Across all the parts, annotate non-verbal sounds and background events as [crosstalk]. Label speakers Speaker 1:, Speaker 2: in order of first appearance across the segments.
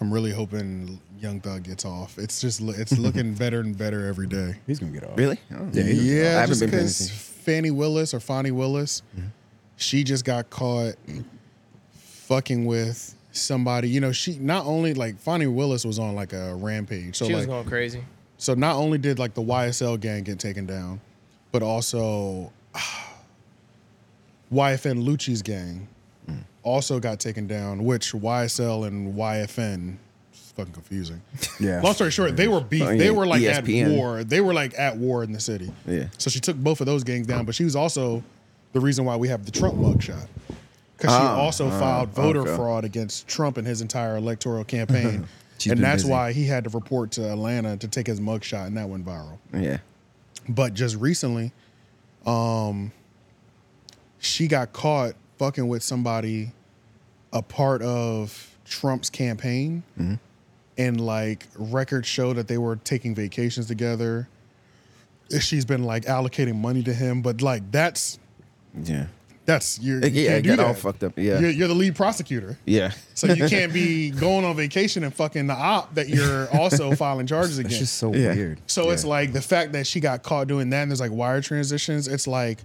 Speaker 1: I'm really hoping Young Thug gets off. It's just lo- it's
Speaker 2: [laughs]
Speaker 1: looking better and better every day.
Speaker 2: He's gonna get off.
Speaker 3: Really? Oh.
Speaker 2: Yeah, he's gonna get off. I
Speaker 1: Yeah,
Speaker 2: haven't
Speaker 1: just
Speaker 2: been paying
Speaker 1: because
Speaker 2: attention. Mm-hmm.
Speaker 1: Fannie Willis or Fonnie Willis, she just got caught fucking with somebody. You know, she not only like Fonnie Willis was on like a rampage. So
Speaker 4: she was
Speaker 1: like
Speaker 4: going crazy.
Speaker 1: so not only did like the YSL gang get taken down, but also [sighs] YFN Lucci's gang also got taken down, which YSL and YFN it's fucking confusing. [laughs]
Speaker 2: Yeah.
Speaker 1: Long story short, they were beef.
Speaker 3: Oh, yeah.
Speaker 1: They were like at
Speaker 3: ESPN.
Speaker 1: war. They were like at war in the city.
Speaker 3: Yeah.
Speaker 1: So she took both of those gangs down, but she was also the reason why we have the Trump mugshot. Because she
Speaker 3: Ah,
Speaker 1: also
Speaker 3: ah,
Speaker 1: filed voter
Speaker 3: okay.
Speaker 1: fraud against Trump in his entire electoral
Speaker 3: [laughs]
Speaker 1: campaign.
Speaker 2: She's
Speaker 1: and
Speaker 2: been
Speaker 1: that's
Speaker 2: busy.
Speaker 1: why he had to report to Atlanta to take his mugshot, and that went viral.
Speaker 3: Yeah.
Speaker 1: But just recently, um, she got caught fucking with somebody, a part of Trump's campaign,
Speaker 3: Mm-hmm.
Speaker 1: and like records show that they were taking vacations together. She's been like allocating money to him, but like that's
Speaker 3: Yeah.
Speaker 1: that's you're, you
Speaker 3: Yeah,
Speaker 1: can't do
Speaker 3: get
Speaker 1: that.
Speaker 3: all fucked up. Yeah.
Speaker 1: You're, you're the lead prosecutor.
Speaker 3: yeah.
Speaker 1: So you can't
Speaker 3: [laughs]
Speaker 1: be going on vacation and fucking the op that you're also filing charges
Speaker 2: It's
Speaker 1: against.
Speaker 2: just so
Speaker 3: Yeah.
Speaker 2: weird.
Speaker 1: So it's like the fact that she got caught doing that and there's like wire transitions, it's like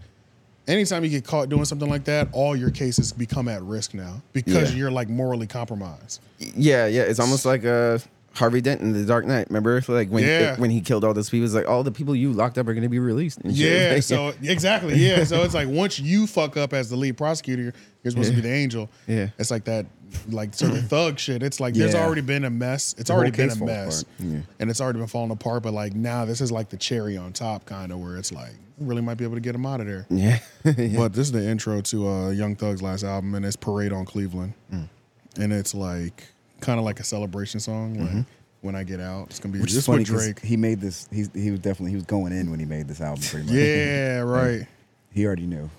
Speaker 1: anytime you get caught doing something like that, all your cases become at risk now because
Speaker 3: Yeah.
Speaker 1: you're like morally compromised.
Speaker 3: Yeah, yeah. It's almost like uh, Harvey Dent in The Dark Knight. Remember, like when
Speaker 1: Yeah.
Speaker 3: when he killed all those people, it's like all the people you locked up are going to be released. and shit.
Speaker 1: Yeah,
Speaker 3: [laughs]
Speaker 2: [laughs]
Speaker 3: Like,
Speaker 1: so exactly. Yeah. So it's like once you fuck up as the lead prosecutor, you're supposed to be the angel.
Speaker 3: Yeah.
Speaker 1: It's like that like sort of thug shit. It's like there's
Speaker 2: Yeah.
Speaker 1: already been a mess. It's
Speaker 2: The whole
Speaker 1: already been
Speaker 2: case
Speaker 1: a
Speaker 2: falls
Speaker 1: mess.
Speaker 2: apart. Yeah.
Speaker 1: And it's already been falling apart, but like now this is like the cherry on top kind of where it's like really might be able to get him out of there.
Speaker 3: yeah, [laughs]
Speaker 1: But this is the intro to uh, Young Thug's last album, and it's Parade on Cleveland, and it's like kind of like a celebration song. Like when I get out, it's gonna be
Speaker 2: Which
Speaker 1: just
Speaker 2: is
Speaker 1: with
Speaker 2: funny 'cause
Speaker 1: Drake.
Speaker 2: he made this. He he was definitely he was going in when he made this album. Pretty much.
Speaker 1: Yeah, right.
Speaker 2: He already knew.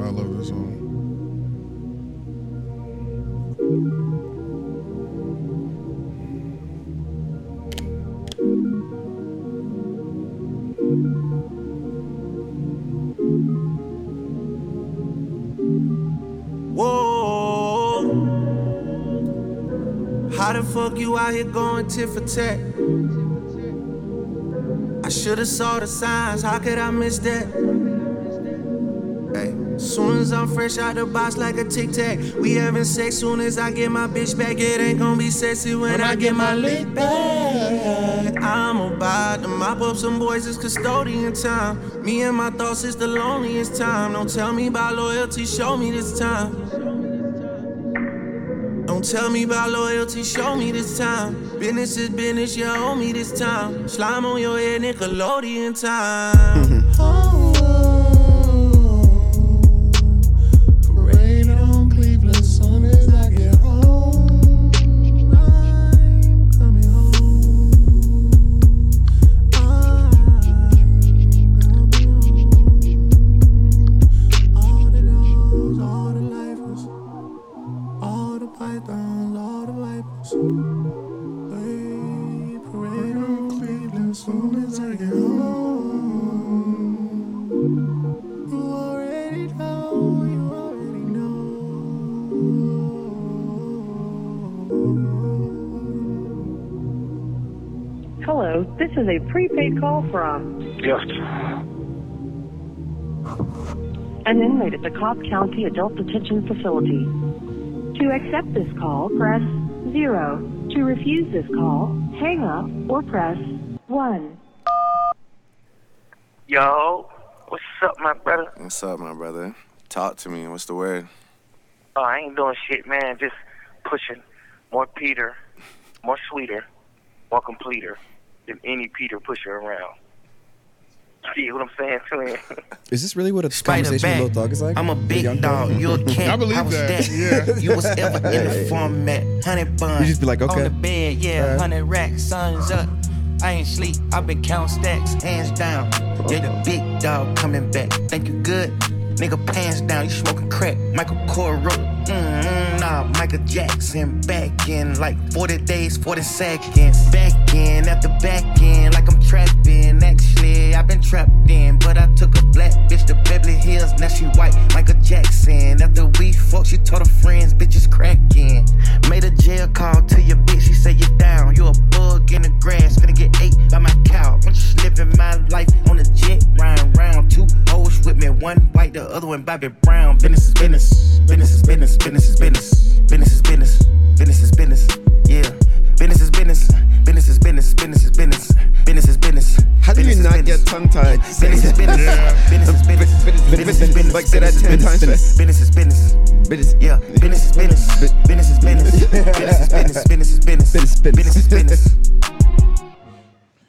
Speaker 1: I love this song.
Speaker 5: Whoa. How the fuck you out here going tit for tat? I should've saw the signs. How could I miss that? Hey, soon as I'm fresh out the box like a tic tac, we having sex. Soon as I get my bitch back, it ain't gonna be sexy when, I, get my lick back. I'm about to mop up some boys. It's custodian time. Me and my thoughts is the loneliest time. Don't tell me about loyalty. Show me this time. Don't tell me about loyalty, show me this time. Business is business, you owe me this time. Slime on your head, Nickelodeon time. Oh, parade on Cleveland, soon as I get home. I'm coming home. I'm coming home. All the dogs, all the lifers. All the pythons, all the vipers. They parade on Cleveland soon as I get home. You already know, you already know.
Speaker 6: Hello, this is a prepaid call from
Speaker 7: Yes.
Speaker 6: an inmate at the Cobb County Adult Detention Facility. To accept this call, press 0. To refuse this call, hang up or press 1.
Speaker 7: Yo, what's up, my brother?
Speaker 5: What's up, my brother? Talk to me. What's the word?
Speaker 7: Oh, I ain't doing shit, man. Just pushing more Peter, more sweeter, more completer than any Peter pusher around. See what I'm saying,
Speaker 3: [laughs]
Speaker 7: twin?
Speaker 2: Is this really what a
Speaker 8: back.
Speaker 2: conversation with Lil Thug is like?
Speaker 8: I'm a big dog, you
Speaker 1: [laughs]
Speaker 8: a cat.
Speaker 1: I believe
Speaker 8: was
Speaker 1: that,
Speaker 8: that.
Speaker 1: yeah.
Speaker 8: You was ever in
Speaker 2: [laughs]
Speaker 8: the format. Hundred buns.
Speaker 2: You just be like, okay.
Speaker 8: On the bed, yeah. Hundred racks, sun's up. I ain't sleep. I've been count stacks, hands down. You're the big dog coming back. Thank you, good. Nigga, pants down. You smoking crack. Michael Coro. Mm-mm, nah, Michael Jackson. Back in like 40 days, 40 seconds. Back in, at the back end, like I'm trapping. Actually, I've been trapped in, but I took a black bitch to Beverly Hills. Now she white, Michael Jackson. After we fucked, she told her friends Bobby Brown. Business is business. Business is business. Business is business. Business is business. Business is business. Yeah. Business is business. Business is business. Business is business. Business is business.
Speaker 3: How do you
Speaker 8: Business is
Speaker 3: not
Speaker 8: business.
Speaker 3: get tongue tied?
Speaker 8: Business is business. Business is business. Business is business.
Speaker 3: Like say that
Speaker 8: Business is
Speaker 3: 10
Speaker 8: business.
Speaker 3: times fast.
Speaker 8: Business is business. Yeah, business is business. Business is [laughs] business. Business is business. Business is
Speaker 2: Business,
Speaker 8: business.
Speaker 2: business.
Speaker 8: Business is [laughs] business.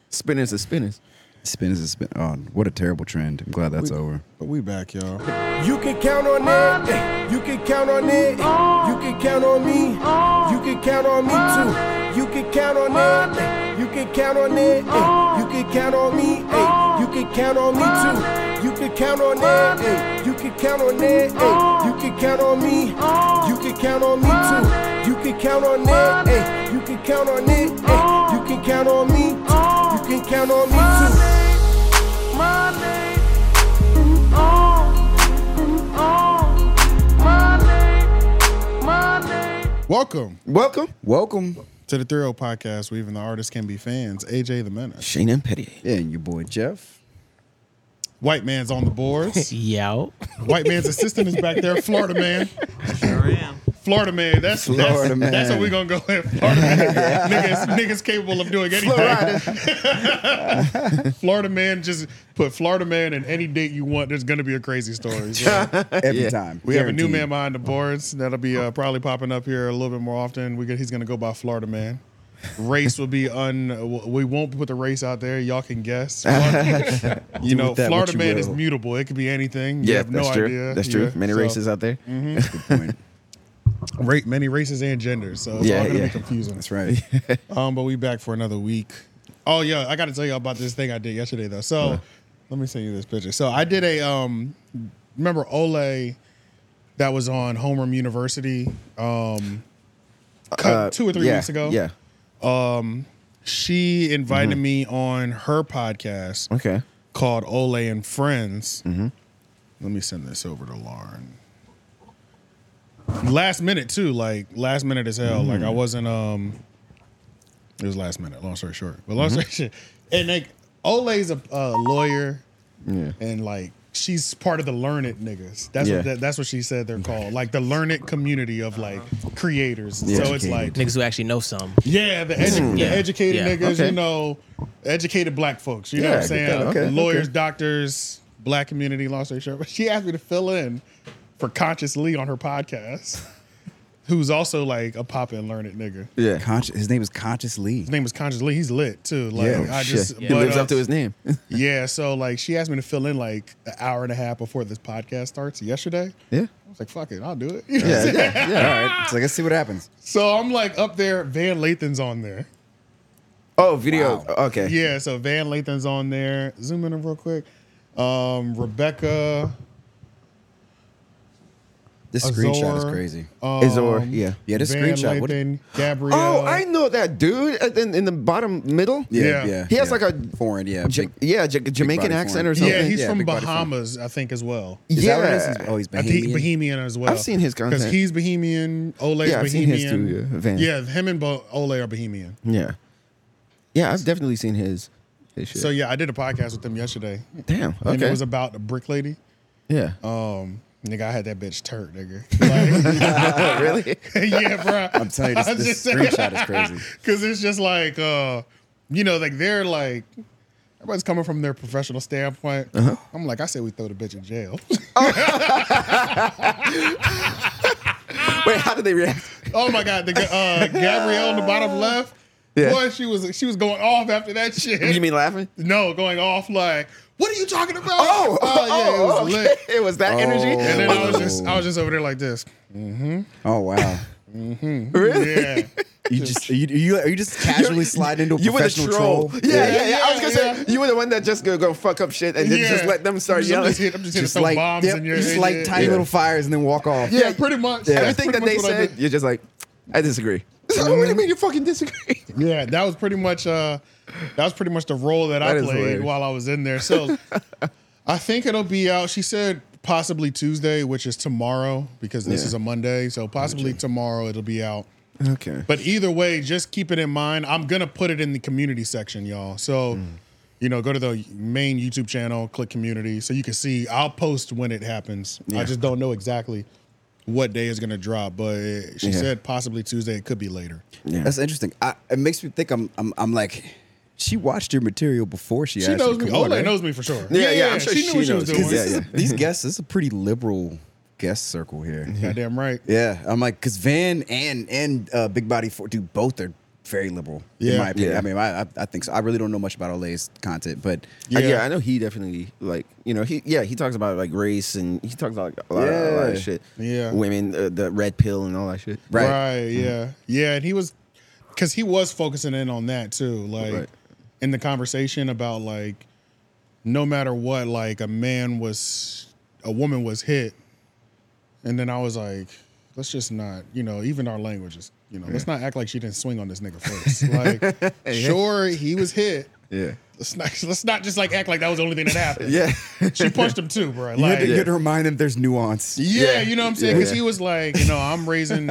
Speaker 3: Spinners is spinners.
Speaker 2: Spin is a spin. Oh, what a terrible trend. I'm glad that's over.
Speaker 1: But we back, y'all.
Speaker 4: You can count on it. eh, You can count on it. eh, You can count on me. You can count on me too. You can count on it. eh, You can count on it. eh, You can count on me. eh, You can count on me too. You can count on it. eh, You can count on it. eh, You can count on me. You can count on me too. You can count on it. eh, You can count on it. eh, You can count on me. You can count on me too.
Speaker 1: Welcome
Speaker 3: Welcome,
Speaker 2: Welcome.
Speaker 1: to the Thrill Podcast, where even the artists can be fans. AJ the Menace.
Speaker 3: Shane and Petty.
Speaker 2: Yeah, and your boy Jeff.
Speaker 1: White man's on the boards.
Speaker 9: Yo.
Speaker 1: White man's assistant is back there. Florida man.
Speaker 10: Sure am.
Speaker 1: Florida man. That's
Speaker 2: Florida
Speaker 1: that's,
Speaker 2: man.
Speaker 1: That's what we gonna go in. Florida man. niggas, niggas capable of doing anything. Florida. [laughs] man. Just put Florida man in any date you want. There's gonna be a crazy story. So
Speaker 2: Every time.
Speaker 1: we have a new
Speaker 2: Guaranteed.
Speaker 1: man behind the boards. That'll be uh, probably popping up here a little bit more often. We get, he's gonna go by Florida man. Race will be un. We won't put the race out there. Y'all can guess. Florida- you know,
Speaker 2: with that
Speaker 1: Florida
Speaker 2: what you
Speaker 1: man is
Speaker 2: will.
Speaker 1: mutable. It could be anything. You
Speaker 3: Yeah,
Speaker 1: have no
Speaker 3: that's true.
Speaker 1: idea.
Speaker 3: That's true.
Speaker 1: Yeah,
Speaker 3: Many
Speaker 1: so-
Speaker 3: races out there.
Speaker 2: Point.
Speaker 1: ra- many races and genders. So it's
Speaker 3: Yeah,
Speaker 1: all gonna
Speaker 3: yeah.
Speaker 1: be confusing.
Speaker 2: That's [laughs] right.
Speaker 1: Um, but we back for another week. Oh yeah, I got to tell you all about this thing I did yesterday though. So let me send you this picture. So I did a um, remember Ole that was on Homerham University um, cou-
Speaker 3: Uh,
Speaker 1: two or three
Speaker 3: yeah,
Speaker 1: weeks ago.
Speaker 3: Yeah. Mm-hmm.
Speaker 1: she invited me on her podcast
Speaker 3: Okay.
Speaker 1: called Ole and Friends.
Speaker 3: Mm-hmm.
Speaker 1: Let me send this over to Lauren. Last minute too, like last minute as hell. Like I
Speaker 3: Mm.
Speaker 1: wasn't. um It was last minute. Long story short, but long
Speaker 3: Mm-hmm.
Speaker 1: story short, [laughs] and like Ole's a, a lawyer,
Speaker 3: Yeah.
Speaker 1: and like she's part of the learn it niggas. That's
Speaker 3: Yeah.
Speaker 1: what that, that's what she said they're called, like the learn it community of like creators. So it's like
Speaker 9: Niggas who actually know some.
Speaker 1: yeah, the, edu-
Speaker 9: Yeah.
Speaker 1: the educated
Speaker 9: Yeah.
Speaker 1: niggas,
Speaker 3: Hmm. Okay.
Speaker 1: you know, educated black folks. You know
Speaker 3: Yeah,
Speaker 1: what I'm saying?
Speaker 3: okay, okay.
Speaker 1: Lawyers, doctors, black community, long story short. But [laughs] she asked me to fill in for Conscious Lee on her podcast, [laughs] who's also like a pop and learned nigga. His
Speaker 3: Yeah.
Speaker 2: Conscious, his name is Conscious Lee.
Speaker 1: name is Conscious Lee. He's lit too. Like
Speaker 2: Yeah, oh,
Speaker 1: I just
Speaker 3: Shit. He
Speaker 1: but,
Speaker 3: lives
Speaker 1: uh,
Speaker 3: up to his
Speaker 1: [laughs]
Speaker 3: name.
Speaker 1: Yeah, so like she asked me to fill in like an hour and a half before this podcast starts yesterday.
Speaker 3: yeah.
Speaker 1: I was like, fuck it, I'll do it.
Speaker 3: Yeah. Yeah.
Speaker 2: All right. So let's see what happens.
Speaker 1: [laughs] So I'm like up there, Van Lathan's on there.
Speaker 3: Oh, video. Okay. [laughs]
Speaker 1: Yeah, so Van Lathan's on there. Zoom in real quick. Um, Rebecca
Speaker 2: This
Speaker 1: Azor,
Speaker 2: screenshot is crazy.
Speaker 1: Um,
Speaker 3: Azor. Yeah.
Speaker 2: yeah, this
Speaker 1: Van
Speaker 2: screenshot. What,
Speaker 1: Lathan, Gabrielle.
Speaker 3: Oh, I know that dude at- in, in the bottom middle.
Speaker 2: yeah,
Speaker 1: Yeah.
Speaker 2: yeah,
Speaker 3: He has
Speaker 2: yeah.
Speaker 3: like a
Speaker 2: foreign, yeah.
Speaker 3: Ja-
Speaker 2: big-
Speaker 3: yeah, Ja- Jamaican
Speaker 2: body
Speaker 3: accent
Speaker 2: foreign.
Speaker 3: or something.
Speaker 1: yeah, he's
Speaker 2: yeah,
Speaker 1: from
Speaker 2: big body form.
Speaker 1: Bahamas, I think, as well.
Speaker 2: is that what it is?
Speaker 3: yeah.
Speaker 2: He's- Oh, he's
Speaker 1: I think
Speaker 2: Bahamian.
Speaker 1: Bohemian as well.
Speaker 3: I've seen his
Speaker 1: because
Speaker 3: content.
Speaker 1: he's Bohemian. Ole's
Speaker 3: Yeah, I've seen
Speaker 1: Bohemian.
Speaker 3: his too, yeah, Van.
Speaker 1: Yeah, him and Bo- Ole are Bohemian.
Speaker 3: Yeah. Yeah, I've definitely seen his, his shit.
Speaker 1: So yeah, I did a podcast with them yesterday,
Speaker 3: Damn. Okay.
Speaker 1: and it was about the brick lady.
Speaker 3: yeah.
Speaker 1: Um, nigga, I had that bitch turd, nigga. Like,
Speaker 3: [laughs]
Speaker 1: [laughs]
Speaker 3: really?
Speaker 1: yeah, bro.
Speaker 2: I'm
Speaker 1: [laughs]
Speaker 2: telling you,
Speaker 1: I'm
Speaker 2: this,
Speaker 1: just
Speaker 2: this
Speaker 1: saying.
Speaker 2: screenshot is crazy.
Speaker 1: Cause it's just like uh, you know, like they're like everybody's coming from their professional standpoint.
Speaker 3: Uh-huh.
Speaker 1: I'm like, I say we throw the bitch in jail. [laughs]
Speaker 3: Wait, how did they react? [laughs]
Speaker 1: oh my god, the uh, Gabrielle on the bottom left.
Speaker 3: Yeah.
Speaker 1: Boy, she was she was going off after that shit.
Speaker 3: You mean laughing?
Speaker 1: no, going off like, what are you talking about?
Speaker 3: Oh,
Speaker 1: [laughs] Oh, yeah, it was
Speaker 3: oh, okay.
Speaker 1: lit.
Speaker 3: It was that energy. Oh.
Speaker 1: And then I was just I was just over there like this. [laughs]
Speaker 2: Oh wow.
Speaker 3: really? [laughs]
Speaker 1: Yeah.
Speaker 2: You just you, you are
Speaker 1: [laughs]
Speaker 2: you just casually sliding into a
Speaker 3: You were the
Speaker 2: professional
Speaker 3: troll. Yeah, yeah, yeah, I was
Speaker 1: Yeah,
Speaker 3: gonna say
Speaker 1: yeah.
Speaker 3: you were the one that just gonna go fuck up shit and then
Speaker 1: Yeah.
Speaker 3: just let them
Speaker 1: I'm
Speaker 3: start
Speaker 1: just, I'm
Speaker 3: yelling.
Speaker 1: just hit- I'm just hitting
Speaker 2: Just
Speaker 1: some
Speaker 2: like,
Speaker 1: bombs
Speaker 2: yep,
Speaker 1: in your
Speaker 2: just like
Speaker 1: yeah.
Speaker 2: tiny little fires and then walk off.
Speaker 1: Yeah, pretty much. That's
Speaker 3: Everything
Speaker 1: pretty
Speaker 3: that they
Speaker 1: much what I
Speaker 3: said,
Speaker 1: did. Mm-hmm.
Speaker 3: you're just like, I disagree. [laughs] what do you mean you fucking disagree?
Speaker 1: Yeah, that was pretty much uh that was pretty much the role that,
Speaker 3: That
Speaker 1: I
Speaker 3: is
Speaker 1: played
Speaker 3: hilarious.
Speaker 1: while I was in there.
Speaker 3: [laughs]
Speaker 1: So I think it'll be out. She said possibly Tuesday, which is tomorrow because this
Speaker 3: Yeah.
Speaker 1: is a Monday. So possibly tomorrow it'll be out.
Speaker 3: Okay. Mm.
Speaker 1: But either way, just keep it in mind. I'm gonna put it in the community section, y'all. So you know, go to the main YouTube channel, click community, so you can see. I'll post when it happens. I just don't know exactly what day is going to drop, but it, she
Speaker 3: Yeah.
Speaker 1: said possibly Tuesday. It could be later.
Speaker 3: Yeah.
Speaker 2: That's interesting. I, it makes me think. I'm, I'm, I'm like, she watched your material before she.
Speaker 1: She
Speaker 2: asked
Speaker 1: knows
Speaker 2: you to
Speaker 1: me.
Speaker 2: come on,
Speaker 1: Ole
Speaker 2: right?
Speaker 1: knows me for sure.
Speaker 3: Yeah, yeah, I'm sure
Speaker 1: she knew
Speaker 3: she
Speaker 1: what she was
Speaker 3: knows.
Speaker 1: doing.
Speaker 2: Because
Speaker 3: Yeah,
Speaker 2: this is
Speaker 3: yeah.
Speaker 2: a- these guests, this is a pretty liberal guest circle here.
Speaker 1: Goddamn right.
Speaker 2: Yeah, I'm like, cause Van and and uh, Big Body Four, dude, both are very liberal.
Speaker 1: Yeah.
Speaker 2: in my opinion.
Speaker 3: Yeah.
Speaker 2: I mean, I, I, I think so. I really don't know much about Ole's content, but
Speaker 3: Yeah. I,
Speaker 1: Yeah.
Speaker 3: yeah, I know he definitely like you know he yeah he talks about like race and he talks about like, a lot, of, a lot of
Speaker 2: Yeah.
Speaker 3: shit.
Speaker 1: Yeah.
Speaker 3: women, uh, the red pill and all that shit.
Speaker 2: Right.
Speaker 1: Right. Yeah. Yeah. And he was, because he was focusing in on that too. Like
Speaker 3: Right.
Speaker 1: in the conversation about like, no matter what, like a man was, a woman was hit. And then I was like, let's just not, you know, even our languages, you know, let's not act like she didn't swing on this nigga
Speaker 3: [laughs]
Speaker 1: first. Like, sure, he was hit.
Speaker 3: Yeah.
Speaker 1: Let's not, let's not just like act like that was the only thing that happened.
Speaker 3: Yeah.
Speaker 1: She punched him too, bro. Like,
Speaker 2: [laughs] you, had to, you had to remind them there's nuance.
Speaker 1: yeah,
Speaker 3: Yeah.
Speaker 1: you know what I'm saying?
Speaker 3: Yeah.
Speaker 1: Because he was like, you know,
Speaker 3: [laughs]
Speaker 1: I'm raising.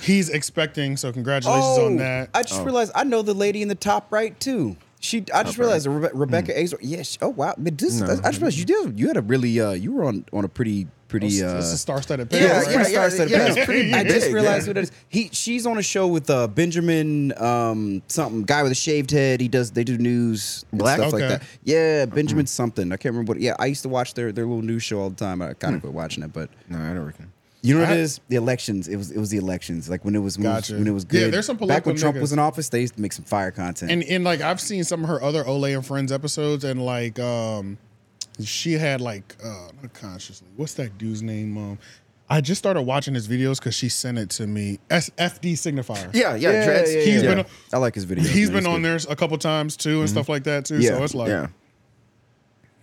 Speaker 1: he's expecting, so congratulations
Speaker 3: Oh,
Speaker 1: on that.
Speaker 2: Oh, I just realized I know the lady in the top right too. She, I just realized Rebe- Rebecca Azor. Yes. oh wow. But This, I just realized you did. You had a really. Uh, you were on on a pretty pretty. Uh,
Speaker 1: That's a star-studded
Speaker 2: yeah,
Speaker 1: panel.
Speaker 2: yeah,
Speaker 1: right?
Speaker 2: pretty
Speaker 3: yeah,
Speaker 2: star-studded
Speaker 3: yeah,
Speaker 2: panel.
Speaker 3: it's pretty
Speaker 2: I just
Speaker 3: big,
Speaker 2: realized
Speaker 3: yeah.
Speaker 2: what it is. He she's on a show with uh, Benjamin um, something guy with a shaved head. He does they do news and
Speaker 3: Black?
Speaker 2: stuff like
Speaker 1: Okay.
Speaker 2: that. Yeah, Benjamin something. I can't remember what. Yeah, I used to watch their their little news show all the time. I kind of quit watching it, but
Speaker 3: No, I don't reckon.
Speaker 2: you know what
Speaker 1: I-
Speaker 2: it is? The elections. It was it was the elections. Like when it was when, it was-
Speaker 1: Gotcha.
Speaker 2: when it was
Speaker 1: Yeah,
Speaker 2: good.
Speaker 1: there's some
Speaker 2: back when
Speaker 1: political
Speaker 2: Trump
Speaker 1: niggas.
Speaker 2: was in office. They used to make some fire content.
Speaker 1: And and like I've seen some of her other Olay and Friends episodes, and like um, she had like uh, not consciously. What's that dude's name? Um, I just started watching his videos because she sent it to me. S- FD Signifier.
Speaker 3: Yeah, yeah,
Speaker 2: Yeah,
Speaker 3: dreads.
Speaker 2: yeah, yeah,
Speaker 1: He's
Speaker 2: yeah.
Speaker 1: been on-
Speaker 2: I like his videos. man.
Speaker 1: He's been
Speaker 2: good.
Speaker 1: on there a couple times too, and stuff like that too.
Speaker 2: Yeah,
Speaker 1: So it's like, yeah,
Speaker 3: yeah.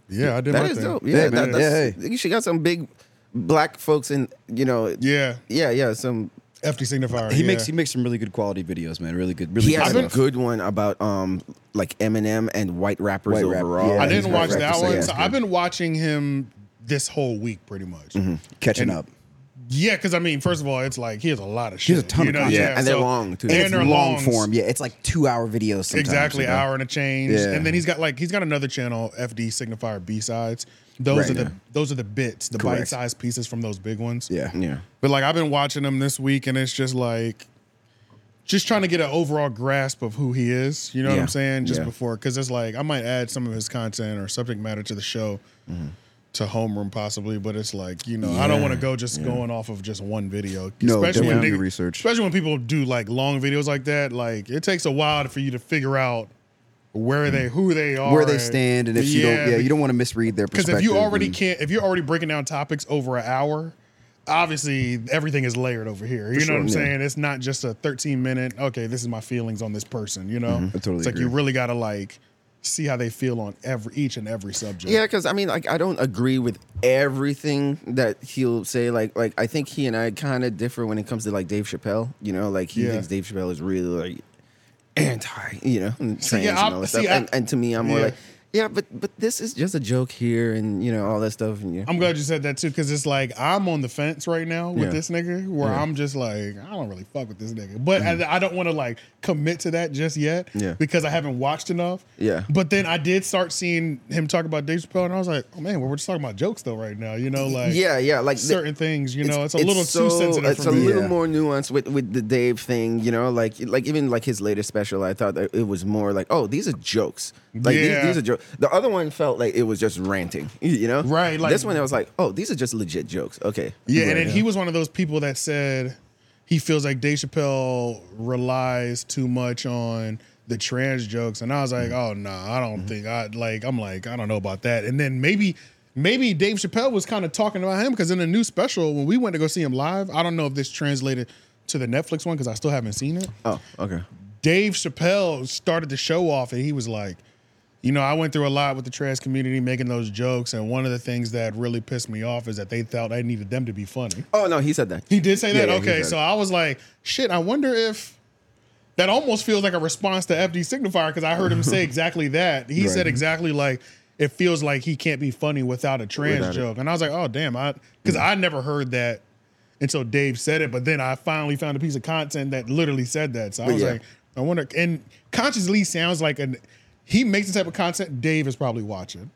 Speaker 1: I did
Speaker 3: That
Speaker 1: my
Speaker 3: is
Speaker 1: thing.
Speaker 3: dope.
Speaker 2: Yeah,
Speaker 3: Yeah, that,
Speaker 2: man.
Speaker 3: that's,
Speaker 2: Yeah,
Speaker 3: she got some big black folks in you know.
Speaker 1: Yeah,
Speaker 3: yeah, yeah, Some
Speaker 1: FD Signifier.
Speaker 2: He
Speaker 1: yeah.
Speaker 2: makes he makes some really good quality videos, man. Really good. Really
Speaker 3: he
Speaker 2: good
Speaker 3: has a
Speaker 2: stuff.
Speaker 3: good one about um like Eminem and white rappers
Speaker 2: White rap-
Speaker 3: overall.
Speaker 2: yeah,
Speaker 1: I
Speaker 2: he's
Speaker 1: didn't
Speaker 2: right,
Speaker 1: watch
Speaker 2: right,
Speaker 1: that
Speaker 2: so
Speaker 1: one.
Speaker 2: yeah.
Speaker 1: so I've been watching him this whole week, pretty much.
Speaker 2: Mm-hmm. catching up.
Speaker 1: Yeah, because I mean, first of all, it's like he has a lot of shit.
Speaker 2: has a ton of content.
Speaker 3: Yeah, and they're long, too.
Speaker 1: And,
Speaker 3: And it's
Speaker 1: they're
Speaker 2: long
Speaker 1: longs.
Speaker 2: form. Yeah, it's like two hour videos. Sometimes,
Speaker 1: Exactly,
Speaker 2: you know?
Speaker 1: hour and a change.
Speaker 2: Yeah.
Speaker 1: And then he's got like he's got another channel, FD Signifier B sides. Those
Speaker 2: Right,
Speaker 1: are the
Speaker 2: yeah.
Speaker 1: those are the bits, the
Speaker 2: Correct.
Speaker 1: bite sized pieces from those big ones.
Speaker 2: Yeah,
Speaker 3: yeah.
Speaker 1: But like I've been watching him this week, and it's just like just trying to get an overall grasp of who he is. You know what
Speaker 3: Yeah.
Speaker 1: I'm saying? Just
Speaker 3: Yeah.
Speaker 1: before, because it's like I might add some of his content or subject matter to the show.
Speaker 2: Mm-hmm.
Speaker 1: To homeroom possibly, but it's like you know I don't want to go just going off of just one video,
Speaker 2: No,
Speaker 1: especially when
Speaker 2: definitely do
Speaker 1: nigg-
Speaker 2: research.
Speaker 1: Especially when people do like long videos like that, like it takes a while for you to figure out where they who they are,
Speaker 2: where they
Speaker 1: and-
Speaker 2: stand, and if you don't, yeah,
Speaker 1: be-
Speaker 2: you don't want to misread their
Speaker 1: because
Speaker 2: perspective.
Speaker 1: if you already
Speaker 2: and-
Speaker 1: can't, if you're already breaking down topics over an hour, obviously everything is layered over here. You know
Speaker 3: sure,
Speaker 1: what I'm
Speaker 3: yeah.
Speaker 1: saying? It's not just a 13 minute. Okay, this is my feelings on this person. You know,
Speaker 2: Mm-hmm. I totally
Speaker 1: it's like
Speaker 2: agree.
Speaker 1: you really gotta like see how they feel on every each and every subject.
Speaker 3: Yeah, because I mean, like, I don't agree with everything that he'll say. Like, like I think he and I kind of differ when it comes to like Dave Chappelle. You know, like he
Speaker 1: Yeah.
Speaker 3: thinks Dave Chappelle is really like anti, you know, [laughs] and
Speaker 1: See,
Speaker 3: trans
Speaker 1: yeah,
Speaker 3: and all
Speaker 1: I'm-
Speaker 3: that
Speaker 1: see,
Speaker 3: stuff.
Speaker 1: I-
Speaker 3: and, and to me, I'm more
Speaker 1: Yeah.
Speaker 3: like, yeah, but but this is just a joke here, and you know, all that stuff. And yeah,
Speaker 1: I'm glad you said that too, because it's like I'm on the fence right now with
Speaker 3: Yeah. Mm.
Speaker 1: this nigga, where I'm just like, I don't really fuck with this nigga, but I, I don't want to like commit to that just yet,
Speaker 3: Yeah.
Speaker 1: because I haven't watched enough.
Speaker 3: Yeah.
Speaker 1: But then I did start seeing him talk about Dave Chappelle, and I was like, oh man, well, we're just talking about jokes though right now, you know, like
Speaker 3: yeah, yeah, like the-
Speaker 1: certain things, you know, it's, a little too
Speaker 3: so-
Speaker 1: sensitive
Speaker 3: It's
Speaker 1: for
Speaker 3: a
Speaker 1: me.
Speaker 3: little
Speaker 2: Yeah.
Speaker 3: more nuanced with, with the Dave thing, you know, like like even like his latest special, I thought that it was more like, oh, these are jokes. Like
Speaker 1: Yeah.
Speaker 3: these, these are jokes. The other one felt like it was just ranting, [laughs] you know?
Speaker 1: Right, like-
Speaker 3: this one I was like, oh, these are just legit jokes. Okay.
Speaker 1: Yeah, and then he was one of those people that said he feels like Dave Chappelle relies too much on the trans jokes, and I was like, oh no, I don't think I like. I'm like, I don't know about that. And then maybe, maybe Dave Chappelle was kind of talking about him because in the new special when we went to go see him live, I don't know if this translated to the Netflix one because I still haven't seen it.
Speaker 3: Oh, okay.
Speaker 1: Dave Chappelle started the show off and he was like, you know, I went through a lot with the trans community making those jokes, and one of the things that really pissed me off is that they thought I needed them to be funny.
Speaker 3: Oh no, he said that.
Speaker 1: He did say that.
Speaker 3: Yeah, yeah, he
Speaker 1: okay,
Speaker 3: said
Speaker 1: so
Speaker 3: it.
Speaker 1: I was like, shit. I wonder if that almost feels like a response to FD Signifier because I heard him
Speaker 3: [laughs]
Speaker 1: say exactly that. He said exactly like it feels like he can't be funny without a trans
Speaker 3: Without it.
Speaker 1: joke, and I was like, oh damn, I because I never heard that until Dave said it, but then I finally found a piece of content that literally said that. So I was
Speaker 3: yeah.
Speaker 1: like, I wonder. And consciously sounds like an. he makes the type of content Dave is probably watching.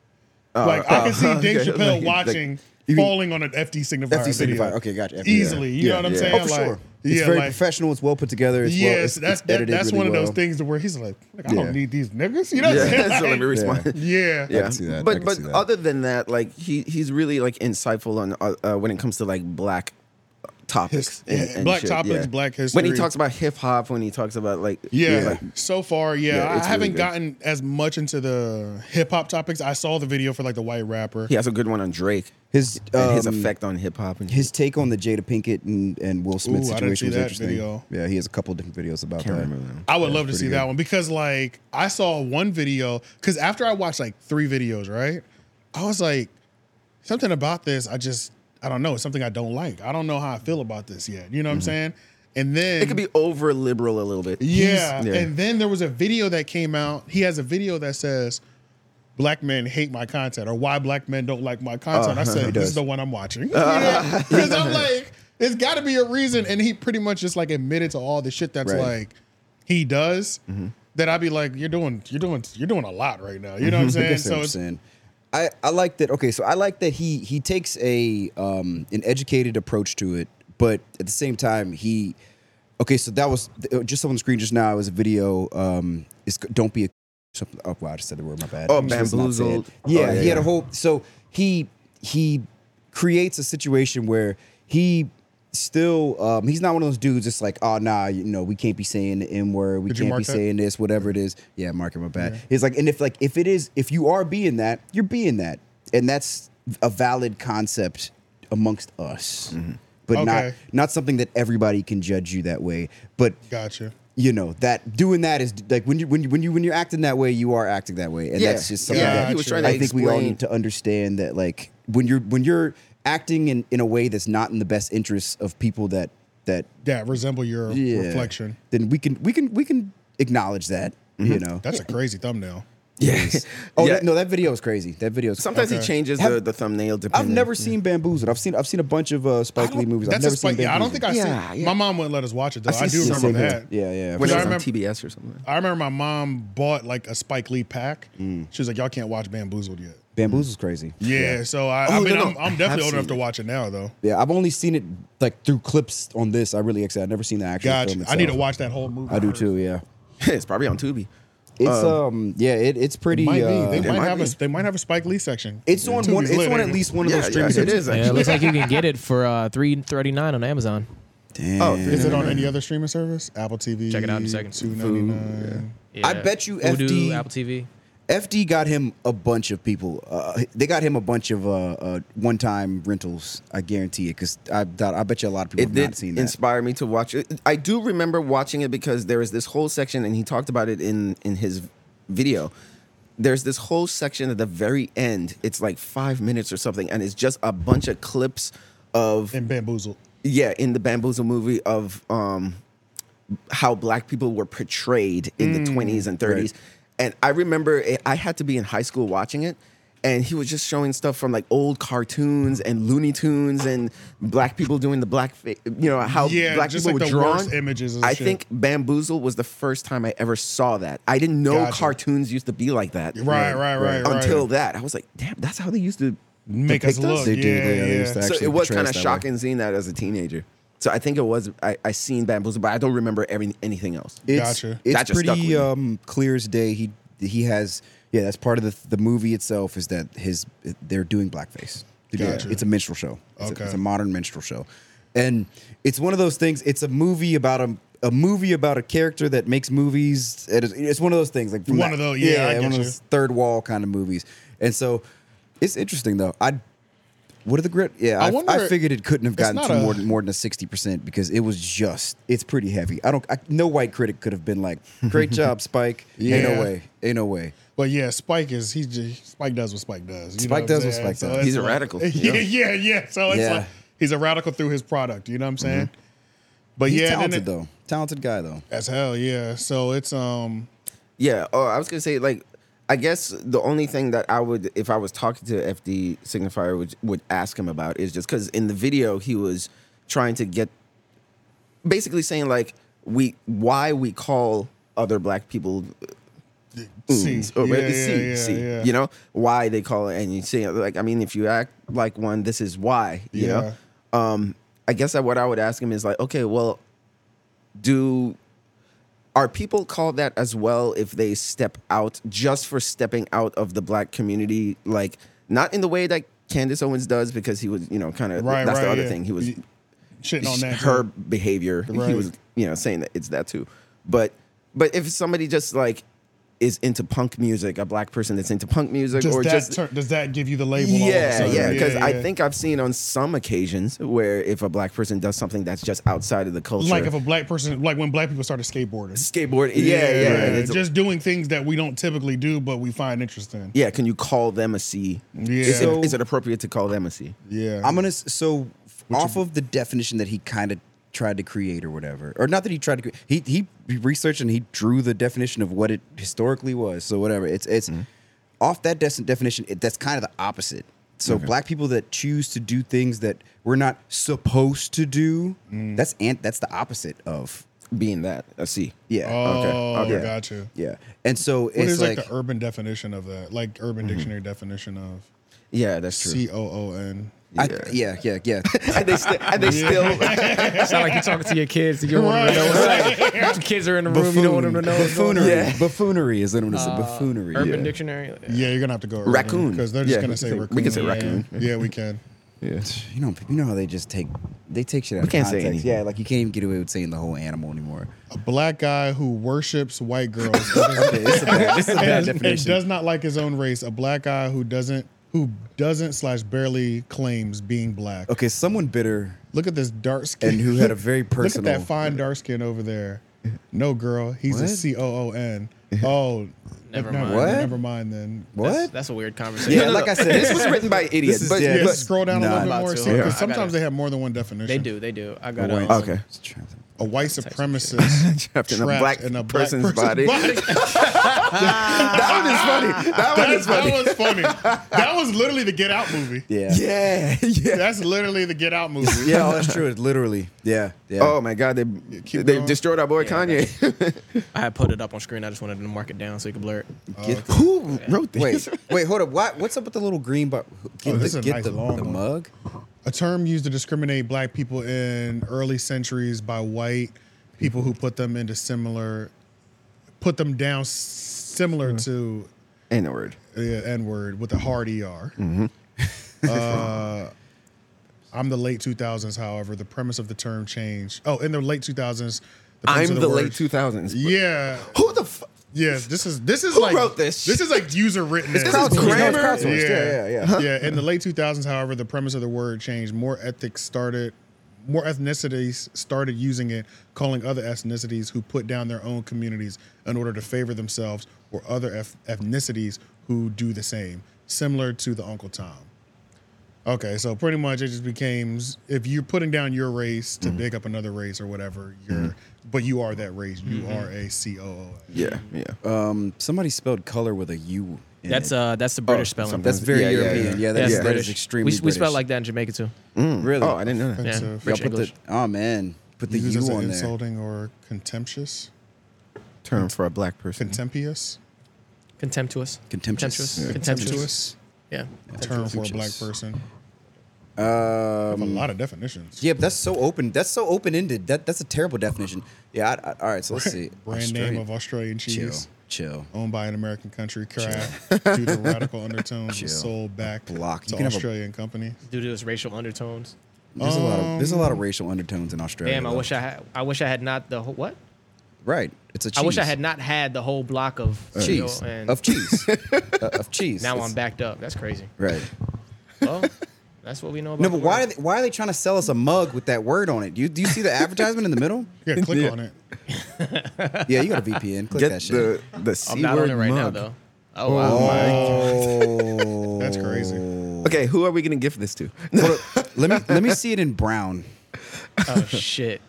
Speaker 1: like I can see
Speaker 3: [laughs] oh,
Speaker 1: Dave
Speaker 3: okay.
Speaker 1: Chappelle
Speaker 3: Like-
Speaker 1: watching
Speaker 2: you mean-
Speaker 1: falling on an FD signifier.
Speaker 2: FD
Speaker 1: video.
Speaker 2: signifier. Okay, gotcha. FD.
Speaker 1: Easily, you
Speaker 3: Yeah,
Speaker 1: know what I'm
Speaker 3: yeah.
Speaker 1: saying?
Speaker 2: Oh, for
Speaker 1: like,
Speaker 2: sure.
Speaker 1: Yeah,
Speaker 2: it's very
Speaker 1: like,
Speaker 2: professional. It's well put together. It's well,
Speaker 1: Yes,
Speaker 2: it's,
Speaker 1: that's
Speaker 2: it's
Speaker 1: that-
Speaker 2: edited
Speaker 1: that's
Speaker 2: really
Speaker 1: one of those
Speaker 2: well.
Speaker 1: things where he's like, I
Speaker 2: Yeah.
Speaker 1: don't need these niggas. You know what I'm
Speaker 3: [laughs]
Speaker 1: saying?
Speaker 3: Yeah, so let me
Speaker 1: Like, [laughs]
Speaker 3: respond.
Speaker 1: yeah.
Speaker 3: Yeah,
Speaker 2: can see that. I
Speaker 3: but
Speaker 2: can
Speaker 3: but
Speaker 2: see that.
Speaker 3: other than that, like he he's really like insightful on uh, uh, when it comes to like black topics,
Speaker 1: yeah,
Speaker 3: and, and
Speaker 1: black
Speaker 3: shit,
Speaker 1: topics,
Speaker 3: yeah.
Speaker 1: black
Speaker 3: When
Speaker 1: history.
Speaker 3: he talks about hip hop, when he talks about like
Speaker 1: Yeah.
Speaker 3: like,
Speaker 1: so far, yeah, I
Speaker 3: Yeah, it's really
Speaker 1: haven't
Speaker 3: good.
Speaker 1: gotten as much into the hip hop topics. I saw the video for like the white rapper.
Speaker 3: he has a good one on Drake
Speaker 2: His
Speaker 3: and his
Speaker 2: um,
Speaker 3: effect on hip hop and
Speaker 2: his take on the Jada Pinkett and, and Will Smith
Speaker 1: Ooh, I didn't
Speaker 2: situation
Speaker 1: see
Speaker 2: was
Speaker 1: that
Speaker 2: interesting.
Speaker 1: video.
Speaker 2: Yeah, he has a couple different videos about
Speaker 3: Can't
Speaker 2: that.
Speaker 3: remember them.
Speaker 1: I would
Speaker 2: Yeah,
Speaker 1: love to
Speaker 2: pretty
Speaker 1: see
Speaker 2: good.
Speaker 1: that one because like I saw one video because after I watched like three videos, right? I was like, something about this, I just I don't know, it's something I don't like. I don't know how I feel about this yet. You know what
Speaker 2: Mm-hmm.
Speaker 1: I'm saying? And then
Speaker 3: it could be over liberal a little bit.
Speaker 1: Yeah.
Speaker 3: He's-
Speaker 1: And then there was a video that came out. He has a video that says black men hate my content or why black men don't like my content. I
Speaker 2: Uh-huh.
Speaker 1: said, this is the one I'm
Speaker 2: [laughs]
Speaker 1: watching. Because I'm like, it's gotta be a reason. And he pretty much just like admitted to all the shit that's
Speaker 2: Right. Mm-hmm.
Speaker 1: like he does. That I'd be like, you're doing, you're doing, you're doing a lot right now. You know what
Speaker 2: [laughs]
Speaker 1: I'm saying?
Speaker 2: Mm-hmm. That's what
Speaker 1: So
Speaker 2: I'm
Speaker 1: it's,
Speaker 2: saying. I, I like that. Okay, so I like that he he takes a um, an educated approach to it, but at the same time he okay. So that was uh, just on the screen just now. It was a video. Um, it's don't be a something. Oh wow, I just said the word. My bad.
Speaker 3: Oh,
Speaker 2: I'm sure it's not
Speaker 3: bamboozled.
Speaker 2: said. Yeah,
Speaker 3: Oh, yeah,
Speaker 2: he had a
Speaker 3: yeah.
Speaker 2: whole. So he he creates a situation where he still um, he's not one of those dudes. that's like oh nah, you know we can't be saying the n word. We
Speaker 1: Did you
Speaker 2: can't be
Speaker 1: mark that?
Speaker 2: saying this, whatever it is. Yeah, marking my bad. It's like, and if like if it is, if you are being that, you're being that, and that's a valid concept amongst us, but not
Speaker 1: Okay.
Speaker 2: not something that everybody can judge you that way. But
Speaker 1: gotcha.
Speaker 2: you know that doing that is like when you when you when you when you're acting that way, you are acting that way, and
Speaker 3: Yeah.
Speaker 2: that's just something
Speaker 1: Yeah,
Speaker 2: that
Speaker 1: he was trying
Speaker 3: to
Speaker 2: I think we all
Speaker 3: explain-
Speaker 2: need to understand that like when you're when you're acting in in a way that's not in the best interests of people that that
Speaker 1: Yeah, resemble your
Speaker 2: yeah,
Speaker 1: reflection.
Speaker 2: then we can we can we can acknowledge that. You know,
Speaker 1: That's a crazy thumbnail.
Speaker 3: yeah.
Speaker 2: [laughs] Oh
Speaker 3: Yeah.
Speaker 2: that, no, that video is crazy. That video is
Speaker 3: Sometimes he
Speaker 1: Okay.
Speaker 3: changes the,
Speaker 2: Have-
Speaker 3: the thumbnail.
Speaker 2: I've
Speaker 3: Depending.
Speaker 2: never seen Bamboozled. I've seen I've seen a bunch of uh, Spike Lee movies. I've
Speaker 1: That's
Speaker 2: never
Speaker 1: a spike.
Speaker 2: seen.
Speaker 1: Yeah, I don't think
Speaker 2: Bamboozled.
Speaker 1: I
Speaker 3: Yeah,
Speaker 1: see.
Speaker 3: yeah.
Speaker 1: My mom wouldn't let us watch it though.
Speaker 3: I
Speaker 1: I
Speaker 3: see-
Speaker 1: do
Speaker 3: see-
Speaker 1: remember
Speaker 2: Same
Speaker 1: that.
Speaker 2: here. Yeah,
Speaker 1: I
Speaker 3: when
Speaker 2: yeah.
Speaker 3: it was on
Speaker 1: remember-
Speaker 3: TBS or something. [laughs]
Speaker 1: I remember my mom bought like a Spike Lee pack. She was like, "Y'all can't watch Bamboozled yet."
Speaker 2: Bamboozled's crazy.
Speaker 1: Mm. Yeah, so I, I
Speaker 3: Oh,
Speaker 1: mean,
Speaker 3: no, no.
Speaker 1: I'm,
Speaker 3: I
Speaker 1: I'm
Speaker 3: have
Speaker 1: definitely old
Speaker 3: seen
Speaker 1: enough to
Speaker 3: it.
Speaker 1: watch it now, though.
Speaker 2: Yeah, I've only seen it like through clips on this. I really excited. I've never seen the actual
Speaker 1: Gotcha.
Speaker 2: film
Speaker 1: I need to
Speaker 2: itself.
Speaker 1: watch that whole movie.
Speaker 2: I do
Speaker 1: first.
Speaker 2: too. Yeah,
Speaker 3: it's probably on Tubi.
Speaker 2: it's um, yeah, it, it's pretty.
Speaker 1: Might
Speaker 2: uh,
Speaker 1: be. They might,
Speaker 3: might
Speaker 1: have
Speaker 3: be.
Speaker 1: a they might have a Spike Lee section.
Speaker 2: it's on one.
Speaker 1: Tubi's
Speaker 2: It's
Speaker 1: lit,
Speaker 2: on at
Speaker 1: ain't
Speaker 2: least one of
Speaker 3: Yeah,
Speaker 2: those
Speaker 3: yeah,
Speaker 2: streams.
Speaker 3: it
Speaker 9: [laughs]
Speaker 3: is
Speaker 9: Yeah, it
Speaker 3: actually.
Speaker 9: looks like you can get it for uh, three thirty nine on Amazon.
Speaker 3: Oh,
Speaker 1: Is it on any other streaming service? Apple TV.
Speaker 9: Check it out in a second.
Speaker 1: Two ninety nine.
Speaker 9: Yeah.
Speaker 2: I bet you
Speaker 9: Voodoo,
Speaker 2: FD
Speaker 9: Apple TV.
Speaker 2: FD got him a bunch of people. Uh, they got him a bunch of uh, uh, one-time rentals. I guarantee it because I doubt, I bet you a lot of people
Speaker 3: it
Speaker 2: have
Speaker 3: did
Speaker 2: not seen that.
Speaker 3: inspire me to watch it. I do remember watching it because there was this whole section, and he talked about it in in his video. There's this whole section at the very end. It's like five minutes or something, and it's just a bunch of clips of
Speaker 1: And bamboozled.
Speaker 3: yeah in the Bamboozle movie of um how black people were portrayed in
Speaker 1: Mm,
Speaker 3: the 20s and 30s. And I remember it, I had to be in high school watching it. And he was just showing stuff from like old cartoons and Looney Tunes and black people doing the black, fa- you know, how
Speaker 1: Yeah,
Speaker 3: black
Speaker 1: just
Speaker 3: people
Speaker 1: like
Speaker 3: were
Speaker 1: the
Speaker 3: drawn.
Speaker 1: worst images and
Speaker 3: I
Speaker 1: shit.
Speaker 3: think Bamboozle was the first time I ever saw that. I didn't know
Speaker 1: Gotcha.
Speaker 3: cartoons used to be like that.
Speaker 1: Right, right, right, right.
Speaker 3: Until that, I was like, damn, that's how they used to
Speaker 1: Make us
Speaker 3: depict
Speaker 1: look.
Speaker 2: They
Speaker 1: yeah,
Speaker 2: did, yeah, they
Speaker 1: yeah.
Speaker 2: used to
Speaker 3: so
Speaker 2: actually
Speaker 3: it was
Speaker 2: portray
Speaker 3: kind of
Speaker 2: us that way.
Speaker 3: shocking seeing that as a teenager. So I think it was I, I seen Bamboozle, but I don't remember every, anything else.
Speaker 2: It's,
Speaker 1: Gotcha.
Speaker 2: It's
Speaker 3: That just stuck with
Speaker 2: pretty
Speaker 3: me.
Speaker 2: um, clear as day. He he has yeah. That's part of the the movie itself is that his they're doing blackface. They're doing-
Speaker 1: Gotcha.
Speaker 2: It's a minstrel show. It's,
Speaker 1: Okay.
Speaker 2: a, it's a modern minstrel show, and it's one of those things. It's a movie about a a movie about a character that makes movies. It is, it's one of those things like from
Speaker 1: One
Speaker 2: that-
Speaker 1: of those- yeah, I
Speaker 2: one
Speaker 1: get
Speaker 2: of
Speaker 1: you.
Speaker 2: those third wall kind of movies. And so it's interesting though. I. What are the grit? Yeah,
Speaker 1: I
Speaker 2: I, I,
Speaker 1: wonder-
Speaker 2: figured it couldn't have
Speaker 1: it's
Speaker 2: gotten
Speaker 1: not
Speaker 2: to
Speaker 1: a-
Speaker 2: more than more than a sixty percent because it was just it's pretty heavy. I don't I, no white critic could have been like,
Speaker 1: [laughs]
Speaker 2: great job, Spike. Ain't
Speaker 1: Yeah.
Speaker 2: no way, ain't no way.
Speaker 1: But yeah, Spike is he? Just, Spike does what Spike does. you know
Speaker 2: Spike
Speaker 1: I'm
Speaker 2: does what
Speaker 1: saying?
Speaker 2: Spike
Speaker 1: So
Speaker 2: does.
Speaker 1: it's
Speaker 3: He's a
Speaker 1: like-
Speaker 3: radical.
Speaker 1: [laughs] Yeah, yeah, yeah. So it's
Speaker 2: Yeah.
Speaker 1: like he's a radical through his product. You know what
Speaker 9: Mm-hmm.
Speaker 1: I'm saying? But
Speaker 2: He's
Speaker 1: yeah, then
Speaker 2: talented
Speaker 1: it-
Speaker 2: though, talented guy though.
Speaker 1: As hell, yeah. So it's um
Speaker 3: Yeah. Oh, I was gonna say like, I guess the only thing that I would, if I was talking to FD Signifier, would would ask him about is just because in the video he was trying to get, basically saying like we why we call other black people
Speaker 1: See,
Speaker 3: Oons or maybe
Speaker 1: yeah,
Speaker 3: C,
Speaker 1: yeah,
Speaker 3: C,
Speaker 1: yeah.
Speaker 3: You know why they call it, and you see, like I mean, if you act like one, this is why. You know, um, I guess that what I would ask him is like, okay, well, do are people called that as well if they step out just for stepping out of the black community, like not in the way that Candace Owens does because he was, you know, kind of
Speaker 1: Right,
Speaker 3: that's
Speaker 1: right.
Speaker 3: the other
Speaker 1: yeah.
Speaker 3: thing he was
Speaker 1: You- shitting on that.
Speaker 3: her
Speaker 1: too.
Speaker 3: behavior. He
Speaker 1: Right.
Speaker 3: was, you know, saying that it's that too. But but if somebody just like is into punk music, a black person that's into punk music,
Speaker 1: Does
Speaker 3: or
Speaker 1: that
Speaker 3: just
Speaker 1: tur- does that give you the label? all of a
Speaker 3: yeah,
Speaker 1: sudden?
Speaker 3: yeah, because I
Speaker 1: yeah.
Speaker 3: think I've seen on some occasions where if a black person does something that's just outside of the culture,
Speaker 1: like if a black person, like when black people started skateboarding.
Speaker 3: skateboard, yeah, yeah, yeah, it's-
Speaker 1: Just doing things that we don't typically do, but we find interesting.
Speaker 3: yeah, Can you call them a C?
Speaker 1: Yeah.
Speaker 3: Is,
Speaker 2: So-
Speaker 3: it, is it appropriate to call them a C?
Speaker 1: Yeah.
Speaker 2: I'm gonna s- so off of the definition that he kind of tried to create or whatever, or not that he tried to create. He he he researched and he drew the definition of what it historically was. So whatever, it's it's off that des- definition. It, that's kind of the opposite. So black people that choose to do things that we're not supposed to do, that's and that's the opposite of
Speaker 3: Being that a C,
Speaker 2: yeah
Speaker 1: oh,
Speaker 3: okay, okay.
Speaker 1: gotcha. What
Speaker 2: yeah. And so it's
Speaker 1: is like,
Speaker 2: like,
Speaker 1: the urban definition of that? Like urban dictionary definition of
Speaker 3: yeah, that's Mm-hmm. true.
Speaker 1: C O O N.
Speaker 2: I- yeah yeah yeah.
Speaker 3: [laughs] and they still, and they still,
Speaker 9: It's not like you're talking to your kids. You don't want them to know
Speaker 2: [laughs]
Speaker 9: what's like. Your kids are in the room. You don't want them to know what's going on.
Speaker 2: buffoonery. Buffoonery is what I'm gonna say. Buffoonery.
Speaker 9: Urban
Speaker 2: yeah.
Speaker 9: Dictionary.
Speaker 1: Yeah, you're gonna have to go urban,
Speaker 3: Raccoon.
Speaker 1: because they're just
Speaker 3: Yeah,
Speaker 1: gonna
Speaker 3: we
Speaker 1: say
Speaker 3: can say-
Speaker 1: raccoon.
Speaker 3: we can say
Speaker 1: yeah.
Speaker 3: raccoon.
Speaker 1: Yeah, we can.
Speaker 2: You know, you know how they just take they take shit out
Speaker 3: We can't
Speaker 2: of
Speaker 3: say
Speaker 2: context.
Speaker 3: anything.
Speaker 2: Yeah, like you can't even get away with saying the whole animal anymore.
Speaker 1: A black guy who worships white girls
Speaker 2: It's a bad, it's a [laughs] bad
Speaker 1: and, and
Speaker 2: definition.
Speaker 1: does not like his own race. A black guy who doesn't who doesn't slash barely claims being black.
Speaker 2: okay, someone bitter
Speaker 1: Look at this dark skin.
Speaker 2: And who
Speaker 1: [laughs]
Speaker 2: had a very
Speaker 1: Look
Speaker 2: personal-
Speaker 1: at that fine dark skin over there. No, girl, he's a C O O
Speaker 2: [laughs]
Speaker 1: N. Oh,
Speaker 9: Never
Speaker 1: Never,
Speaker 9: mind.
Speaker 2: What?
Speaker 1: never mind then.
Speaker 9: That's,
Speaker 2: what?
Speaker 9: that's a weird
Speaker 2: yeah,
Speaker 9: conversation.
Speaker 2: like I said,
Speaker 3: this was written by idiots.
Speaker 2: is-
Speaker 3: but,
Speaker 2: yeah,
Speaker 1: Yeah,
Speaker 2: but-
Speaker 1: scroll down a
Speaker 2: nah,
Speaker 1: little bit
Speaker 9: not
Speaker 1: more.
Speaker 9: too.
Speaker 1: See,
Speaker 9: Yeah. I
Speaker 1: because
Speaker 9: gotta-
Speaker 1: sometimes they have more than one definition.
Speaker 9: They do. They do. I got
Speaker 2: Oh, Wait,
Speaker 9: it.
Speaker 3: okay.
Speaker 1: A white
Speaker 2: [laughs]
Speaker 1: supremacist
Speaker 3: Trapped in a black person's body. that one is funny. That
Speaker 1: That,
Speaker 3: one is funny.
Speaker 1: that was funny. That was literally the Get Out movie.
Speaker 2: Yeah.
Speaker 3: Yeah,
Speaker 1: [laughs]
Speaker 3: yeah.
Speaker 1: That's literally the Get Out movie.
Speaker 2: Yeah, oh, that's true. It's literally. Yeah. Yeah.
Speaker 3: Oh my God, they
Speaker 1: keep
Speaker 3: they
Speaker 1: going.
Speaker 3: destroyed our boy Kanye. [laughs]
Speaker 9: I had put it up on screen. I just wanted to mark it down so you could blur it.
Speaker 2: Get-
Speaker 3: Who wrote
Speaker 2: Wait, wait, hold up. What, what's up with the little green bar? Get
Speaker 1: this is
Speaker 2: the,
Speaker 1: a
Speaker 2: get
Speaker 1: nice
Speaker 2: the,
Speaker 1: long
Speaker 2: the
Speaker 1: one.
Speaker 2: mug?
Speaker 1: a term used to discriminate black people in early centuries by white people who put them into similar put them down s- similar
Speaker 3: Mm-hmm.
Speaker 1: to
Speaker 3: And the word.
Speaker 1: the n word with a hard er
Speaker 3: Mm-hmm.
Speaker 1: [laughs] uh, i'm the late 2000s however the premise of the term changed oh in the late 2000s the premise
Speaker 3: I'm
Speaker 1: of
Speaker 3: the late
Speaker 1: word-
Speaker 3: 2000s.
Speaker 1: yeah
Speaker 3: Who the f-
Speaker 1: yeah this is this is
Speaker 3: Who
Speaker 1: like
Speaker 3: wrote this?
Speaker 1: this is like user written
Speaker 3: This is grammar.
Speaker 2: crowdsourced. Yeah, yeah, yeah.
Speaker 1: yeah, in the late 2000s, however, the premise of the word changed. More ethics started, more ethnicities started using it, calling other ethnicities who put down their own communities in order to favor themselves or other eth- ethnicities who do the same, similar to the Uncle Tom. Okay, so pretty much it just became s- if you're putting down your race
Speaker 2: Mm-hmm.
Speaker 1: to dig up another race or whatever, you're but you are that race. You
Speaker 2: Mm-hmm.
Speaker 1: are a C O O.
Speaker 3: Yeah, yeah.
Speaker 2: Um, somebody spelled color with a U. In
Speaker 9: That's
Speaker 2: it.
Speaker 9: uh, that's the British spelling.
Speaker 2: Oh, That's very
Speaker 3: Yeah, yeah, yeah.
Speaker 2: European. Yeah,
Speaker 9: That's
Speaker 2: that's,
Speaker 3: Yeah.
Speaker 2: that is
Speaker 9: British.
Speaker 2: extremely
Speaker 9: We, we spell
Speaker 2: British.
Speaker 9: like that in Jamaica too.
Speaker 2: Really?
Speaker 3: oh, I didn't know that.
Speaker 9: Yeah,
Speaker 1: Offensive.
Speaker 9: British
Speaker 2: Y'all put the,
Speaker 9: English.
Speaker 2: oh, man. Put the
Speaker 1: Used
Speaker 2: U
Speaker 1: as
Speaker 2: on there.
Speaker 1: insulting or contemptuous,
Speaker 3: Term for a black person.
Speaker 1: contemptuous.
Speaker 9: Contemptuous.
Speaker 2: Contemptuous.
Speaker 9: Contemptuous.
Speaker 2: Yeah.
Speaker 9: Contemptuous. Yeah.
Speaker 1: term for a black person. have a lot of definitions.
Speaker 2: Um, Yeah, but that's so open. That's so open ended. That that's a terrible definition. Yeah. I, I, all right. So let's see.
Speaker 1: Brand name
Speaker 2: Australian-
Speaker 1: of Australian
Speaker 2: Chill.
Speaker 1: cheese.
Speaker 2: Chill.
Speaker 1: Owned by an American country
Speaker 2: [laughs]
Speaker 1: craft due to radical undertones,
Speaker 2: Chill.
Speaker 1: was sold back
Speaker 2: Block. You
Speaker 1: to
Speaker 2: can have a-
Speaker 1: Australian company.
Speaker 9: Due to this racial undertones.
Speaker 2: There's a lot of there's a lot of racial undertones in Australia.
Speaker 9: Damn, I
Speaker 2: though.
Speaker 9: wish I had. I wish I had not the whole, what?
Speaker 2: Right. It's a cheese.
Speaker 9: I wish I had not had the whole block of
Speaker 2: cheese
Speaker 9: Yo, and [laughs]
Speaker 2: of cheese uh, of cheese.
Speaker 9: now
Speaker 2: It's-
Speaker 9: I'm backed up. That's crazy.
Speaker 2: Right.
Speaker 9: Well, that's what we know about.
Speaker 2: No, but
Speaker 9: the
Speaker 2: why are
Speaker 9: world.
Speaker 2: they, why are they trying to sell us a mug with that word on it? Do you, do you see the advertisement in the middle?
Speaker 1: Yeah, click on it.
Speaker 2: Yeah, you got a VPN. Click
Speaker 3: Get
Speaker 2: that shit.
Speaker 3: [laughs] the the C
Speaker 9: I'm not on
Speaker 3: word
Speaker 9: it right now
Speaker 3: mug.
Speaker 9: though. Oh, wow.
Speaker 2: oh,
Speaker 1: That's crazy.
Speaker 3: Okay, who are we gonna give this to? [laughs]
Speaker 1: [laughs]
Speaker 2: Hold up. let me let me see it in brown.
Speaker 9: oh shit.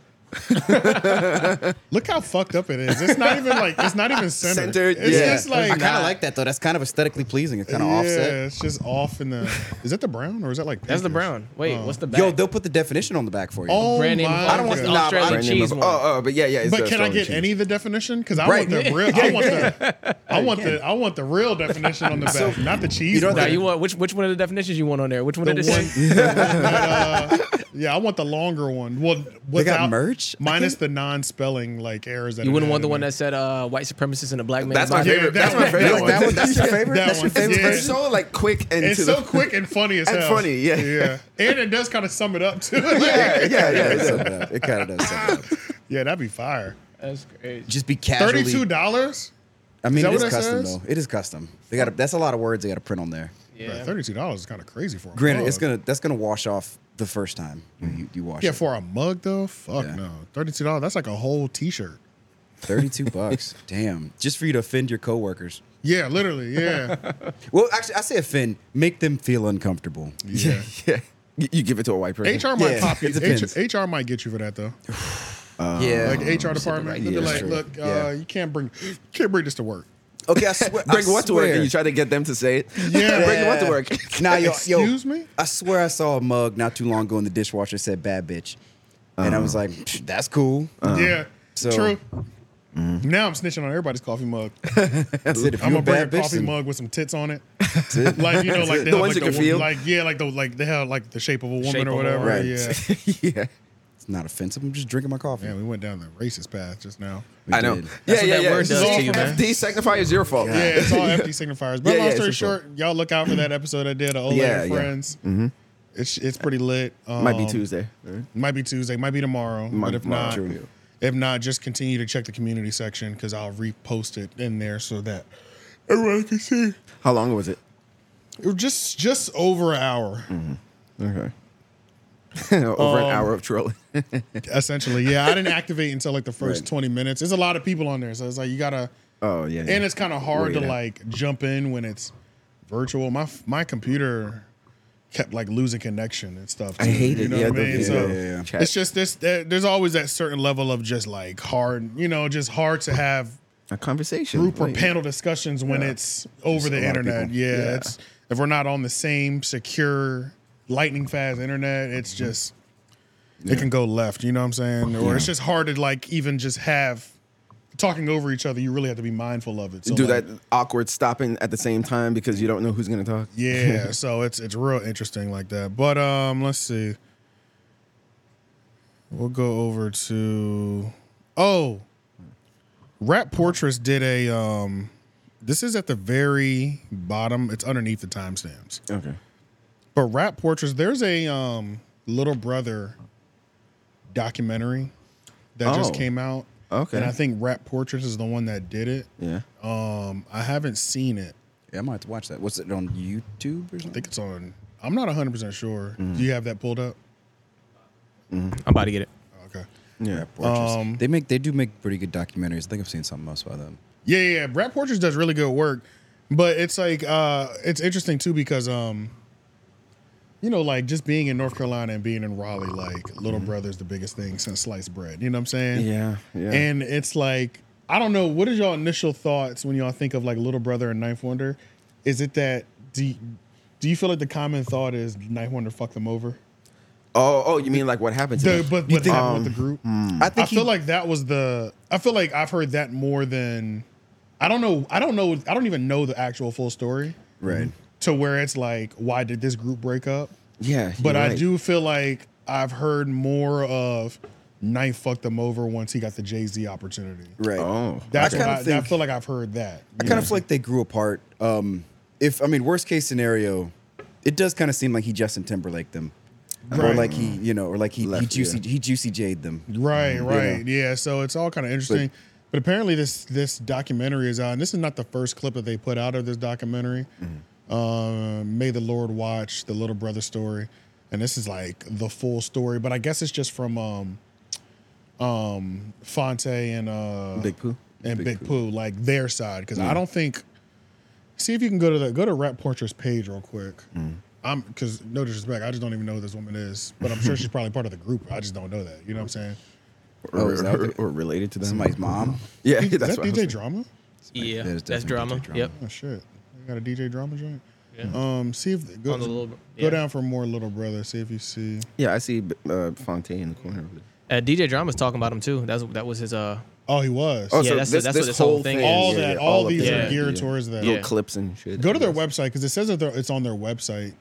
Speaker 1: Look how fucked up it is. It's not even like it's not even centered.
Speaker 3: Centered,
Speaker 1: it's
Speaker 3: yeah.
Speaker 1: just like
Speaker 2: I kind of like that though. That's kind of aesthetically pleasing. It's kind of
Speaker 1: yeah,
Speaker 2: offset.
Speaker 1: It's just off in the. Is that the brown or is that like?
Speaker 9: That's the
Speaker 1: pinkish? Uh,
Speaker 9: brown. Wait, what's the back?
Speaker 2: Yo, they'll put the definition on the back for you.
Speaker 1: Oh
Speaker 9: Brand name-
Speaker 1: my!
Speaker 9: I don't want-
Speaker 1: God.
Speaker 9: Nah, Australian
Speaker 3: brand name
Speaker 9: cheese
Speaker 3: of-
Speaker 9: one.
Speaker 3: Oh, oh, but yeah, yeah. it's
Speaker 1: But
Speaker 3: the
Speaker 1: can I
Speaker 3: Australian
Speaker 1: get
Speaker 3: cheese.
Speaker 1: any of the definition? Because I
Speaker 2: Right.
Speaker 1: want the real. I want
Speaker 2: [laughs]
Speaker 1: the. I want the. I want the real definition on the back, not the cheese.
Speaker 2: don't
Speaker 1: one.
Speaker 9: Nah, you want which which one of the definitions you want on there? Which one
Speaker 1: the
Speaker 9: did
Speaker 1: one?
Speaker 9: it say?
Speaker 1: the one that, uh, yeah, I want the longer one. Well, without
Speaker 2: merch? I
Speaker 1: minus
Speaker 2: think-
Speaker 1: the non-spelling like errors. That
Speaker 9: You
Speaker 1: it
Speaker 9: wouldn't
Speaker 1: had
Speaker 9: want the
Speaker 1: in
Speaker 9: one
Speaker 1: there.
Speaker 9: that said uh, white supremacist and a black man.
Speaker 3: That's my
Speaker 9: body.
Speaker 3: favorite.
Speaker 1: that
Speaker 3: that's my
Speaker 1: one-
Speaker 3: favorite.
Speaker 1: that
Speaker 3: one.
Speaker 2: that one, that's your
Speaker 1: [laughs]
Speaker 2: favorite.
Speaker 1: That
Speaker 2: that's your
Speaker 1: one,
Speaker 2: favorite.
Speaker 1: yeah.
Speaker 2: version?
Speaker 3: It's so like quick and
Speaker 1: It's
Speaker 3: to the-
Speaker 1: so quick and funny
Speaker 2: [laughs]
Speaker 1: as
Speaker 3: And
Speaker 1: hell.
Speaker 3: funny, yeah.
Speaker 1: yeah. And it does kind of sum it up too.
Speaker 3: Yeah, yeah,
Speaker 2: Yeah,
Speaker 3: yeah.
Speaker 2: it
Speaker 3: it's a-
Speaker 2: summed it up. It kind of does. sum
Speaker 1: [laughs]
Speaker 2: it up.
Speaker 1: yeah, that'd be fire.
Speaker 9: That's crazy.
Speaker 2: Just be casually.
Speaker 1: Thirty-two dollars.
Speaker 2: I mean,
Speaker 1: that
Speaker 2: it is
Speaker 1: what that
Speaker 2: custom
Speaker 1: says?
Speaker 2: though. It is custom. They got that's a lot of words they got to print on there.
Speaker 9: Yeah.
Speaker 1: Thirty-two dollars is kind of crazy for. A
Speaker 2: Granted,
Speaker 1: mug.
Speaker 2: it's gonna that's gonna wash off the first time when you, you wash.
Speaker 1: Oh. Yeah,
Speaker 2: it.
Speaker 1: for a mug though. Fuck
Speaker 2: Yeah.
Speaker 1: no. Thirty-two dollars. That's like a whole T-shirt.
Speaker 2: thirty-two bucks.
Speaker 1: [laughs]
Speaker 2: Damn, just for you to offend your coworkers.
Speaker 1: Yeah, literally.
Speaker 2: [laughs]
Speaker 1: Yeah.
Speaker 2: Well, actually, I say offend. Make them feel uncomfortable.
Speaker 1: yeah. [laughs]
Speaker 3: yeah. You- You give it to a white person.
Speaker 1: HR might
Speaker 2: Yeah,
Speaker 1: pop you.
Speaker 2: it depends.
Speaker 1: H- HR might get you for that though.
Speaker 2: yeah.
Speaker 1: Like HR department,
Speaker 9: right
Speaker 1: they'll be
Speaker 9: there.
Speaker 1: like,
Speaker 2: True.
Speaker 1: "Look, uh,
Speaker 2: Yeah.
Speaker 1: you can't bring, [gasps] can't bring this to work."
Speaker 2: okay, I swear. I
Speaker 3: Bring what to work,
Speaker 2: swear.
Speaker 3: and you try to get them to say it.
Speaker 1: Yeah.
Speaker 3: Bring what to work.
Speaker 2: [laughs] Nah, yo, yo,
Speaker 1: Excuse me?
Speaker 2: I swear I saw a mug not too long ago in the dishwasher that said "bad bitch," and I was
Speaker 1: Uh-huh.
Speaker 2: like, "Psh, "That's cool."
Speaker 1: yeah.
Speaker 2: so-
Speaker 1: True. Now I'm snitching on everybody's coffee mug.
Speaker 2: That's it. If
Speaker 1: I'm gonna Uh-huh. bring
Speaker 2: you a
Speaker 1: a
Speaker 2: bad bitch,
Speaker 1: coffee
Speaker 2: then
Speaker 1: mug with some tits on it,
Speaker 2: that's it.
Speaker 1: like you know, like they
Speaker 3: The
Speaker 1: have, like
Speaker 3: ones you can
Speaker 1: wo-
Speaker 3: feel?
Speaker 1: like yeah, like the like they have like the shape of a woman
Speaker 9: Shape of
Speaker 1: or
Speaker 9: a
Speaker 1: whatever.
Speaker 2: woman.
Speaker 1: Yeah,
Speaker 3: yeah.
Speaker 2: It's not offensive. I'm just drinking my
Speaker 1: [laughs]
Speaker 2: coffee.
Speaker 1: man, we went down the racist path just now.
Speaker 2: We
Speaker 3: I know.
Speaker 2: did.
Speaker 9: That's what
Speaker 3: yeah,
Speaker 9: that
Speaker 3: yeah,
Speaker 9: word
Speaker 3: yeah.
Speaker 9: does
Speaker 1: to you, man.
Speaker 3: FD signifier is your fault.
Speaker 1: Yeah, it's all empty signifiers. But
Speaker 3: Yeah,
Speaker 1: long
Speaker 3: yeah,
Speaker 1: story
Speaker 3: it's your fault.
Speaker 1: short, y'all look out for that episode I did of Ole
Speaker 3: Yeah,
Speaker 1: and
Speaker 3: yeah.
Speaker 1: Friends. It's it's pretty lit. Um,
Speaker 3: Might be Tuesday.
Speaker 1: Might be Tuesday. Might be tomorrow.
Speaker 3: Might-
Speaker 1: but if
Speaker 3: tomorrow,
Speaker 1: not,
Speaker 3: true.
Speaker 1: if not, just continue to check the community section because I'll repost it in there so that everyone can see.
Speaker 3: How long was it? [laughs]
Speaker 1: It was just just over an hour,
Speaker 3: Mm. Okay. Over
Speaker 1: Um,
Speaker 3: an hour of trolling. [laughs]
Speaker 1: essentially. Yeah, I didn't activate until like the first
Speaker 3: Right.
Speaker 1: twenty minutes. There's a lot of people on there, so it's like you gotta.
Speaker 3: oh yeah. yeah.
Speaker 1: and it's kind of hard
Speaker 3: Wait
Speaker 1: to
Speaker 3: up.
Speaker 1: like jump in when it's virtual. My my computer kept like losing connection and stuff.
Speaker 3: I
Speaker 1: too,
Speaker 3: hate
Speaker 1: You
Speaker 3: it.
Speaker 1: know
Speaker 3: Yeah,
Speaker 1: what I
Speaker 3: the-
Speaker 1: mean?
Speaker 3: yeah,
Speaker 1: so
Speaker 2: yeah, yeah.
Speaker 3: Chat.
Speaker 1: it's just this. there- There's always that certain level of just like hard, you know, just hard to have
Speaker 3: a conversation.
Speaker 1: group or
Speaker 3: Like,
Speaker 1: panel discussions when it's over the
Speaker 2: a lot of
Speaker 1: internet.
Speaker 2: people.
Speaker 1: Yeah,
Speaker 3: Yeah.
Speaker 1: It's, if we're not on the same secure, lightning fast internet, it's
Speaker 2: Mm-hmm.
Speaker 1: just it can go left. You know what I'm saying? Or it's just hard to like even just have talking over each other. You really have to be mindful of it. So
Speaker 3: Do
Speaker 1: like,
Speaker 3: that awkward stopping at the same time because you don't know who's gonna talk. [laughs]
Speaker 1: Yeah, so it's it's real interesting like that. But um, let's see. We'll go over to oh, Rap Portress did a um. This is at the very bottom. It's underneath the timestamps.
Speaker 3: Okay.
Speaker 1: But Rap Portress, there's a um little brother documentary that just
Speaker 3: Oh.
Speaker 1: came out.
Speaker 3: Okay.
Speaker 1: and I think Rap Portress is the one that did it.
Speaker 3: Yeah.
Speaker 1: Um, I haven't seen it.
Speaker 2: Yeah, I might have to watch that. What's it on YouTube or
Speaker 1: I
Speaker 2: something?
Speaker 1: think it's on. I'm not 100 percent sure.
Speaker 3: Mm-hmm.
Speaker 1: Do you have that pulled up? Oh,
Speaker 9: I'm about to get it.
Speaker 1: Okay.
Speaker 3: Yeah.
Speaker 2: Um, they make they do make pretty good documentaries. I think I've seen something else by them.
Speaker 1: Yeah, yeah, yeah. Brad Porters does really good work, but it's like uh it's interesting too because um you know like just being in North Carolina and being in Raleigh like little brother's the biggest thing since sliced bread. You know what I'm saying?
Speaker 3: Mm-hmm. Yeah. Yeah.
Speaker 1: And it's like I don't know what is y'all initial thoughts when y'all think of like little brother and Ninth Wonder? Is it that do you, do you feel like the common thought is Ninth Wonder fucked them over?
Speaker 3: oh, oh, you mean like what happened to
Speaker 1: The,
Speaker 3: them?
Speaker 1: but what happened
Speaker 3: um,
Speaker 1: with the group?
Speaker 3: hmm.
Speaker 2: I think
Speaker 1: I feel like that was the. I feel like I've heard that more than. I don't know. I don't know. I don't even know the actual full story
Speaker 2: right.
Speaker 1: to where it's like, why did this group break up?
Speaker 3: Yeah.
Speaker 1: But
Speaker 3: you're
Speaker 1: I
Speaker 3: right.
Speaker 1: do feel like I've heard more of Knife fucked him over once he got the Jay Z opportunity.
Speaker 2: Right.
Speaker 3: Oh.
Speaker 1: That's
Speaker 2: I
Speaker 1: what
Speaker 2: kinda
Speaker 1: I, I
Speaker 2: think-
Speaker 1: feel like I've heard that.
Speaker 2: I kind of feel like they grew apart. Um, if I mean worst case scenario, it does kind of seem like he Justin Timberlake them, or
Speaker 1: Right.
Speaker 2: like he you know, or like he he
Speaker 3: Left,
Speaker 2: juicy
Speaker 3: yeah.
Speaker 2: he juicy jade them.
Speaker 1: Right, right. Yeah, so it's all kind of interesting. But, apparently this this documentary is out, and this is not the first clip that they put out of this documentary. Um, May the Lord watch the little brother story. And this is like the full story, but I guess it's just from um um Fonte and uh
Speaker 3: Big Pooh?
Speaker 1: and Big, Pooh, Mm. like their side. Cause I don't think see if you can go to the go to Rap Portrait's page real quick. I'm because [laughs] no disrespect, I just don't even know who this woman is, but I'm sure she's probably part of the group. I just don't know that. You know what I'm saying?
Speaker 2: or,
Speaker 3: or,
Speaker 2: Oh, is that
Speaker 3: or,
Speaker 2: the-
Speaker 3: or related to them.
Speaker 2: somebody's mom.
Speaker 3: [laughs] Yeah,
Speaker 1: Is
Speaker 3: that's
Speaker 1: that
Speaker 3: what I was
Speaker 1: DJ
Speaker 3: like.
Speaker 1: Drama?
Speaker 2: Yeah,
Speaker 10: Yeah,
Speaker 2: there's
Speaker 10: that's
Speaker 2: definitely
Speaker 10: drama.
Speaker 2: drama.
Speaker 10: Yep.
Speaker 1: Oh shit, you got a DJ Drama joint.
Speaker 10: Yeah.
Speaker 1: Um, see if go,
Speaker 10: On the Little Bro-
Speaker 1: go
Speaker 10: yeah.
Speaker 1: down for more Little Brother. See if you see.
Speaker 3: Yeah, I see uh, Fontaine in the corner. over there.
Speaker 10: Uh, DJ Drama's talking about him too. That's that was his uh
Speaker 1: Oh, he was.
Speaker 3: Oh, so
Speaker 10: Yeah, that's-
Speaker 3: this,
Speaker 10: that's
Speaker 3: this
Speaker 10: what this
Speaker 3: whole
Speaker 10: whole thing
Speaker 3: thing.
Speaker 10: is.
Speaker 1: all
Speaker 3: yeah,
Speaker 1: that,
Speaker 3: yeah,
Speaker 1: all
Speaker 3: of
Speaker 1: these
Speaker 10: that.
Speaker 1: are
Speaker 3: that.
Speaker 1: geared
Speaker 3: Yeah.
Speaker 1: towards that.
Speaker 3: little
Speaker 10: Yeah.
Speaker 3: clips and shit.
Speaker 1: Go to their website because it says that they're- it's on their website.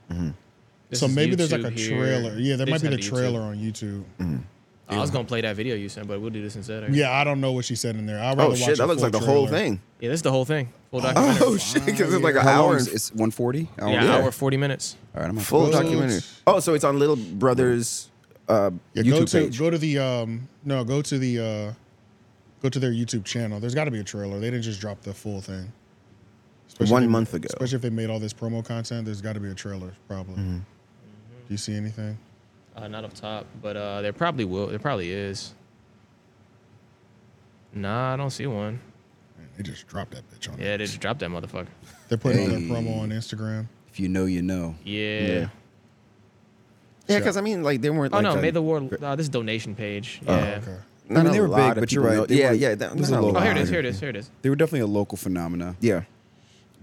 Speaker 10: this
Speaker 1: so
Speaker 10: is
Speaker 1: maybe there's like
Speaker 10: YouTube
Speaker 1: a
Speaker 10: here.
Speaker 1: trailer. Yeah, there
Speaker 10: They
Speaker 1: might
Speaker 10: just
Speaker 1: be the
Speaker 10: have a YouTube.
Speaker 1: trailer on YouTube.
Speaker 10: I was gonna play that video you sent, but we'll do this instead. I guess.
Speaker 1: Yeah, I don't know what she said in there. I'd rather
Speaker 3: Oh
Speaker 1: watch
Speaker 3: shit, that
Speaker 1: the
Speaker 3: looks
Speaker 1: full
Speaker 3: like the whole
Speaker 1: trailer.
Speaker 3: thing.
Speaker 10: yeah, this is the whole thing, full documentary.
Speaker 3: Oh shit, because it's like an
Speaker 2: How long
Speaker 3: hour.
Speaker 2: is
Speaker 3: and
Speaker 2: it's 140?
Speaker 10: yeah, hour forty minutes.
Speaker 2: All right, I'm gonna
Speaker 3: full
Speaker 1: Go
Speaker 3: documentary.
Speaker 1: to-
Speaker 3: Oh, so it's on Little Brothers uh,
Speaker 1: Yeah,
Speaker 3: YouTube
Speaker 1: go to
Speaker 3: page.
Speaker 1: go to the um no go to the uh go to their YouTube channel. There's got to be a trailer. They didn't just drop the full thing. Especially
Speaker 3: One
Speaker 1: if they-
Speaker 3: month ago.
Speaker 1: especially if they made all this promo content. There's got to be a trailer, probably.
Speaker 3: Mm-hmm.
Speaker 1: Do you see anything?
Speaker 10: Uh, not up top, but uh, there probably will. There probably is. Nah, I don't see one.
Speaker 1: Man, they just dropped that bitch on.
Speaker 10: Yeah, they just dropped that motherfucker.
Speaker 1: They're putting all their
Speaker 2: Hey.
Speaker 1: promo on Instagram.
Speaker 2: If you know, you know.
Speaker 10: Yeah.
Speaker 3: Yeah. Yeah, because I mean, like they weren't.
Speaker 10: Oh
Speaker 3: like,
Speaker 10: no,
Speaker 3: a-
Speaker 10: May the War. Uh, this is donation page. Yeah.
Speaker 1: Okay.
Speaker 3: Not
Speaker 2: I mean,
Speaker 3: a
Speaker 2: they were
Speaker 3: lot of
Speaker 2: big, but you're
Speaker 3: people
Speaker 2: right.
Speaker 3: know-
Speaker 2: They
Speaker 3: Yeah,
Speaker 2: were-
Speaker 3: yeah. That,
Speaker 2: it was
Speaker 3: not
Speaker 2: a
Speaker 3: a
Speaker 2: low
Speaker 10: Oh,
Speaker 3: lot.
Speaker 10: here it is. Here it is. Here it is.
Speaker 2: They were definitely a local phenomena.
Speaker 3: Yeah.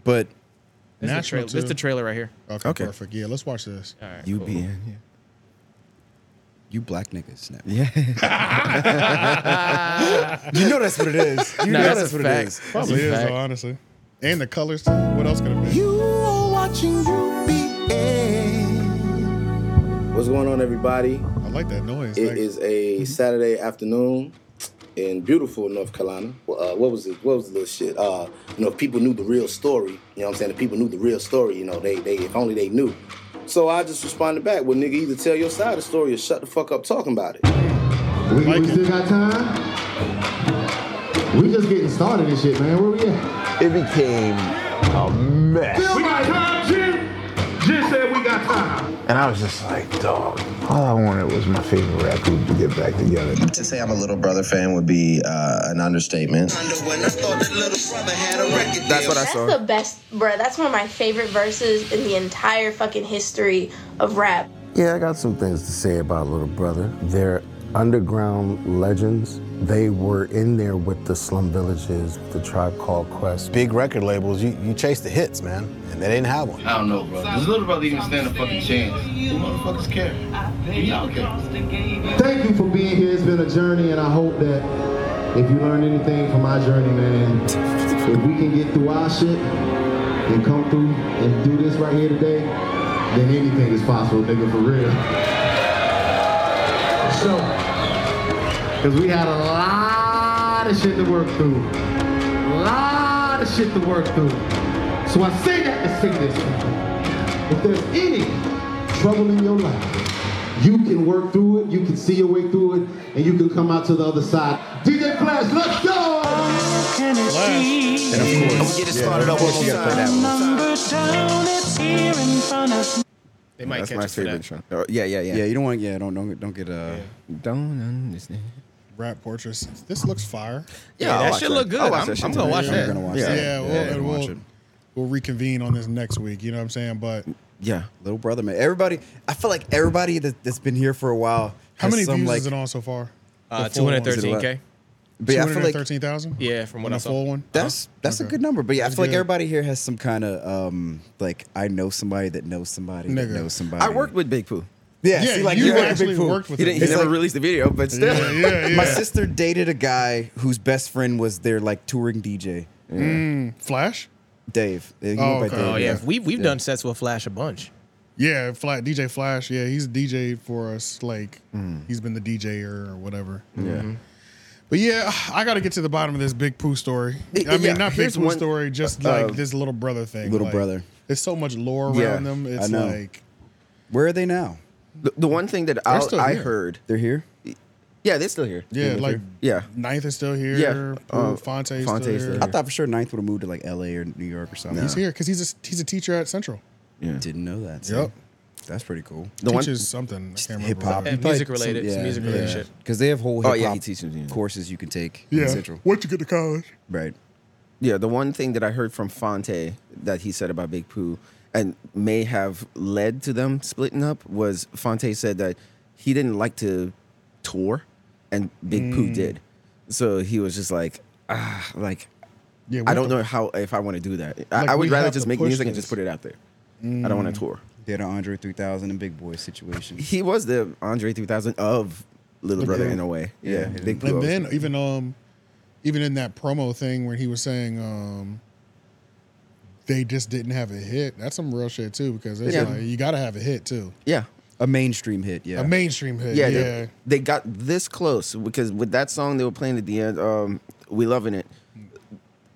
Speaker 2: But
Speaker 10: This is, the
Speaker 1: National
Speaker 10: trail- this is
Speaker 1: too.
Speaker 10: the trailer right here.
Speaker 1: okay.
Speaker 3: Okay.
Speaker 1: Perfect. Yeah, let's watch this.
Speaker 10: All right.
Speaker 3: You
Speaker 10: cool.
Speaker 3: being.
Speaker 2: you black niggas, snap.
Speaker 3: [laughs] Yeah.
Speaker 2: [laughs] You know that's what it is. You
Speaker 10: Nah,
Speaker 2: know
Speaker 10: that's
Speaker 2: that's
Speaker 10: a
Speaker 2: what
Speaker 10: fact.
Speaker 2: it is.
Speaker 1: Probably
Speaker 10: That's a
Speaker 1: is
Speaker 10: fact.
Speaker 1: though, honestly. And the colors. Too. What else could it be?
Speaker 4: You are watching UPA.
Speaker 11: What's going on, everybody?
Speaker 1: I like that noise.
Speaker 11: It
Speaker 1: like,
Speaker 11: is a Saturday afternoon in beautiful North Carolina. Well, Uh, what was it? What was the little shit? Uh, you know, if people knew the real story, you know what I'm saying? If people knew the real story, you know, they, they if only they knew. So I just responded back, well, nigga, either tell your side of the story or shut the fuck up talking about it.
Speaker 12: We,
Speaker 1: Like
Speaker 12: we
Speaker 1: it.
Speaker 12: still got time. We just getting started and shit, man. Where we at?
Speaker 4: It became a mess.
Speaker 12: We got time, Jim. Jim said we got time. And I was just like, dog. All I wanted was my favorite rap group to get back together.
Speaker 13: To say I'm a Little Brother fan would be uh, an understatement.
Speaker 3: That's what I
Speaker 12: That's
Speaker 3: saw.
Speaker 12: the best, bruh. That's one of my favorite verses in the entire fucking history of rap.
Speaker 11: Yeah, I got some things to say about Little Brother. They're underground legends. They were in there with the slum villages, the tribe called Quest. Big record labels, you, you chase the hits, man, and they didn't have one.
Speaker 13: I don't know, bro. Does Little Brother even stand a fucking chance? Who motherfuckers care? Do y'all care?
Speaker 12: Thank you for being here. It's been a journey, and I hope that if you learn anything from my journey, man, if we can get through our shit and come through and do this right here today, then anything is possible, nigga, for real. So, because we had a lot of shit to work through. A lot of shit to work through. So I say that to say this. If there's any trouble in your life, you can work through it, you can see your way through it, and you can come out to the other side. DJ Flash, let's go!
Speaker 3: I'm gonna get it started up one more time.
Speaker 10: They might
Speaker 3: That's
Speaker 10: catch
Speaker 3: my
Speaker 10: us for
Speaker 3: favorite
Speaker 10: that.
Speaker 3: song. Oh, Yeah, yeah,
Speaker 2: Yeah,
Speaker 3: yeah.
Speaker 2: you don't want. Yeah, don't don't don't get. Uh,
Speaker 3: Don't understand.
Speaker 1: Rap portraits. This looks fire.
Speaker 3: Yeah,
Speaker 10: Yeah,
Speaker 3: I'll
Speaker 10: that
Speaker 3: watch
Speaker 10: shit look good.
Speaker 3: I'll
Speaker 10: I'm,
Speaker 3: watch that shit
Speaker 10: I'm gonna
Speaker 3: tonight.
Speaker 10: watch
Speaker 2: I'm
Speaker 10: that.
Speaker 2: gonna watch
Speaker 3: Yeah.
Speaker 2: that.
Speaker 1: Yeah, we'll,
Speaker 2: I'm gonna
Speaker 1: and
Speaker 2: watch
Speaker 1: we'll,
Speaker 2: it.
Speaker 1: we'll reconvene on this next week. You know what I'm saying? But
Speaker 3: Yeah.
Speaker 2: Little brother, man. Everybody, I feel like everybody that, that's been here for a while.
Speaker 1: how
Speaker 2: has
Speaker 1: many
Speaker 2: some,
Speaker 1: views
Speaker 2: like,
Speaker 1: is it on so far?
Speaker 10: Uh,
Speaker 1: The full one.
Speaker 10: 213k.
Speaker 2: But yeah, I feel like
Speaker 1: 213,000?
Speaker 10: Yeah, from what
Speaker 1: on
Speaker 10: I
Speaker 1: the full
Speaker 10: saw.
Speaker 1: one?
Speaker 2: that's that's a
Speaker 1: Okay.
Speaker 2: good number. But yeah,
Speaker 1: That's
Speaker 2: I feel like
Speaker 1: good.
Speaker 2: everybody here has some kind of um like I know somebody that knows somebody that
Speaker 1: Nigga.
Speaker 2: knows somebody.
Speaker 3: I worked with Big Poo.
Speaker 2: Yeah,
Speaker 1: Yeah,
Speaker 2: see, like
Speaker 1: you
Speaker 2: worked
Speaker 1: actually
Speaker 2: Big Pooh.
Speaker 1: worked with
Speaker 3: He,
Speaker 1: him.
Speaker 3: didn't, he
Speaker 2: It's
Speaker 3: never
Speaker 2: like-
Speaker 3: released the video, but still.
Speaker 1: Yeah, yeah, yeah.
Speaker 2: [laughs] My sister dated a guy whose best friend was their like touring DJ,
Speaker 1: Flash?
Speaker 2: Dave. He went
Speaker 1: Oh,
Speaker 2: by
Speaker 1: okay.
Speaker 2: Dave,
Speaker 10: Oh yeah, we've we've done sets with Flash a bunch.
Speaker 1: Yeah, Fla DJ Flash. Yeah, he's DJ for us. Like,
Speaker 2: Mm.
Speaker 1: he's been the DJ or whatever.
Speaker 10: Mm-hmm.
Speaker 3: Yeah.
Speaker 1: But yeah, I got to get to the bottom of this Big Pooh story. I mean,
Speaker 3: yeah,
Speaker 1: not Big
Speaker 3: here's
Speaker 1: Pooh
Speaker 3: one-
Speaker 1: story, just
Speaker 3: uh,
Speaker 1: like
Speaker 3: uh,
Speaker 1: this little brother thing.
Speaker 2: Little
Speaker 1: Like,
Speaker 2: brother.
Speaker 1: There's so much lore around
Speaker 3: Yeah,
Speaker 1: them. It's
Speaker 2: know.
Speaker 1: like,
Speaker 2: Where are they now?
Speaker 3: The, the one thing that I'll,
Speaker 1: still
Speaker 3: I
Speaker 1: here.
Speaker 3: heard.
Speaker 2: They're here.
Speaker 3: Yeah, they're still here.
Speaker 1: yeah, like,
Speaker 3: Yeah.
Speaker 1: Ninth is still here.
Speaker 3: Yeah,
Speaker 1: Pooh,
Speaker 3: uh,
Speaker 1: Fonte's still
Speaker 3: Fonte's
Speaker 1: here.
Speaker 3: still
Speaker 2: I thought for sure Ninth would have moved to like L.A. or New York or something.
Speaker 1: He's here because he's a, he's a teacher at Central.
Speaker 3: Yeah.
Speaker 2: Didn't know that.
Speaker 1: Yep.
Speaker 2: That's pretty cool.
Speaker 3: The one,
Speaker 1: Teaches something. I can't remember.
Speaker 2: Hip hop,
Speaker 10: Yeah, music related, some music related shit.
Speaker 2: Because they have whole hip
Speaker 3: Oh,
Speaker 2: hop
Speaker 3: yeah, he teaches, yeah.
Speaker 2: courses you can take. in
Speaker 1: Yeah.
Speaker 2: Central.
Speaker 1: Once you get to college.
Speaker 2: Right.
Speaker 3: yeah, the one thing that I heard from Fonte that he said about Big Poo and may have led to them splitting up was Fonte said that he didn't like to tour and Big Pooh
Speaker 2: Mm.
Speaker 3: did. So he was just like, ah, like,
Speaker 1: Yeah,
Speaker 3: I
Speaker 1: what
Speaker 3: don't
Speaker 1: the-
Speaker 3: know how if I want to do that.
Speaker 2: Like,
Speaker 3: I, I
Speaker 2: we
Speaker 3: would rather
Speaker 2: have to
Speaker 3: just make
Speaker 2: push Mm.
Speaker 3: music and
Speaker 2: this.
Speaker 3: just put it out there. I don't want to tour.
Speaker 2: Did an Andre 3000 and Big Boy situation.
Speaker 3: He was the Andre 3000 of Little
Speaker 1: Big
Speaker 3: Brother
Speaker 1: Pooh.
Speaker 3: in a way. Yeah, Big Pooh.
Speaker 1: and
Speaker 3: was-
Speaker 1: then even um, even in that promo thing where he was saying um, they just didn't have a hit. That's some real shit too because it's
Speaker 3: Yeah.
Speaker 1: like you got to have a hit too.
Speaker 3: yeah,
Speaker 2: a mainstream hit. Yeah,
Speaker 1: A mainstream hit.
Speaker 3: Yeah,
Speaker 1: Yeah.
Speaker 3: They, they got this close because with that song they were playing at the end, um, "We Loving It,"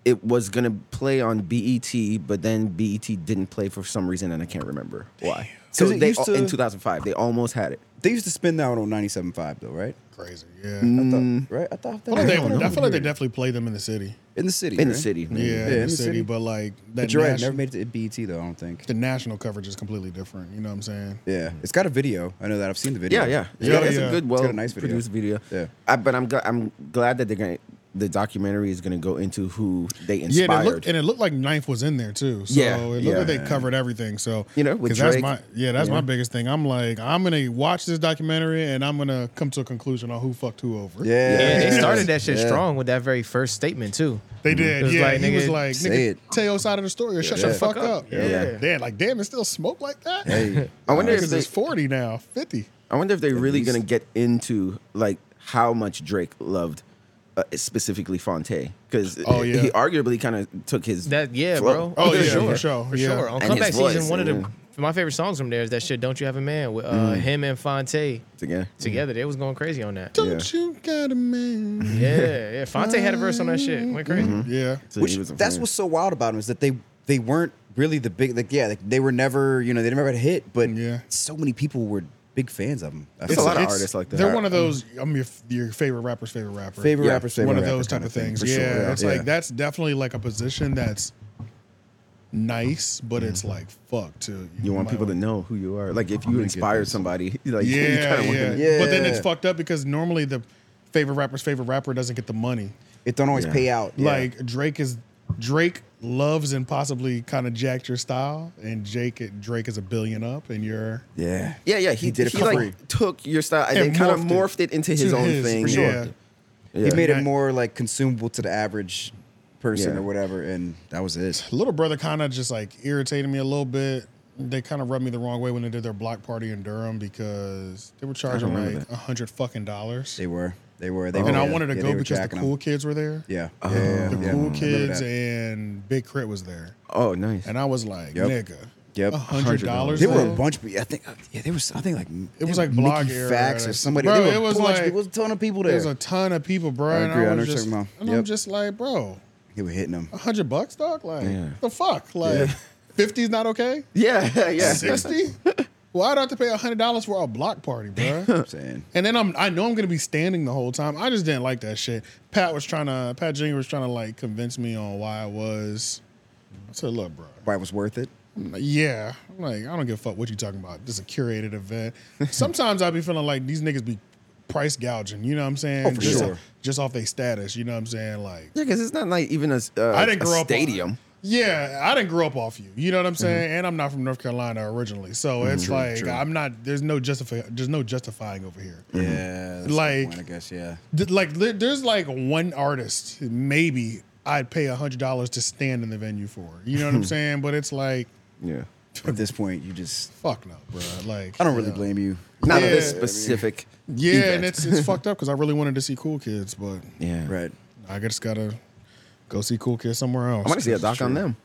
Speaker 3: it was gonna play on BET, but then BET didn't play for some reason, and I can't remember why. So
Speaker 2: 'Cause it
Speaker 3: they
Speaker 2: used to-
Speaker 3: in 2005 they almost had it.
Speaker 2: They used to spin that one on 97.5 though, right?
Speaker 1: Crazy. Yeah.
Speaker 3: Mm.
Speaker 2: I thought, right? Mm, I thought
Speaker 1: I feel, like Oh, they, I feel like they definitely played them in the city.
Speaker 2: in the city.
Speaker 3: Mm-hmm. In the
Speaker 2: right?
Speaker 3: city,
Speaker 1: Yeah,
Speaker 3: maybe.
Speaker 1: in, the, city, But like that
Speaker 2: But you're right. it
Speaker 1: national-
Speaker 2: Never made it to BET though. I don't think.
Speaker 1: the national coverage is completely different. You know what I'm saying?
Speaker 2: Yeah, it's got a video. I know that. I've seen the video.
Speaker 3: Yeah, yeah,
Speaker 2: It's
Speaker 3: yeah.
Speaker 2: got
Speaker 3: it's a good, well
Speaker 2: it's got a nice video.
Speaker 3: produced video.
Speaker 2: Yeah.
Speaker 3: I, but I'm gl- I'm glad that they're gonna the documentary is gonna go into who they
Speaker 1: Yeah,
Speaker 3: inspired.
Speaker 1: and it, looked, and it looked like Ninth was in there too. So
Speaker 3: Yeah,
Speaker 1: it looked
Speaker 3: yeah.
Speaker 1: like they covered everything. So
Speaker 3: You know, with
Speaker 1: 'cause that's
Speaker 3: Drake,
Speaker 1: my yeah, that's
Speaker 3: you
Speaker 1: my
Speaker 3: know.
Speaker 1: biggest thing. I'm like, I'm gonna watch this documentary and I'm gonna come to a conclusion on who fucked who over.
Speaker 9: Yeah, they started that shit strong with that very first statement too.
Speaker 1: They did.
Speaker 9: It was
Speaker 1: yeah,
Speaker 9: like,
Speaker 1: he was
Speaker 9: nigga,
Speaker 1: like,
Speaker 9: say
Speaker 1: nigga,
Speaker 9: it.
Speaker 1: tell your side of the story or shut
Speaker 9: Yeah.
Speaker 1: your fuck up.
Speaker 9: Yeah.
Speaker 1: Yeah. Damn, like damn, it still smoke like that. [laughs]
Speaker 3: Hey. I wonder if
Speaker 1: Because
Speaker 3: they-
Speaker 1: it's 40 now, 50.
Speaker 3: I wonder if they're really going to get into like how much Drake loved uh, specifically Fonte because
Speaker 1: Oh, yeah.
Speaker 3: he arguably kind of took his
Speaker 9: That
Speaker 3: [laughs]
Speaker 9: yeah,
Speaker 3: flow.
Speaker 9: bro.
Speaker 10: Oh,
Speaker 1: Oh,
Speaker 9: for sure. On
Speaker 3: And his
Speaker 9: comeback season,
Speaker 3: voice,
Speaker 9: one of the
Speaker 3: yeah.
Speaker 9: my favorite songs from there is that shit. Don't you have a man with uh,
Speaker 3: Mm.
Speaker 9: him and Fonte
Speaker 3: together.
Speaker 9: together? They was going crazy on that.
Speaker 1: Don't you got a man?
Speaker 9: Yeah, yeah. Fonte had a verse on that shit. Went crazy.
Speaker 1: Yeah,
Speaker 2: Which that's what's so wild about them is that they they weren't really the big like yeah like, they were never you know they never had a hit but so many people were big fans of them.
Speaker 1: It's- it's- They're one of those. I'm your your favorite rapper's favorite rapper.
Speaker 2: Favorite Yeah. rapper's favorite
Speaker 1: One of
Speaker 2: rapper
Speaker 1: those
Speaker 2: kind
Speaker 1: type
Speaker 2: of
Speaker 1: of
Speaker 2: thing,
Speaker 1: things.
Speaker 2: for
Speaker 1: yeah,
Speaker 2: sure, yeah.
Speaker 1: it's
Speaker 2: Yeah.
Speaker 1: like that's definitely like a position that's nice, but it's like fuck too.
Speaker 3: Mm-hmm. You want
Speaker 1: might
Speaker 3: people to know who you are. Like if you inspire somebody, [laughs] like
Speaker 1: [laughs]
Speaker 3: you
Speaker 1: yeah,
Speaker 3: kinda want
Speaker 1: yeah.
Speaker 3: them-
Speaker 1: But then it's fucked up because normally the favorite rapper's favorite rapper doesn't get the money.
Speaker 2: It don't always
Speaker 1: Yeah.
Speaker 2: pay out. yeah.
Speaker 1: Like Drake is Drake loves and possibly kind of jacked your style, and Jake Drake is a billion up, and you're
Speaker 2: yeah
Speaker 3: Yeah, yeah. He, did it. He like took your style and, then kind of morphed it into his own thing.
Speaker 2: For sure.
Speaker 3: Yeah.
Speaker 2: He made
Speaker 3: Yeah.
Speaker 2: it more like consumable to the average person
Speaker 1: Yeah.
Speaker 2: or whatever, and that was it.
Speaker 1: Little brother kind of just like irritated me a little bit. They kind of rubbed me the wrong way when they did their block party in Durham because they were charging
Speaker 2: remember
Speaker 1: like
Speaker 2: that.
Speaker 1: a hundred fucking dollars.
Speaker 2: They were. They were. They
Speaker 1: and
Speaker 2: were,
Speaker 1: I
Speaker 2: yeah.
Speaker 1: wanted to
Speaker 2: Yeah,
Speaker 1: go
Speaker 2: they were
Speaker 1: because the
Speaker 2: jacking 'em.
Speaker 1: cool kids were there.
Speaker 2: Yeah. Yeah, yeah, yeah,
Speaker 1: the
Speaker 2: yeah.
Speaker 1: cool
Speaker 2: Remember
Speaker 1: kids
Speaker 2: that.
Speaker 1: and Big Crit was there.
Speaker 3: Oh, nice.
Speaker 1: And I was like,
Speaker 2: Yep.
Speaker 1: nigga,
Speaker 2: Yep.
Speaker 1: a hundred dollars.
Speaker 2: There were a
Speaker 1: though?
Speaker 2: bunch, but I think yeah, there was something like
Speaker 1: It was
Speaker 2: they
Speaker 1: like
Speaker 2: were Mickey
Speaker 1: blog era.
Speaker 2: Fax or somebody.
Speaker 1: Bro,
Speaker 2: there were
Speaker 1: it was
Speaker 2: a bunch
Speaker 1: like
Speaker 2: of people. It was a ton of people
Speaker 1: There was
Speaker 2: there.
Speaker 1: a ton of people, bro.
Speaker 2: I
Speaker 1: and
Speaker 2: agree,
Speaker 1: I
Speaker 2: I know
Speaker 1: was
Speaker 2: what you're
Speaker 1: just,
Speaker 2: talking about.
Speaker 1: and
Speaker 2: Yep.
Speaker 1: I'm just like, bro,
Speaker 2: They were hitting them.
Speaker 1: a hundred bucks, dog. Like,
Speaker 2: Yeah.
Speaker 1: the fuck,
Speaker 2: [laughs]
Speaker 1: like, fifty's not okay.
Speaker 3: [laughs] Yeah, yeah.
Speaker 1: Sixty. Why do I have to pay hundred dollars for a block party,
Speaker 2: [laughs]
Speaker 1: bro?
Speaker 2: I'm saying.
Speaker 1: And then I'm I know I'm gonna be standing the whole time. I just didn't like that shit. Pat was trying to Pat Jr. was trying to like convince me on why I was. I said, look, bro.
Speaker 2: Why it was worth it?
Speaker 1: I'm like, yeah. I'm like, I don't give a fuck what you talking about. This is a curated event. Sometimes I'll be feeling like these niggas be price gouging, you know what I'm saying?
Speaker 3: Oh, for
Speaker 1: just,
Speaker 3: sure.
Speaker 1: just off their status, you know what I'm saying? Like
Speaker 3: Yeah, because it's not like even a, s- uh,
Speaker 1: I didn't
Speaker 3: a
Speaker 1: grow up on-
Speaker 3: stadium.
Speaker 1: yeah, I didn't grow up off you. You know what I'm saying? And I'm not from North Carolina originally. So
Speaker 2: Mhm.
Speaker 1: it's
Speaker 2: True,
Speaker 1: like
Speaker 2: true.
Speaker 1: I'm not there's no justify there's no justifying over here.
Speaker 2: Yeah. that's a good
Speaker 1: Like-
Speaker 2: point, I guess. Yeah.
Speaker 1: Th- like there- there's like one artist maybe I'd pay hundred dollars to stand in the venue for. You
Speaker 2: [laughs]
Speaker 1: know what I'm saying? But it's like
Speaker 3: Yeah.
Speaker 2: [laughs] At this point, you just
Speaker 1: fuck no, bro. Like
Speaker 2: I don't really blame you.
Speaker 1: Not at this Yeah.
Speaker 3: specific.
Speaker 1: yeah, and it's it's fucked up because I really wanted to see Cool Kids, but
Speaker 3: Yeah.
Speaker 2: Right.
Speaker 1: I just gotta go see Cool Kids somewhere else.
Speaker 3: I want to see a doc on them.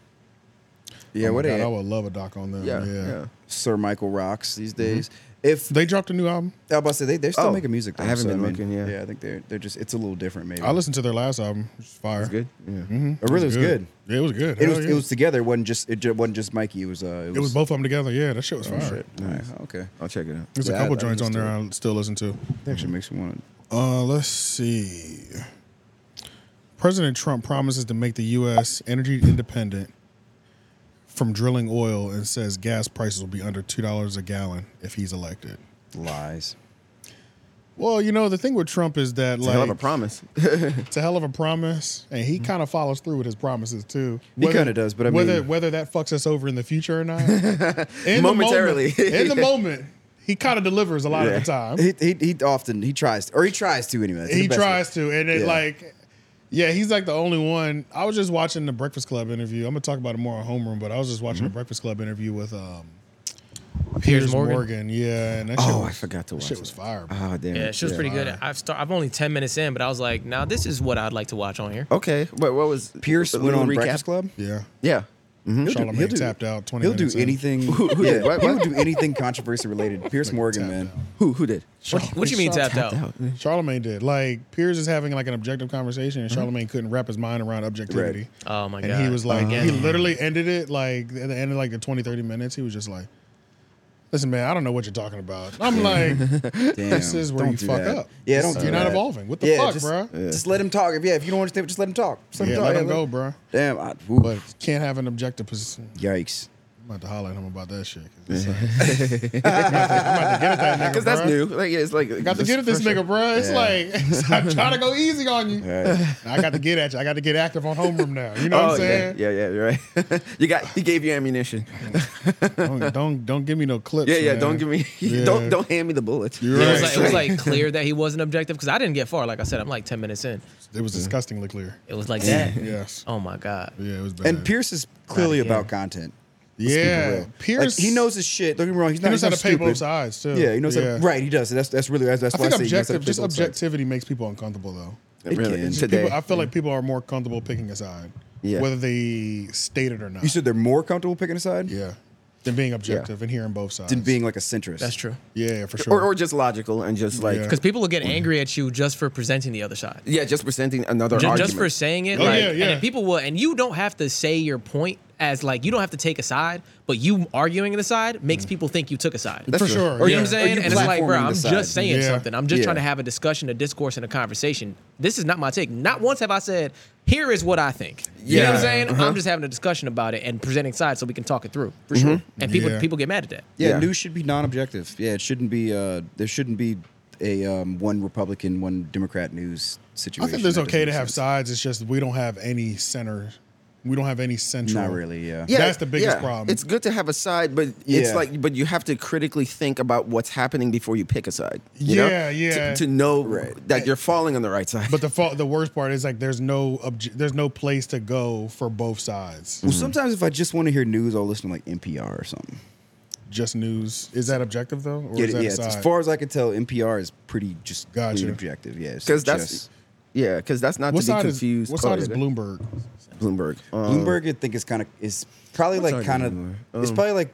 Speaker 2: Yeah.
Speaker 1: Oh my
Speaker 2: what?
Speaker 1: God,
Speaker 2: a-
Speaker 1: I would love a doc on them.
Speaker 2: Yeah,
Speaker 1: Yeah,
Speaker 2: yeah. Sir Michael rocks these days. If
Speaker 1: they dropped a new album,
Speaker 2: I was about to say they, they're still
Speaker 1: Oh,
Speaker 2: making music. Though,
Speaker 1: I haven't
Speaker 2: so,
Speaker 1: been
Speaker 2: mean,
Speaker 1: looking, yeah.
Speaker 2: Yeah. I think they're they're just it's a little different maybe.
Speaker 1: I listened to their last album. It's fire. It's
Speaker 3: good. Yeah.
Speaker 1: Mhm.
Speaker 2: It really was good.
Speaker 1: Yeah, it was good.
Speaker 2: It
Speaker 1: Hell
Speaker 2: was
Speaker 1: yeah.
Speaker 2: it was together. It wasn't just it ju- wasn't just Mikey. It was uh it was,
Speaker 1: It was both of them together. Yeah, that shit was
Speaker 2: Oh,
Speaker 1: fire.
Speaker 2: shit. All right, okay.
Speaker 3: I'll check it out.
Speaker 1: There's
Speaker 2: Yeah,
Speaker 1: a couple
Speaker 2: I- I
Speaker 1: joints on
Speaker 2: used to
Speaker 1: there I still listen to.
Speaker 2: That actually makes me want.
Speaker 1: Uh, let's see. President Trump promises to make the U.S. energy independent from drilling oil and says gas prices will be under two dollars a gallon if he's elected.
Speaker 2: Lies.
Speaker 1: Well, you know the thing with Trump is that
Speaker 3: It's
Speaker 1: like
Speaker 3: a hell of
Speaker 1: [laughs]
Speaker 3: a promise.
Speaker 1: it's a hell of a promise, and he kind of follows through with his promises too.
Speaker 2: He kinda does, but I
Speaker 1: whether
Speaker 2: mean-
Speaker 1: whether that fucks us over in the future or not, in the moment-
Speaker 3: Momentarily.
Speaker 1: in the moment, He kind of delivers a lot of the time.
Speaker 2: He, he, he often he tries to, or he tries to anyway. That's the
Speaker 1: he
Speaker 2: best way.
Speaker 1: tries to, and it
Speaker 2: Yeah.
Speaker 1: like, yeah, he's like the only one. I was just watching the Breakfast Club interview. I'm gonna talk about it more on Homeroom, but I was just
Speaker 2: Mm-hmm.
Speaker 1: watching the Breakfast Club interview with um, Piers, Morgan. Yeah, and that shit
Speaker 3: Oh,
Speaker 1: was,
Speaker 3: I forgot to
Speaker 1: that
Speaker 3: watch.
Speaker 1: Shit was fire.
Speaker 2: Uh-huh.
Speaker 1: bro.
Speaker 3: Oh damn!
Speaker 10: Yeah, she was pretty good. I've start, I've only ten minutes in, but I was like, now this is what I'd like to watch on here.
Speaker 3: Okay, but what was
Speaker 2: Pierce
Speaker 3: a
Speaker 2: went
Speaker 3: little
Speaker 2: on Breakfast Club.
Speaker 1: Yeah.
Speaker 3: Yeah. Mhm.
Speaker 2: He'll do-
Speaker 1: Charlamagne
Speaker 2: he'll do-
Speaker 1: tapped out 20
Speaker 2: He'll
Speaker 1: minutes
Speaker 2: do
Speaker 1: in.
Speaker 2: anything.
Speaker 1: Who- who
Speaker 2: yeah,
Speaker 1: did? What-
Speaker 2: he would
Speaker 1: what?
Speaker 2: do anything controversy related. Pierce Morgan, man.
Speaker 3: Who who did?
Speaker 10: What, what you mean tapped, out?
Speaker 1: Charlemagne did. Like Piers is having like an objective conversation, and
Speaker 2: Mm-hmm.
Speaker 1: Charlemagne couldn't wrap his mind around objectivity.
Speaker 10: Oh my god!
Speaker 1: and he was like,
Speaker 10: Again.
Speaker 1: he literally ended it like at the end of like the 20, 30 minutes. He was just like, listen, man, I don't know what you're talking about.
Speaker 2: [laughs]
Speaker 1: I'm like, [laughs] this is where
Speaker 2: Don't
Speaker 1: you
Speaker 2: do
Speaker 1: fuck
Speaker 2: that.
Speaker 1: up.
Speaker 2: Yeah,
Speaker 1: This-
Speaker 2: don't. do
Speaker 1: You're not
Speaker 2: that.
Speaker 1: evolving. What the
Speaker 2: Yeah,
Speaker 1: fuck,
Speaker 2: just,
Speaker 1: bro?
Speaker 2: Just let him talk. If yeah, if you don't understand, just let him talk. Just let him
Speaker 1: Yeah,
Speaker 2: talk.
Speaker 1: let
Speaker 2: Yeah,
Speaker 1: him go, bro.
Speaker 2: Damn. I, woo.
Speaker 1: But can't have an objective position.
Speaker 2: Yikes.
Speaker 1: I'm about to holler at him about that shit. 'cause it's like-
Speaker 2: [laughs]
Speaker 1: I'm, about to, I'm about to get at that nigga.
Speaker 3: Because that's
Speaker 1: bruh.
Speaker 3: new. Like yeah, it's like
Speaker 1: I got to get at this nigga, bro. It's
Speaker 2: Yeah.
Speaker 1: like [laughs] I'm trying to go easy on you.
Speaker 2: Right.
Speaker 1: I got to get at you. I got to get active on homeroom now. You know
Speaker 2: Oh,
Speaker 1: what I'm saying?
Speaker 3: Oh, Yeah, yeah, you're right. [laughs] you got he gave you ammunition.
Speaker 1: Don't, don't don't give me no clips.
Speaker 3: Yeah, yeah.
Speaker 1: man.
Speaker 3: Don't give
Speaker 2: [laughs]
Speaker 3: me. [laughs]
Speaker 1: Yeah.
Speaker 3: Don't don't hand me the bullet. [laughs]
Speaker 1: You're right.
Speaker 10: It was, like, it was like clear that he wasn't objective because I didn't get far. Like I said, I'm like ten minutes in.
Speaker 1: It was disgustingly clear.
Speaker 10: It was like that.
Speaker 1: Yes.
Speaker 10: Oh my god.
Speaker 1: Yeah, it was bad.
Speaker 2: And Pierce is clearly
Speaker 10: Not again.
Speaker 2: about content. Let's keep it
Speaker 1: yeah,
Speaker 2: real.
Speaker 1: Pierce.
Speaker 2: Like, he knows his shit. Don't get me wrong. He's
Speaker 1: He
Speaker 2: not.
Speaker 1: knows
Speaker 2: he's
Speaker 1: how
Speaker 2: not
Speaker 1: to pay both
Speaker 2: stupid.
Speaker 1: sides, too.
Speaker 2: Yeah, he knows. How
Speaker 1: Yeah.
Speaker 2: to, right, he does. That's that's really that's, that's
Speaker 1: I
Speaker 2: why
Speaker 1: think
Speaker 2: I say he knows how to
Speaker 1: objective,
Speaker 2: pay
Speaker 1: just
Speaker 2: both sides.
Speaker 1: objectivity makes people uncomfortable though.
Speaker 2: It
Speaker 3: Really,
Speaker 2: can.
Speaker 1: Just
Speaker 3: it's Today.
Speaker 1: people, I feel like people are more comfortable picking a side,
Speaker 3: Yeah.
Speaker 1: whether they state it or not.
Speaker 2: You said they're more comfortable picking a side
Speaker 1: yeah, than being objective and hearing both sides.
Speaker 2: than being like a centrist.
Speaker 10: That's true.
Speaker 1: yeah, for sure.
Speaker 3: Or or just logical and just like
Speaker 10: Because people will get angry at you just for presenting the other side.
Speaker 3: yeah, just presenting another
Speaker 10: Ju-
Speaker 3: argument.
Speaker 10: just for saying it.
Speaker 1: Oh,
Speaker 10: like,
Speaker 1: yeah,
Speaker 10: and
Speaker 1: yeah.
Speaker 10: then people will, and you don't have to say your point as like you don't have to take a side, but you arguing the side makes people think you took a side.
Speaker 1: for
Speaker 3: true.
Speaker 1: sure.
Speaker 10: you know
Speaker 1: yeah.
Speaker 10: what I'm saying?
Speaker 2: you
Speaker 10: And it's like, bro,
Speaker 2: platforming the
Speaker 10: I'm
Speaker 2: side.
Speaker 10: just saying
Speaker 1: Yeah.
Speaker 10: something. I'm just
Speaker 2: Yeah.
Speaker 10: trying to have a discussion, a discourse, and a conversation. This is not my take. Not once have I said, here is what I think. You know what I'm
Speaker 3: Yeah.
Speaker 10: saying? I'm just having a discussion about it and presenting sides so we can talk it through. For sure. And people
Speaker 1: Yeah.
Speaker 10: people get mad at that.
Speaker 2: Yeah,
Speaker 3: Yeah.
Speaker 2: news should be non-objective. Yeah, it shouldn't be. Uh, there shouldn't be a um, one Republican, one Democrat news
Speaker 1: I
Speaker 2: situation.
Speaker 1: think there's
Speaker 2: That doesn't
Speaker 1: okay to
Speaker 2: make
Speaker 1: have
Speaker 2: sense.
Speaker 1: sides. It's just we don't have any center. We don't have any central.
Speaker 2: Not really. Yeah.
Speaker 1: Yeah. That's the biggest problem.
Speaker 3: It's good to have a side, but it's
Speaker 2: Yeah.
Speaker 3: like, but you have to critically think about what's happening before you pick a side. you know?
Speaker 1: Yeah, yeah.
Speaker 3: To, to know that you're falling on the right side.
Speaker 1: But
Speaker 3: [laughs]
Speaker 1: the fault, the worst part is like there's no obje- there's no place to go for both sides.
Speaker 2: Well, sometimes if I just want to hear news, I'll listen to like NPR or something.
Speaker 1: Just news. Is that objective though, or
Speaker 2: Yeah,
Speaker 1: is that
Speaker 2: yeah,
Speaker 1: a side?
Speaker 2: as far as I can tell, NPR is pretty just
Speaker 1: Gotcha.
Speaker 2: clean objective. Yeah, it's
Speaker 3: because that's
Speaker 2: just-
Speaker 3: yeah, because that's not
Speaker 1: what
Speaker 3: to be
Speaker 1: side is
Speaker 3: confused.
Speaker 1: what side is
Speaker 3: color.
Speaker 1: Bloomberg?
Speaker 3: Bloomberg? Um,
Speaker 2: Bloomberg. I think is kind of is probably
Speaker 3: What's
Speaker 2: like
Speaker 3: our
Speaker 2: kind of
Speaker 3: name?
Speaker 2: it's
Speaker 3: Um,
Speaker 2: probably like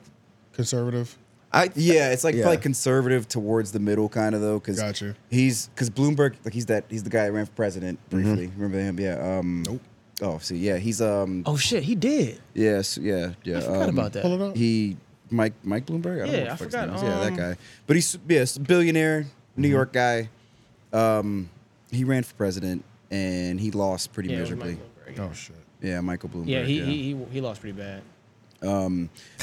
Speaker 1: Conservative.
Speaker 3: I
Speaker 2: yeah, it's like
Speaker 3: Yeah.
Speaker 2: probably conservative towards the middle kind of though because
Speaker 1: Gotcha.
Speaker 2: he's because Bloomberg like he's that he's the guy that ran for president
Speaker 3: Mm-hmm.
Speaker 2: briefly. Remember him? Yeah. Um,
Speaker 1: Nope.
Speaker 2: Oh, see, yeah, he's um.
Speaker 10: Oh shit, he did.
Speaker 2: Yes, yeah, yeah.
Speaker 10: I forgot
Speaker 2: um,
Speaker 10: about that.
Speaker 1: Pull it up.
Speaker 2: He Mike Mike Bloomberg. I don't
Speaker 10: Yeah,
Speaker 2: know
Speaker 10: I
Speaker 2: what the fuck's
Speaker 10: forgot,
Speaker 2: name is. yeah, that
Speaker 10: um, Mm-hmm.
Speaker 2: guy. But he's yes, billionaire, New York guy. Um, he ran for president and he lost pretty
Speaker 10: Yeah, it was
Speaker 2: miserably.
Speaker 10: Mike Bloomberg, yeah.
Speaker 1: Oh shit.
Speaker 2: Yeah, Michael Bloomberg.
Speaker 10: Yeah, he, He, he he lost pretty bad.
Speaker 3: [laughs] oh,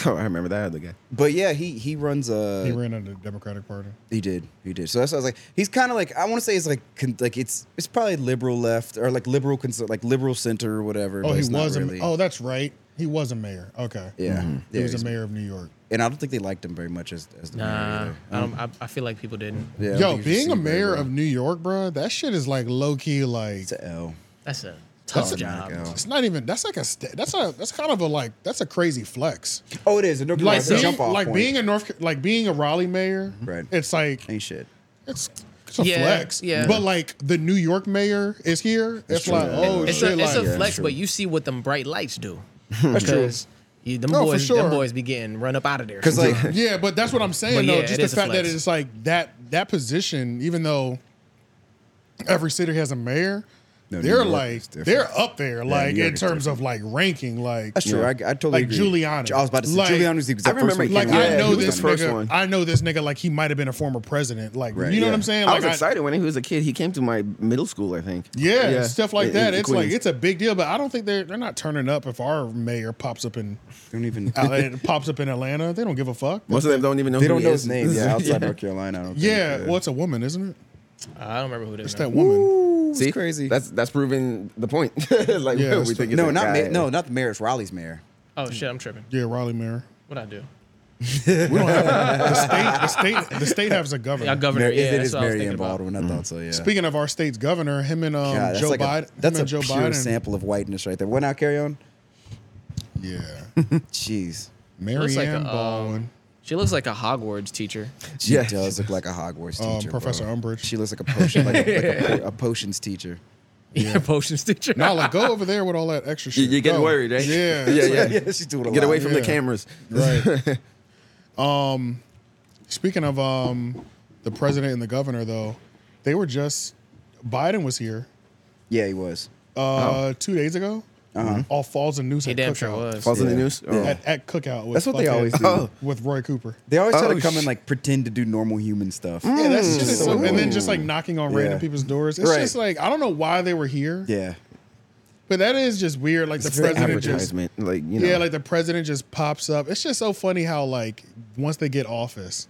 Speaker 3: I remember that other guy.
Speaker 2: but yeah, he he runs a
Speaker 1: He ran under the Democratic Party.
Speaker 2: He did. He did. So that's what I was like. He's kind of like I want to say it's like con- like it's it's probably liberal left or like liberal cons- like liberal center or whatever.
Speaker 1: Oh,
Speaker 2: but
Speaker 1: he
Speaker 2: it's not
Speaker 1: was.
Speaker 2: really.
Speaker 1: A, oh, that's right. He was a mayor. Okay. Mm-hmm.
Speaker 2: Yeah. Mhm.
Speaker 1: He
Speaker 2: Yeah,
Speaker 1: was
Speaker 2: he's-
Speaker 1: a mayor of New York.
Speaker 2: and I don't think they liked him very much as as the mayor
Speaker 10: Nah,
Speaker 2: either.
Speaker 10: I don't. I, I feel like people didn't.
Speaker 2: Yeah, I don't
Speaker 1: Yo,
Speaker 2: think he was
Speaker 1: being a
Speaker 2: seen very
Speaker 1: mayor
Speaker 2: well.
Speaker 1: of New York, bro, that shit is like low key. Like
Speaker 2: it's a L.
Speaker 10: That's a tough
Speaker 2: That's a
Speaker 10: job.
Speaker 2: knockout.
Speaker 1: it's not even. That's like a. st- That's a. That's kind of a like. That's a crazy flex.
Speaker 2: Oh, it is. And don't get me wrong,
Speaker 1: Like
Speaker 2: it's a
Speaker 1: being,
Speaker 2: jump off
Speaker 1: like
Speaker 2: point. Mm-hmm.
Speaker 1: being a North, Ca- like being a Raleigh mayor.
Speaker 2: Right.
Speaker 1: It's like
Speaker 2: ain't shit.
Speaker 1: it's. It's a
Speaker 10: Yeah,
Speaker 1: flex,
Speaker 10: yeah.
Speaker 1: But like the New York mayor is here. It's
Speaker 2: true.
Speaker 1: like
Speaker 2: Yeah.
Speaker 1: oh
Speaker 10: It's
Speaker 1: shit,
Speaker 10: a,
Speaker 1: like
Speaker 10: it's a flex,
Speaker 2: true.
Speaker 10: but you see what them bright lights do.
Speaker 2: That's true.
Speaker 10: Because you, them
Speaker 1: No, for
Speaker 10: boys,
Speaker 1: sure.
Speaker 10: them boys be getting run up out of there.
Speaker 2: Because like
Speaker 1: yeah, but that's what I'm saying
Speaker 10: But
Speaker 1: though.
Speaker 10: yeah,
Speaker 1: just
Speaker 10: it
Speaker 1: the
Speaker 10: is a
Speaker 1: fact that
Speaker 10: flex.
Speaker 1: it's like that that position, even though every city has a mayor,
Speaker 2: No, New
Speaker 1: they're
Speaker 2: York is
Speaker 1: like
Speaker 2: different.
Speaker 1: they're up there,
Speaker 2: Yeah,
Speaker 1: like
Speaker 2: New York
Speaker 1: in
Speaker 2: is
Speaker 1: terms of like ranking, like
Speaker 2: that's true. I, I totally
Speaker 1: like
Speaker 2: agree.
Speaker 1: Giuliani.
Speaker 2: I was about to say
Speaker 1: Like-
Speaker 2: Giuliani's the
Speaker 3: I
Speaker 2: exact
Speaker 3: remember
Speaker 2: person.
Speaker 3: he
Speaker 1: Like
Speaker 3: Yeah,
Speaker 1: I know
Speaker 3: he was the
Speaker 1: this
Speaker 3: first
Speaker 1: nigga.
Speaker 3: one.
Speaker 1: I know this nigga. Like he might have been a former president. Like
Speaker 2: Right,
Speaker 1: you know what
Speaker 2: yeah.
Speaker 1: I'm saying?
Speaker 3: I
Speaker 1: Like
Speaker 3: was excited when he was a kid. He came to my middle school, I think.
Speaker 1: Yeah, stuff like
Speaker 3: In-
Speaker 1: that.
Speaker 3: in
Speaker 1: it's like
Speaker 3: Queens.
Speaker 1: it's a big deal, but I don't think they're they're not turning up if our mayor pops up in [laughs]
Speaker 2: don't even.
Speaker 1: out-
Speaker 2: [laughs]
Speaker 1: it pops up in Atlanta. They don't give a fuck.
Speaker 3: most of them don't even know.
Speaker 2: They
Speaker 3: who
Speaker 2: don't
Speaker 3: he
Speaker 2: know
Speaker 3: is. [laughs]
Speaker 2: his name.
Speaker 1: [laughs]
Speaker 2: Yeah, outside North Carolina. I don't think,
Speaker 1: Yeah, well, it's a woman, isn't it?
Speaker 10: I don't remember who did
Speaker 1: It's that
Speaker 10: that.
Speaker 1: woman.
Speaker 3: See,
Speaker 2: crazy.
Speaker 3: That's that's proving the point. [laughs] like
Speaker 1: Yeah, that's true.
Speaker 3: we think it's
Speaker 2: no,
Speaker 3: that
Speaker 2: not
Speaker 3: guy.
Speaker 2: ma- no, not the mayor. It's Raleigh's mayor.
Speaker 10: Oh shit, I'm tripping.
Speaker 1: Yeah, Raleigh mayor.
Speaker 10: What I do?
Speaker 1: We don't have the state. The state. The state has a governor.
Speaker 10: Yeah, governor,
Speaker 2: Mary-
Speaker 10: yeah,
Speaker 2: it
Speaker 10: that's
Speaker 2: is
Speaker 10: what I was
Speaker 2: Mary Ann
Speaker 10: thinking about. Mm-hmm.
Speaker 2: Baldwin. I thought so. Yeah.
Speaker 1: Speaking of our state's governor, him and um,
Speaker 2: God, that's
Speaker 1: Joe
Speaker 2: like a-
Speaker 1: Biden.
Speaker 2: that's
Speaker 1: him
Speaker 2: a
Speaker 1: and Joe
Speaker 2: pure
Speaker 1: Biden.
Speaker 2: sample of whiteness right there. What now? Carry on. [laughs]
Speaker 1: Yeah.
Speaker 2: Jeez.
Speaker 1: Mary Ann
Speaker 2: um,
Speaker 10: uh,
Speaker 1: Baldwin.
Speaker 10: she looks like a Hogwarts teacher. [laughs]
Speaker 2: She does look like a Hogwarts
Speaker 1: Um,
Speaker 2: teacher.
Speaker 1: Professor
Speaker 2: bro.
Speaker 1: Umbridge.
Speaker 2: She looks like a potion, like
Speaker 3: [laughs]
Speaker 2: a, like a, po- a potions teacher.
Speaker 10: Yeah, potions teacher.
Speaker 1: Now, like, go over there with all that extra
Speaker 3: You-
Speaker 1: shit.
Speaker 3: You're getting
Speaker 1: Go.
Speaker 3: worried, eh? right? [laughs]
Speaker 1: Yeah.
Speaker 3: yeah,
Speaker 1: it's
Speaker 3: yeah.
Speaker 2: [laughs]
Speaker 1: like-
Speaker 2: She do it a
Speaker 3: Get
Speaker 2: lot.
Speaker 3: away from the
Speaker 1: Yeah.
Speaker 3: cameras.
Speaker 1: Right.
Speaker 3: [laughs]
Speaker 1: um, speaking of um, the president and the governor, though, they were just Biden was here
Speaker 2: Yeah, he was.
Speaker 1: uh, two days ago.
Speaker 2: Oh. Uh-huh.
Speaker 1: All falls and news.
Speaker 10: He
Speaker 1: at
Speaker 10: damn
Speaker 1: cookout.
Speaker 10: sure was.
Speaker 3: Falls in the
Speaker 2: Yeah.
Speaker 3: news. Oh.
Speaker 1: At, at cookout. With
Speaker 2: That's what they
Speaker 1: fucking-
Speaker 2: always do.
Speaker 1: With Roy Cooper.
Speaker 2: They always try
Speaker 3: Oh,
Speaker 2: to come
Speaker 3: sh-
Speaker 2: and like pretend to do normal human stuff.
Speaker 1: Yeah,
Speaker 3: Hmm.
Speaker 1: that's just so, and then
Speaker 2: Ooh.
Speaker 1: just like knocking on
Speaker 2: Yeah.
Speaker 1: random people's doors. It's
Speaker 2: Right.
Speaker 1: just like I don't know why they were here,
Speaker 2: Yeah.
Speaker 1: but that is just weird. Like
Speaker 3: It's
Speaker 1: the
Speaker 3: an
Speaker 1: president just
Speaker 3: advertisement. like you know.
Speaker 1: yeah, like the president just pops up. It's just so funny how like once they get office,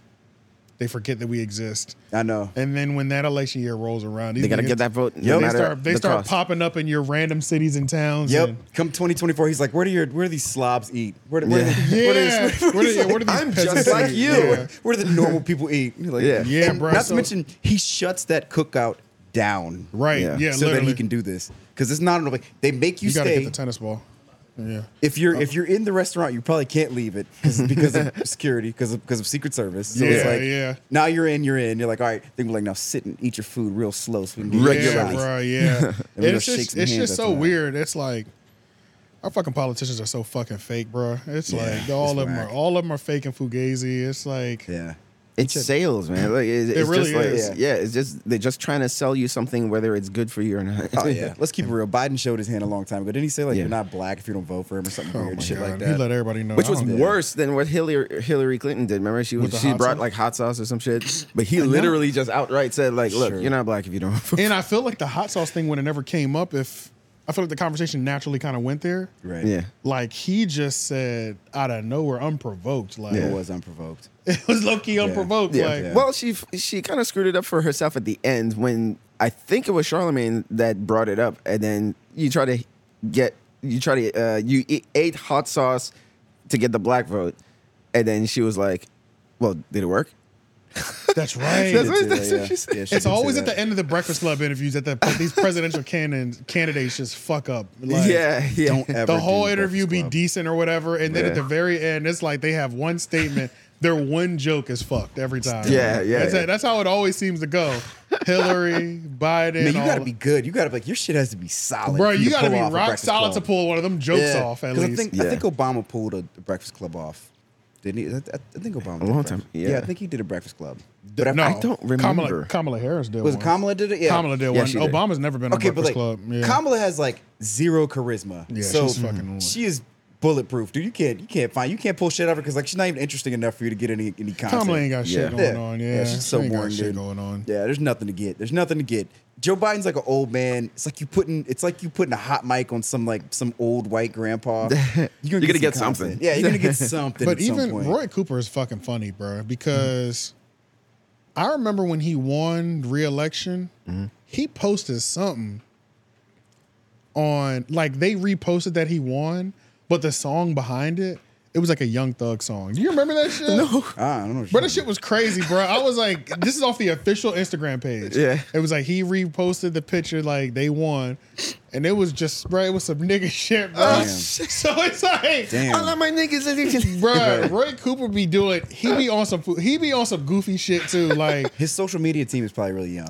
Speaker 1: they forget that we exist,
Speaker 2: I know.
Speaker 1: and then when that election year rolls around, these
Speaker 3: they gotta
Speaker 1: niggas-
Speaker 3: get that vote.
Speaker 2: Yep.
Speaker 3: No
Speaker 1: They
Speaker 3: matter
Speaker 1: start they
Speaker 3: the
Speaker 1: start
Speaker 3: cost.
Speaker 1: popping up in your random cities and towns.
Speaker 2: Yep.
Speaker 1: and-
Speaker 2: Come 2024, he's like, where do your where do these slobs eat? Where do, where do-
Speaker 1: yeah.
Speaker 2: where do
Speaker 1: [laughs]
Speaker 2: these- [laughs]
Speaker 1: Where do- yeah, where do these
Speaker 3: I'm just
Speaker 1: peasants
Speaker 3: like
Speaker 1: eat?
Speaker 3: you.
Speaker 1: Yeah.
Speaker 2: where do the normal people eat? You're Like,
Speaker 3: Yeah.
Speaker 1: Yeah,
Speaker 2: and
Speaker 1: bro,
Speaker 2: Not
Speaker 1: so-
Speaker 2: to mention he shuts that cookout down.
Speaker 1: Right. Yeah.
Speaker 3: Yeah.
Speaker 2: so that
Speaker 1: literally.
Speaker 2: he can do this. Because it's not like they make you,
Speaker 1: you gotta
Speaker 2: stay.
Speaker 1: get the Oh. tennis ball. Yeah.
Speaker 2: if you're if you're in the restaurant, you probably can't leave it 'cause- because of [laughs] security, because of because of Secret Service. So it's
Speaker 1: Yeah,
Speaker 2: like
Speaker 1: yeah.
Speaker 2: now you're in, you're in. You're like, all right, they be like, now sit and eat your food real slow so we can get
Speaker 3: Regular
Speaker 1: Yeah,
Speaker 2: shots. [laughs]
Speaker 1: bro, yeah.
Speaker 2: And we
Speaker 1: it's
Speaker 2: go shake
Speaker 1: just
Speaker 2: some
Speaker 1: it's
Speaker 2: hands
Speaker 1: just
Speaker 2: after
Speaker 1: so
Speaker 2: that.
Speaker 1: weird. It's like our fucking politicians are so fucking fake, bro. It's
Speaker 2: Yeah,
Speaker 1: like all
Speaker 2: it's
Speaker 1: of them
Speaker 2: whack.
Speaker 1: are all of them are fake and fugazi. It's like
Speaker 2: Yeah.
Speaker 3: It's sales, man. Like, it's,
Speaker 1: It
Speaker 3: it's
Speaker 1: really
Speaker 3: just like,
Speaker 1: is.
Speaker 3: Yeah, it's just they're just trying to sell you something, whether it's good for you or not. [laughs]
Speaker 2: Oh yeah. Let's keep it real. Biden showed his hand a long time ago. Didn't he say like
Speaker 3: Yeah.
Speaker 2: you're not black if you don't vote for him or something
Speaker 1: oh
Speaker 2: weird
Speaker 1: my
Speaker 2: shit
Speaker 1: God.
Speaker 2: like
Speaker 1: He
Speaker 2: that?
Speaker 1: let everybody know.
Speaker 3: Which
Speaker 1: I
Speaker 3: was
Speaker 1: don't-
Speaker 3: worse than what Hillary Hillary Clinton did. Remember, she
Speaker 1: Oh, With the
Speaker 3: was, she
Speaker 1: hot
Speaker 3: brought
Speaker 1: sauce?
Speaker 3: like hot sauce or some shit. But he literally just outright said, like, look,
Speaker 2: Sure.
Speaker 3: you're not black if you don't. [laughs]
Speaker 1: And I feel like the hot sauce thing when it never came up, if I feel like the conversation naturally kind of went there.
Speaker 2: Right.
Speaker 3: yeah,
Speaker 1: Like he just said out of nowhere, unprovoked. Like
Speaker 2: It was unprovoked.
Speaker 1: [laughs] it was low key unprovoked.
Speaker 3: yeah.
Speaker 1: Like
Speaker 3: Well, she f- she kind of screwed it up for herself at the end when I think it was Charlemagne that brought it up, and then you try to get you try to uh, you e- ate hot sauce to get the black vote, and then she was like, "Well, did it work?"
Speaker 1: that's right.
Speaker 3: That's what-
Speaker 2: Did say
Speaker 3: that's
Speaker 2: that,
Speaker 3: what she said.
Speaker 2: Yeah, she did
Speaker 1: it's
Speaker 2: say
Speaker 1: always at
Speaker 2: that.
Speaker 1: the end of the Breakfast Club interviews that the, these presidential candidates candidates just fuck up. Like,
Speaker 3: yeah, yeah.
Speaker 2: Don't ever
Speaker 1: the whole
Speaker 2: do
Speaker 1: interview
Speaker 2: Breakfast
Speaker 1: be
Speaker 2: Club.
Speaker 1: decent or whatever, and then
Speaker 3: Yeah.
Speaker 1: at the very end, it's like they have one statement. Their one joke is fucked every time.
Speaker 3: Yeah, yeah,
Speaker 1: That's, it.
Speaker 3: yeah.
Speaker 1: that's how it always seems to go. Hillary, Biden,
Speaker 2: Man, you
Speaker 1: all-
Speaker 2: gotta be good. You gotta like your shit has to be solid.
Speaker 1: bro.
Speaker 2: for
Speaker 1: You
Speaker 2: to
Speaker 1: got to
Speaker 2: pull
Speaker 1: be
Speaker 2: off a
Speaker 1: rock
Speaker 2: Breakfast
Speaker 1: solid
Speaker 2: Club.
Speaker 1: to pull one of them jokes
Speaker 2: Yeah,
Speaker 1: off at
Speaker 2: 'cause
Speaker 1: least.
Speaker 2: I think, I
Speaker 3: Yeah.
Speaker 2: think Obama pulled a Breakfast Club off. Didn't he? I, I think Obama did
Speaker 3: long
Speaker 2: Breakfast-
Speaker 3: time,
Speaker 2: I
Speaker 3: yeah.
Speaker 2: think he did a Breakfast Club. But I-
Speaker 1: no,
Speaker 2: I
Speaker 3: don't remember.
Speaker 1: Kamala, Kamala Harris did.
Speaker 2: was it
Speaker 1: one.
Speaker 2: Kamala did it? Yeah,
Speaker 1: Kamala did
Speaker 3: Yeah,
Speaker 1: one.
Speaker 3: she did.
Speaker 1: Obama's never been on
Speaker 2: Okay, but
Speaker 1: Breakfast Club.
Speaker 2: like
Speaker 1: Yeah.
Speaker 2: Kamala has like zero charisma.
Speaker 1: Yeah,
Speaker 2: so
Speaker 1: she's fucking
Speaker 2: she is bulletproof, dude. You can't you can't find you can't pull shit out of her because like she's not even interesting enough for you to get any any content.
Speaker 1: Kamala ain't got shit
Speaker 3: Yeah.
Speaker 1: going on. Yeah,
Speaker 2: she's so
Speaker 1: She ain't got
Speaker 2: boring.
Speaker 1: Shit
Speaker 2: dude.
Speaker 1: going on.
Speaker 2: Yeah, there's nothing to get. There's nothing to get. Joe Biden's like an old man. It's like you putting. It's like you putting a hot mic on some like some old
Speaker 1: [laughs]
Speaker 2: white grandpa. You're gonna,
Speaker 3: You're gonna get
Speaker 2: some
Speaker 3: something.
Speaker 2: content. Yeah, you're gonna get something.
Speaker 1: But
Speaker 2: at some
Speaker 1: even
Speaker 2: point.
Speaker 1: Roy Cooper is fucking funny, bro, because I remember when he won re-election,
Speaker 2: Mm-hmm.
Speaker 1: he posted something on like they reposted that he won, but the song behind it, it was like a Young Thug song. Do you remember that
Speaker 2: [laughs]
Speaker 1: shit? no.
Speaker 2: Ah, I don't know. what
Speaker 1: Bro,
Speaker 2: you're
Speaker 1: that shit was crazy, bro. I was like, this is off the official Instagram page.
Speaker 3: Yeah.
Speaker 1: It was like he reposted the picture like they won. And it was just bro, it was some nigga [laughs] shit, bro.
Speaker 2: Damn.
Speaker 1: So it's like
Speaker 2: Oh, Damn.
Speaker 3: All of my niggas. [laughs] is-
Speaker 1: Bruh, Roy Cooper be doing. He be on some. foo- He be on some goofy shit too. Like,
Speaker 2: His social media team is probably really um,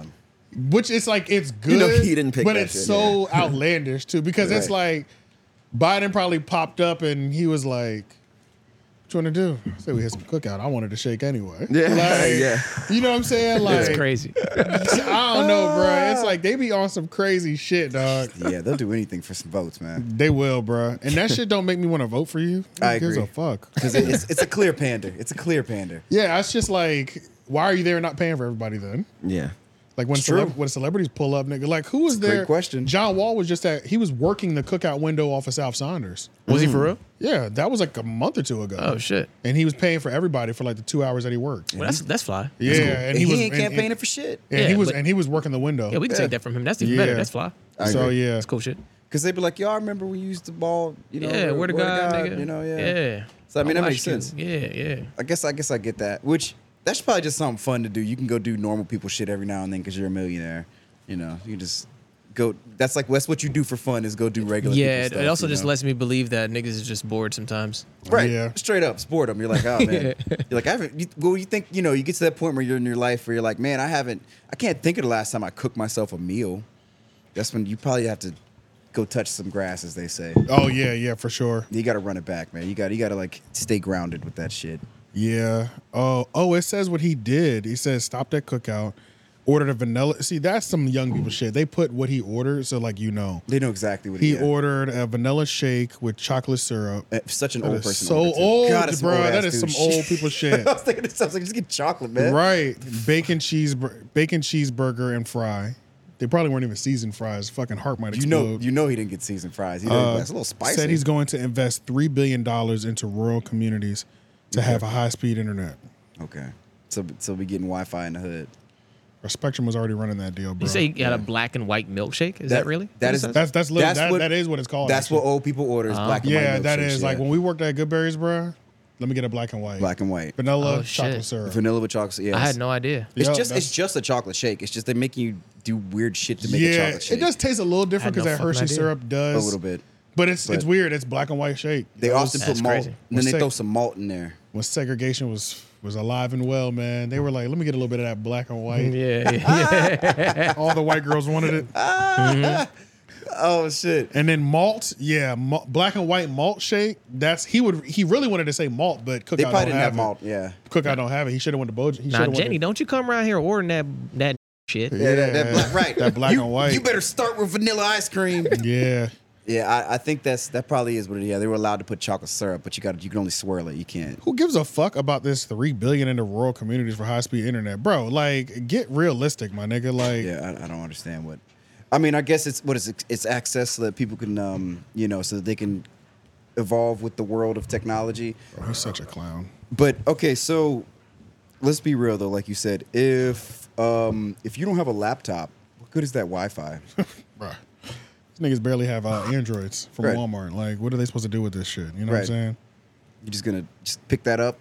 Speaker 2: young.
Speaker 1: which it's like it's good.
Speaker 3: [laughs] You know he didn't pick
Speaker 1: but
Speaker 3: that
Speaker 1: it's
Speaker 3: shit,
Speaker 1: so
Speaker 3: [laughs]
Speaker 1: outlandish too because it's like Biden probably popped up and he was like, "What you want to do?" I said we had some cookout. I wanted to shake anyway.
Speaker 3: Yeah, [laughs]
Speaker 1: Like,
Speaker 3: yeah.
Speaker 1: You know what I'm saying? Like,
Speaker 9: It's crazy.
Speaker 1: [laughs] I don't know, bruh.
Speaker 3: Ah.
Speaker 1: It's like they be on some crazy shit, dog.
Speaker 2: Yeah, they'll do anything for some votes, man.
Speaker 1: [laughs] They will, bruh. And that shit don't make me want to vote for you. Who
Speaker 2: I
Speaker 1: gives
Speaker 2: agree.
Speaker 1: a fuck?
Speaker 2: Because it's, it's a clear pander. It's a clear pander.
Speaker 1: Yeah, it's just like, why are you there and not paying for everybody then?
Speaker 3: yeah.
Speaker 1: Like when
Speaker 2: It's true.
Speaker 1: celeb- when celebrities pull up, nigga. Like who was
Speaker 2: a great
Speaker 1: there?
Speaker 2: question.
Speaker 1: John Wall was just at. He was working the cookout window off of South Saunders.
Speaker 9: Was he for real?
Speaker 1: Yeah, that was like a month or two ago.
Speaker 9: Oh shit.
Speaker 1: And he was paying for everybody for like the two hours that he worked.
Speaker 10: Well, that's that's fly.
Speaker 1: yeah, and
Speaker 2: And
Speaker 1: he,
Speaker 2: he,
Speaker 1: was
Speaker 2: ain't
Speaker 1: and-
Speaker 2: campaigning
Speaker 1: and-
Speaker 2: for shit.
Speaker 1: and he
Speaker 10: Yeah,
Speaker 1: was
Speaker 10: but-
Speaker 1: and he was working the window.
Speaker 10: Yeah, we can take that from him. That's even
Speaker 1: Yeah.
Speaker 10: better. That's fly.
Speaker 1: so yeah,
Speaker 10: That's cool shit.
Speaker 2: Because they'd be like, "Yo, I remember we used the ball. You know,
Speaker 9: Yeah, word of God, nigga.
Speaker 2: You know, yeah.
Speaker 9: Yeah.
Speaker 2: So I mean,
Speaker 9: I
Speaker 2: that makes
Speaker 9: watched you.
Speaker 2: sense.
Speaker 9: Yeah, yeah.
Speaker 2: I guess, I guess I get that. Which that's probably just something fun to do. You can go do normal people shit every now and then because you're a millionaire. You know, you just go. That's like that's what you do for fun is go do regular.
Speaker 9: yeah,
Speaker 2: people
Speaker 9: it-
Speaker 2: stuff,
Speaker 9: it also
Speaker 2: you
Speaker 9: just
Speaker 2: know?
Speaker 9: lets me believe that niggas is just bored sometimes.
Speaker 2: Right. Straight up, it's boredom. You're like, oh
Speaker 9: [laughs]
Speaker 2: man. you're like, I haven't. You, well, you think you know. You get to that point where you're in your life where you're like, man, I haven't. I can't think of the last time I cooked myself a meal. That's when you probably have to go touch some grass, as they say.
Speaker 1: Oh yeah, yeah, for sure.
Speaker 2: You got to run it back, man. You got you got to like stay grounded with that shit.
Speaker 1: Yeah. Oh, oh, it says what he did. He says stop that cookout. Ordered a vanilla. See, that's some young people shit. They put what he ordered, so like you know.
Speaker 2: They know exactly what
Speaker 1: he
Speaker 2: he, had.
Speaker 1: ordered. A vanilla shake with chocolate syrup.
Speaker 2: Eh, Such an
Speaker 1: That
Speaker 2: old
Speaker 1: is
Speaker 2: person.
Speaker 1: So
Speaker 2: order, too.
Speaker 1: old,
Speaker 2: God, it's some
Speaker 1: bro. that
Speaker 2: old-ass
Speaker 1: is
Speaker 2: dude
Speaker 1: some
Speaker 2: [laughs]
Speaker 1: old people shit.
Speaker 2: I was thinking this. I was like, just get chocolate, man.
Speaker 1: Right. Bacon cheese, bacon cheeseburger and fry. They probably weren't even seasoned fries. Fucking heart might
Speaker 2: You
Speaker 1: explode.
Speaker 2: know, you know, he didn't get seasoned fries. He
Speaker 1: Uh,
Speaker 2: didn't, that's a little spicy.
Speaker 1: Said he's going to invest three billion dollars into rural communities to have a high speed internet.
Speaker 2: okay. So, so we getting Wi-Fi in the hood.
Speaker 1: Or Spectrum was already running that deal, bro.
Speaker 9: You say you got a black and white milkshake? Is that, really?
Speaker 2: That
Speaker 9: What
Speaker 2: is
Speaker 1: that's that's, lit- that, that is what it's called.
Speaker 2: That's
Speaker 1: actually.
Speaker 2: what old people order is
Speaker 9: Uh-huh.
Speaker 1: Uh,
Speaker 2: black and white.
Speaker 1: yeah, that
Speaker 2: milkshakes,
Speaker 1: is
Speaker 2: yeah.
Speaker 1: like when we worked at Goodberries, bro. Let me get a black and white.
Speaker 2: black and white
Speaker 1: Vanilla, Oh, chocolate shit. syrup.
Speaker 2: Vanilla with chocolate. Yeah,
Speaker 9: I
Speaker 2: it's-
Speaker 9: had no idea.
Speaker 2: It's
Speaker 1: Yeah,
Speaker 2: just
Speaker 1: that's-
Speaker 2: it's just a chocolate shake. It's just they make you do weird shit to make a
Speaker 1: yeah,
Speaker 2: chocolate shake.
Speaker 1: it does taste a little different
Speaker 2: Had no
Speaker 1: because that
Speaker 2: fucking
Speaker 1: Hershey
Speaker 2: idea.
Speaker 1: syrup does
Speaker 2: A little bit.
Speaker 1: but it's
Speaker 2: But-
Speaker 1: it's weird. It's black and white shake.
Speaker 2: They
Speaker 1: That
Speaker 2: often
Speaker 1: was-
Speaker 2: put malt, and then
Speaker 1: When
Speaker 2: they
Speaker 1: seg-
Speaker 2: throw some malt in there.
Speaker 1: When segregation was was alive and well, man, they were like, "Let me get a little bit of that black and [laughs] white."
Speaker 9: Yeah, yeah.
Speaker 1: All the white girls wanted [laughs] it.
Speaker 2: Oh shit!
Speaker 1: And then malt, yeah, malt, black and white malt shake. That's he would he really wanted to say malt, but cookout
Speaker 2: They probably
Speaker 1: don't
Speaker 2: didn't have
Speaker 1: it.
Speaker 2: malt. Yeah.
Speaker 1: Cookout don't have it. He should have went to Bojangles. He
Speaker 9: Nah,
Speaker 1: shoulda went
Speaker 9: Jenny, don't you come around here ordering that that shit.
Speaker 1: Yeah, that- that Yeah. black-
Speaker 2: Right.
Speaker 1: That black
Speaker 2: You-
Speaker 1: and white.
Speaker 2: You better start with vanilla ice
Speaker 1: [laughs]
Speaker 2: cream.
Speaker 1: to- yeah.
Speaker 2: yeah, I, I think that's that probably is what it is. Yeah, they were allowed to put chocolate syrup, but you got to you can only swirl it. You can't.
Speaker 1: Who gives a fuck about this three billion into rural communities for high speed internet, bro? Like, get realistic, my nigga. Like,
Speaker 2: Yeah, I, I don't understand what. I mean, I guess it's what is it- it's access so that people can um you know so that they can evolve with the world of technology.
Speaker 1: bro, he's such a clown.
Speaker 2: But okay, so let's be real though. Like you said, if um if you don't have a laptop, what good is that
Speaker 1: [laughs]
Speaker 2: Wi-Fi?
Speaker 1: Bruh. These niggas barely have uh, androids from
Speaker 2: Right.
Speaker 1: Walmart. Like, what are they supposed to do with this shit? You know what I'm
Speaker 2: Right.
Speaker 1: saying?
Speaker 2: You're just gonna just pick that up.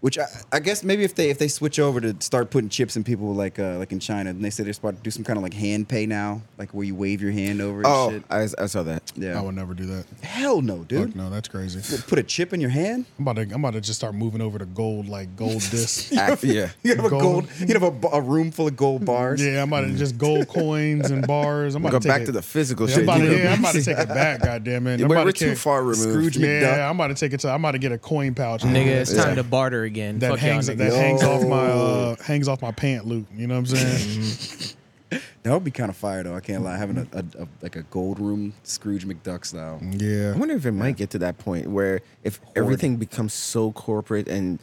Speaker 2: Which I, I guess maybe if they if they switch over to start putting chips in people like uh, like in China, and they say they're supposed to do some kind of like hand pay now, like where you wave your hand over. And
Speaker 3: Oh,
Speaker 2: shit.
Speaker 3: I, I saw that.
Speaker 2: yeah.
Speaker 1: I would never do that.
Speaker 2: Hell no, dude.
Speaker 1: Fuck no, that's crazy.
Speaker 2: Put a chip in your hand.
Speaker 1: I'm about to I'm about to just start moving over to gold, like gold
Speaker 3: [laughs]
Speaker 1: disc. [laughs]
Speaker 3: Act- Ah, yeah.
Speaker 2: [laughs] You have a
Speaker 1: Gold.
Speaker 2: gold. You have a, b- a room full of gold bars.
Speaker 1: Yeah, I'm about to just gold coins and bars. I'm about
Speaker 3: Mm. Go
Speaker 1: to take
Speaker 3: back
Speaker 1: it.
Speaker 3: to the physical
Speaker 1: yeah,
Speaker 3: shit.
Speaker 1: I'm about,
Speaker 3: You
Speaker 1: to,
Speaker 3: know,
Speaker 1: yeah, I'm about to take it back. goddamn it!
Speaker 3: Yeah,
Speaker 1: I'm
Speaker 3: we're-
Speaker 1: about
Speaker 3: we're
Speaker 1: to
Speaker 3: too
Speaker 1: kick-
Speaker 3: far removed. Scrooge
Speaker 1: Yeah,
Speaker 3: McDuck.
Speaker 1: I'm about to take it to. I'm about to get a coin pouch,
Speaker 9: Nigga, it's time
Speaker 1: Yeah.
Speaker 9: to barter again.
Speaker 1: that
Speaker 9: Fuck
Speaker 1: hangs
Speaker 9: y'all
Speaker 1: that
Speaker 9: niggas.
Speaker 1: hangs off my
Speaker 2: Yo.
Speaker 1: uh, hangs off my pant loop. You know what I'm
Speaker 3: [laughs] Mm-hmm.
Speaker 1: saying?
Speaker 2: That would be kind of fire though. I can't lie. Having a, a, a like a gold room Scrooge McDuck style.
Speaker 1: yeah.
Speaker 3: I wonder if it might get to that point where if everything becomes so corporate and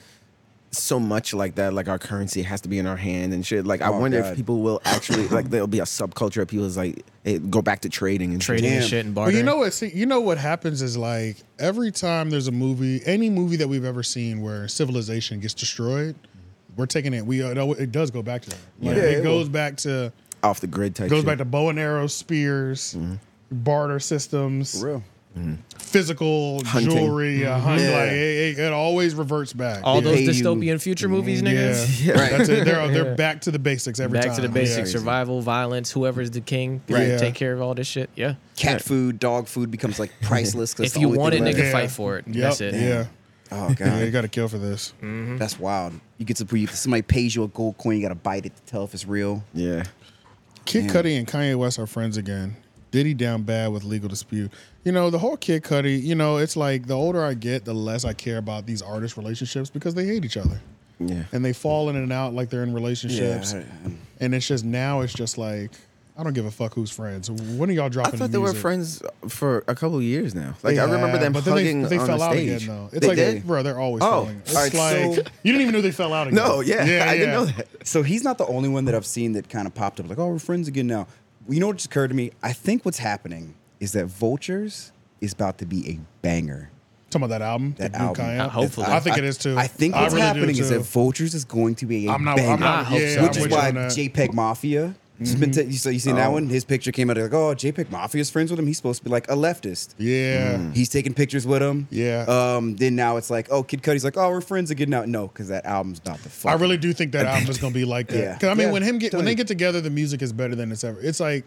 Speaker 3: so much like that, like our currency has to be in our hand and shit. Like I
Speaker 2: Oh,
Speaker 3: wonder
Speaker 2: God.
Speaker 3: if
Speaker 1: [coughs]
Speaker 3: people will actually like there'll be a subculture of people is like hey, go back to trading and
Speaker 9: Trading and
Speaker 3: Shit.
Speaker 9: shit and
Speaker 1: But
Speaker 9: bartering.
Speaker 1: you know what? See, you know what happens is like every time there's a movie, any movie that we've ever seen where civilization gets destroyed, we're taking it. We uh, it does go back to that. Like,
Speaker 3: Yeah,
Speaker 1: it,
Speaker 3: it
Speaker 1: goes back to
Speaker 3: Off the grid type.
Speaker 1: goes
Speaker 3: shit.
Speaker 1: back to bow and arrow, spears, barter systems,
Speaker 2: For real.
Speaker 1: physical
Speaker 3: Hunting.
Speaker 1: jewelry. uh, hunt,
Speaker 2: Yeah.
Speaker 1: like, it, it- it always reverts back.
Speaker 9: all
Speaker 2: They
Speaker 9: those
Speaker 2: pay you-
Speaker 9: dystopian future movies,
Speaker 1: yeah,
Speaker 10: [laughs]
Speaker 9: niggas.
Speaker 2: Right.
Speaker 1: That's it. They're, they're back to the basics [laughs] every
Speaker 9: Back
Speaker 1: time.
Speaker 9: to the basics:
Speaker 1: Yeah.
Speaker 9: survival, violence. Whoever's the king,
Speaker 1: Right.
Speaker 9: take care of all this shit. Yeah.
Speaker 2: Cat food, dog food becomes
Speaker 1: [laughs]
Speaker 2: like priceless. 'cause
Speaker 9: If
Speaker 2: it's the
Speaker 9: you
Speaker 2: only
Speaker 9: want it,
Speaker 2: thing
Speaker 9: nigga,
Speaker 2: left.
Speaker 9: fight for it.
Speaker 1: Yep.
Speaker 9: That's it.
Speaker 1: Yeah.
Speaker 2: Oh
Speaker 1: yeah, you
Speaker 2: god,
Speaker 1: got to kill for this.
Speaker 2: that's wild. You get to you, somebody pays you a gold coin. You got to bite it to tell if it's real.
Speaker 3: Yeah.
Speaker 1: Kid Cudi and Kanye West are friends again. Diddy down bad with legal dispute. You know, the whole Kid Cudi, you know, it's like the older I get, the less I care about these artist relationships because they hate each other.
Speaker 3: Yeah.
Speaker 1: And they fall in and out like they're in relationships.
Speaker 2: I-
Speaker 1: and it's just now it's just like, I don't give a fuck who's friends. When are y'all
Speaker 3: I
Speaker 1: dropping
Speaker 3: thought they
Speaker 1: the
Speaker 3: were
Speaker 1: music?
Speaker 3: friends for a couple of years now. Like
Speaker 1: They
Speaker 3: I remember
Speaker 1: have,
Speaker 3: them
Speaker 1: but then
Speaker 3: hugging
Speaker 1: they, they
Speaker 3: on
Speaker 1: fell
Speaker 3: the
Speaker 1: out
Speaker 3: stage.
Speaker 1: again though. It's
Speaker 3: They
Speaker 1: like
Speaker 3: did?
Speaker 1: bro, they're always
Speaker 3: Oh,
Speaker 1: falling. It's
Speaker 3: all right,
Speaker 1: like
Speaker 3: so-
Speaker 1: you didn't even know they fell out again.
Speaker 3: [laughs] No, yeah, I didn't know that.
Speaker 2: So he's not the only one that I've seen that kind of popped up like, oh, we're friends again now. You know what just occurred to me? I think what's happening is that Vultures is about to be a banger.
Speaker 1: Talking about that album,
Speaker 2: That
Speaker 1: the
Speaker 2: album.
Speaker 1: New Kanye.
Speaker 9: Uh, hopefully.
Speaker 1: I think it is too.
Speaker 2: I think what's
Speaker 1: really do
Speaker 2: happening is
Speaker 1: too.
Speaker 2: that Vultures is going to be a
Speaker 1: I'm not.
Speaker 2: banger.
Speaker 1: I'm not.
Speaker 9: I hope
Speaker 1: yeah,
Speaker 9: so.
Speaker 1: I'm
Speaker 2: which is
Speaker 1: with you
Speaker 2: why
Speaker 1: on that. Mm-hmm. Oh.
Speaker 2: JPEG Mafia It's been ta- you- so you seen that one? His picture came out like, oh, JPEG Mafia's friends with him. He's supposed to be like a leftist.
Speaker 1: Yeah. Mm.
Speaker 2: He's taking pictures with him.
Speaker 1: Yeah.
Speaker 2: Um. Then now it's like, oh, Kid Cudi's like, oh, we're friends again now. No, because that album's not the fuck.
Speaker 1: I really do think that album is gonna be like that.
Speaker 2: Yeah.
Speaker 1: 'Cause I mean,
Speaker 2: Yeah,
Speaker 1: when him get when
Speaker 2: totally.
Speaker 1: they get together, the music is better than it's ever. It's like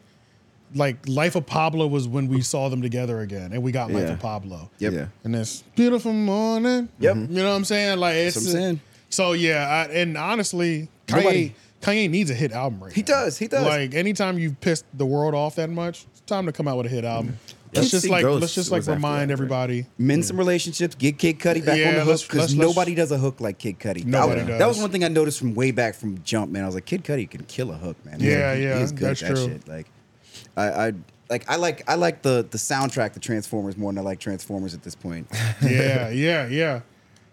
Speaker 1: like Life of Pablo was when we saw them together again, and we got Life
Speaker 2: Yeah.
Speaker 1: of Pablo.
Speaker 2: Yep. Yeah.
Speaker 1: And this beautiful morning. Yep. You know what I'm saying? Like it's
Speaker 2: That's what I'm saying.
Speaker 1: so yeah, I, and honestly, Kanye
Speaker 2: Nobody-
Speaker 1: Kanye needs a hit album right
Speaker 2: He does. He does.
Speaker 1: Like anytime you've pissed the world off that much, it's time to come out with a hit album. Let's
Speaker 2: Let's
Speaker 1: just
Speaker 2: see,
Speaker 1: like
Speaker 2: Ghost
Speaker 1: let's just like
Speaker 2: was after
Speaker 1: remind everybody.
Speaker 2: Mend some relationships. Get Kid Cudi back
Speaker 1: Yeah,
Speaker 2: on the
Speaker 1: let's-
Speaker 2: hook
Speaker 1: let's-
Speaker 2: because
Speaker 1: let's-
Speaker 2: nobody does a hook like Kid Cudi.
Speaker 1: Nobody
Speaker 2: that, was-
Speaker 1: does.
Speaker 2: That was one thing I noticed from way back from Jump. Man, I was like, Kid Cudi can kill a hook, man. He's-
Speaker 1: Yeah,
Speaker 2: he-
Speaker 1: yeah,
Speaker 2: he's good
Speaker 1: that's
Speaker 2: at that
Speaker 1: true.
Speaker 2: shit. Like, I, I like I like I like the the soundtrack to Transformers more than I like Transformers at
Speaker 3: [laughs]
Speaker 2: this point.
Speaker 1: yeah, yeah, yeah.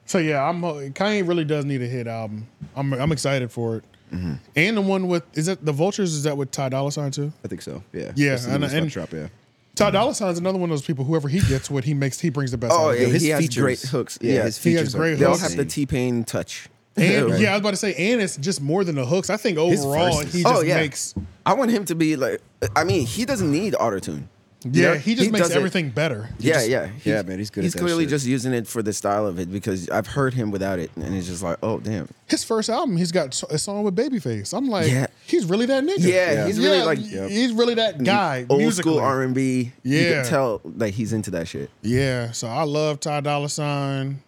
Speaker 1: So yeah, I'm ho- Kanye really does need a hit album. I'm I'm excited for it.
Speaker 3: Mm-hmm.
Speaker 1: And the one with is that the Vultures is that with Ty Dolla Sign too?
Speaker 2: I think so. Yeah.
Speaker 1: Yeah,
Speaker 2: That's the
Speaker 1: and-
Speaker 2: newest
Speaker 1: and-
Speaker 2: one drop, yeah.
Speaker 1: Ty Dolla Sign's another one of those people. Whoever he gets, what he makes, he brings the best.
Speaker 3: Oh,
Speaker 1: out of
Speaker 3: yeah,
Speaker 1: it.
Speaker 3: he has great hooks. Yeah,
Speaker 1: his features
Speaker 3: He has
Speaker 1: are great
Speaker 3: They all
Speaker 1: hooks.
Speaker 3: have the T Pain touch. [laughs]
Speaker 1: And, Yeah, I was about to say, and it's just more than the hooks. I think overall he
Speaker 3: Oh,
Speaker 1: just makes.
Speaker 3: I want him to be like. I mean, he doesn't need auto tune.
Speaker 1: Yeah, he just makes everything better. He
Speaker 3: Yeah,
Speaker 1: just-
Speaker 3: yeah,
Speaker 2: Yeah, man, he's good at
Speaker 3: He's
Speaker 2: that
Speaker 3: clearly
Speaker 2: shit.
Speaker 3: just using it for the style of it because I've heard him without it, and it's just like, oh damn.
Speaker 1: His first album, he's got so- a song with Babyface. I'm like,
Speaker 3: Yeah.
Speaker 1: he's really that nigga.
Speaker 3: Yeah, he's really like-
Speaker 1: he's really that guy.
Speaker 3: old
Speaker 1: musically.
Speaker 3: school R and B. you
Speaker 1: Yeah.
Speaker 3: can tell that he's into that shit.
Speaker 1: Yeah, so I love Ty Dolla Sign,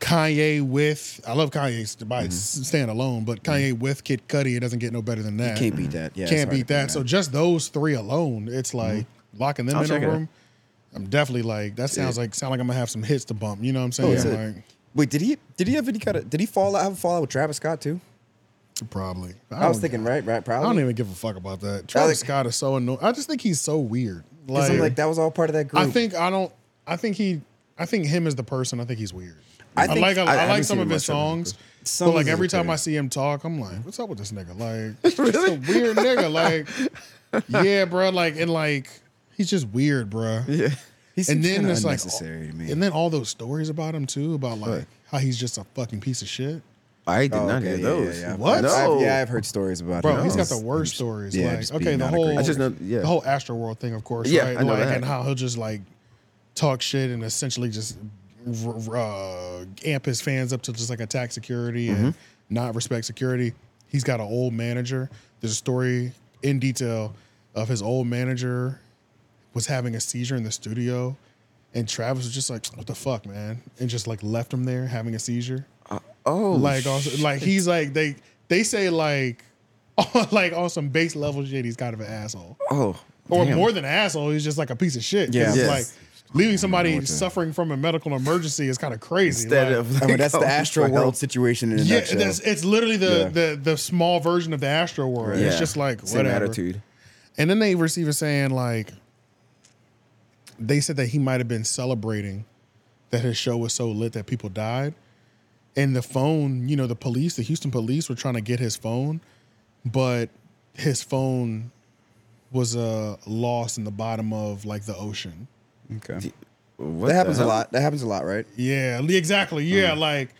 Speaker 1: Kanye with I love Kanye s-
Speaker 2: Mm-hmm.
Speaker 1: by s- stand alone, but Kanye with Kid Cudi, it doesn't get no better than that.
Speaker 2: can't beat that. Yeah, Mm-hmm. it's
Speaker 1: can't
Speaker 2: hard to
Speaker 1: beat that.
Speaker 2: beat
Speaker 1: So
Speaker 2: that.
Speaker 1: just those three alone, it's like locking them
Speaker 3: I'll
Speaker 1: in a
Speaker 3: check it out.
Speaker 1: room. I'm definitely like that sounds like sound like I'm gonna have some hits to bump. You know what I'm saying?
Speaker 2: Oh, it's a-
Speaker 1: like
Speaker 2: Wait, did he did he have any kind of did he fall out have a fallout with Travis Scott too?
Speaker 1: probably.
Speaker 2: I, was
Speaker 1: don't-
Speaker 2: thinking, right, right,
Speaker 1: I
Speaker 2: probably.
Speaker 1: don't even give a fuck about that. Travis Scott is so annoying. I just think he's so weird. Like,
Speaker 2: 'Cause I'm like that was all part of that group.
Speaker 1: I
Speaker 3: [laughs]
Speaker 1: think I don't. I think he. I think him as the person. I think he's weird. I,
Speaker 2: I think-
Speaker 1: like. I,
Speaker 2: I- I
Speaker 1: I like
Speaker 2: haven't
Speaker 1: some
Speaker 2: seen
Speaker 1: of his
Speaker 2: much of him,
Speaker 1: songs,
Speaker 2: but some
Speaker 1: but
Speaker 2: of
Speaker 1: like
Speaker 2: his
Speaker 1: every
Speaker 2: is
Speaker 1: time I
Speaker 2: okay.
Speaker 1: see him talk, I'm like, "What's up with this nigga?
Speaker 2: [laughs]
Speaker 1: Like, just a weird nigga. Like, yeah, bro. Like, and like, he's just weird, bro. Yeah.
Speaker 2: He seems
Speaker 1: and then
Speaker 2: kinda
Speaker 1: it's like,
Speaker 2: unnecessary to me.
Speaker 1: and then all those stories about him too, about like how he's just a fucking piece of shit.
Speaker 3: I did
Speaker 2: Oh,
Speaker 3: not
Speaker 2: okay,
Speaker 3: hear
Speaker 2: yeah,
Speaker 3: those.
Speaker 2: yeah, yeah. I've-
Speaker 1: What?
Speaker 2: I've-
Speaker 3: No.
Speaker 2: yeah, I've heard stories about
Speaker 1: Bro,
Speaker 2: him.
Speaker 1: he's got
Speaker 2: Just-
Speaker 1: the worst stories.
Speaker 2: yeah,
Speaker 1: like,
Speaker 2: just
Speaker 1: okay,
Speaker 2: being
Speaker 1: the
Speaker 2: not a great-
Speaker 1: whole
Speaker 3: I just know- yeah.
Speaker 1: the whole Astro World thing, of course,
Speaker 3: Yeah,
Speaker 1: right?
Speaker 3: I know
Speaker 1: like,
Speaker 3: that.
Speaker 1: and how he'll just like talk shit and essentially just r- r- uh, amp his fans up to just like attack security
Speaker 3: Mm-hmm.
Speaker 1: and not respect security. He's got an old manager. There's a story in detail of his old manager was having a seizure in the studio, and Travis was just like, "What the fuck, man?" and just like left him there having a seizure
Speaker 3: Oh,
Speaker 1: like also, like he's like they they say like [laughs] like on some base level shit he's kind of an asshole
Speaker 3: oh,
Speaker 1: or
Speaker 3: damn.
Speaker 1: more than an asshole he's just like a piece of shit 'Cause
Speaker 2: Yeah.
Speaker 1: it's
Speaker 2: Yes.
Speaker 1: like leaving somebody suffering from a medical emergency is kind of crazy
Speaker 3: instead
Speaker 1: like-
Speaker 3: of.
Speaker 2: I mean,
Speaker 3: like, [laughs]
Speaker 2: that's
Speaker 3: oh,
Speaker 2: the Astro
Speaker 3: fuck,
Speaker 2: World
Speaker 3: oh,
Speaker 2: situation in a
Speaker 1: yeah
Speaker 2: nutshell.
Speaker 1: that's it's literally the,
Speaker 2: Yeah.
Speaker 1: the the small version of the astro world it's
Speaker 3: yeah.
Speaker 1: just like
Speaker 3: Same
Speaker 1: whatever
Speaker 3: attitude.
Speaker 1: and then they receive a saying like they said that he might have been celebrating that his show was so lit that people died. And the phone, you know, the police, the Houston police were trying to get his phone, but his phone was uh lost in the bottom of like the ocean.
Speaker 2: okay.
Speaker 3: What
Speaker 2: That happens
Speaker 3: the
Speaker 2: a
Speaker 3: hell?
Speaker 2: lot. That happens a lot, right?
Speaker 1: Yeah, li- exactly.
Speaker 2: Mm.
Speaker 1: Yeah, like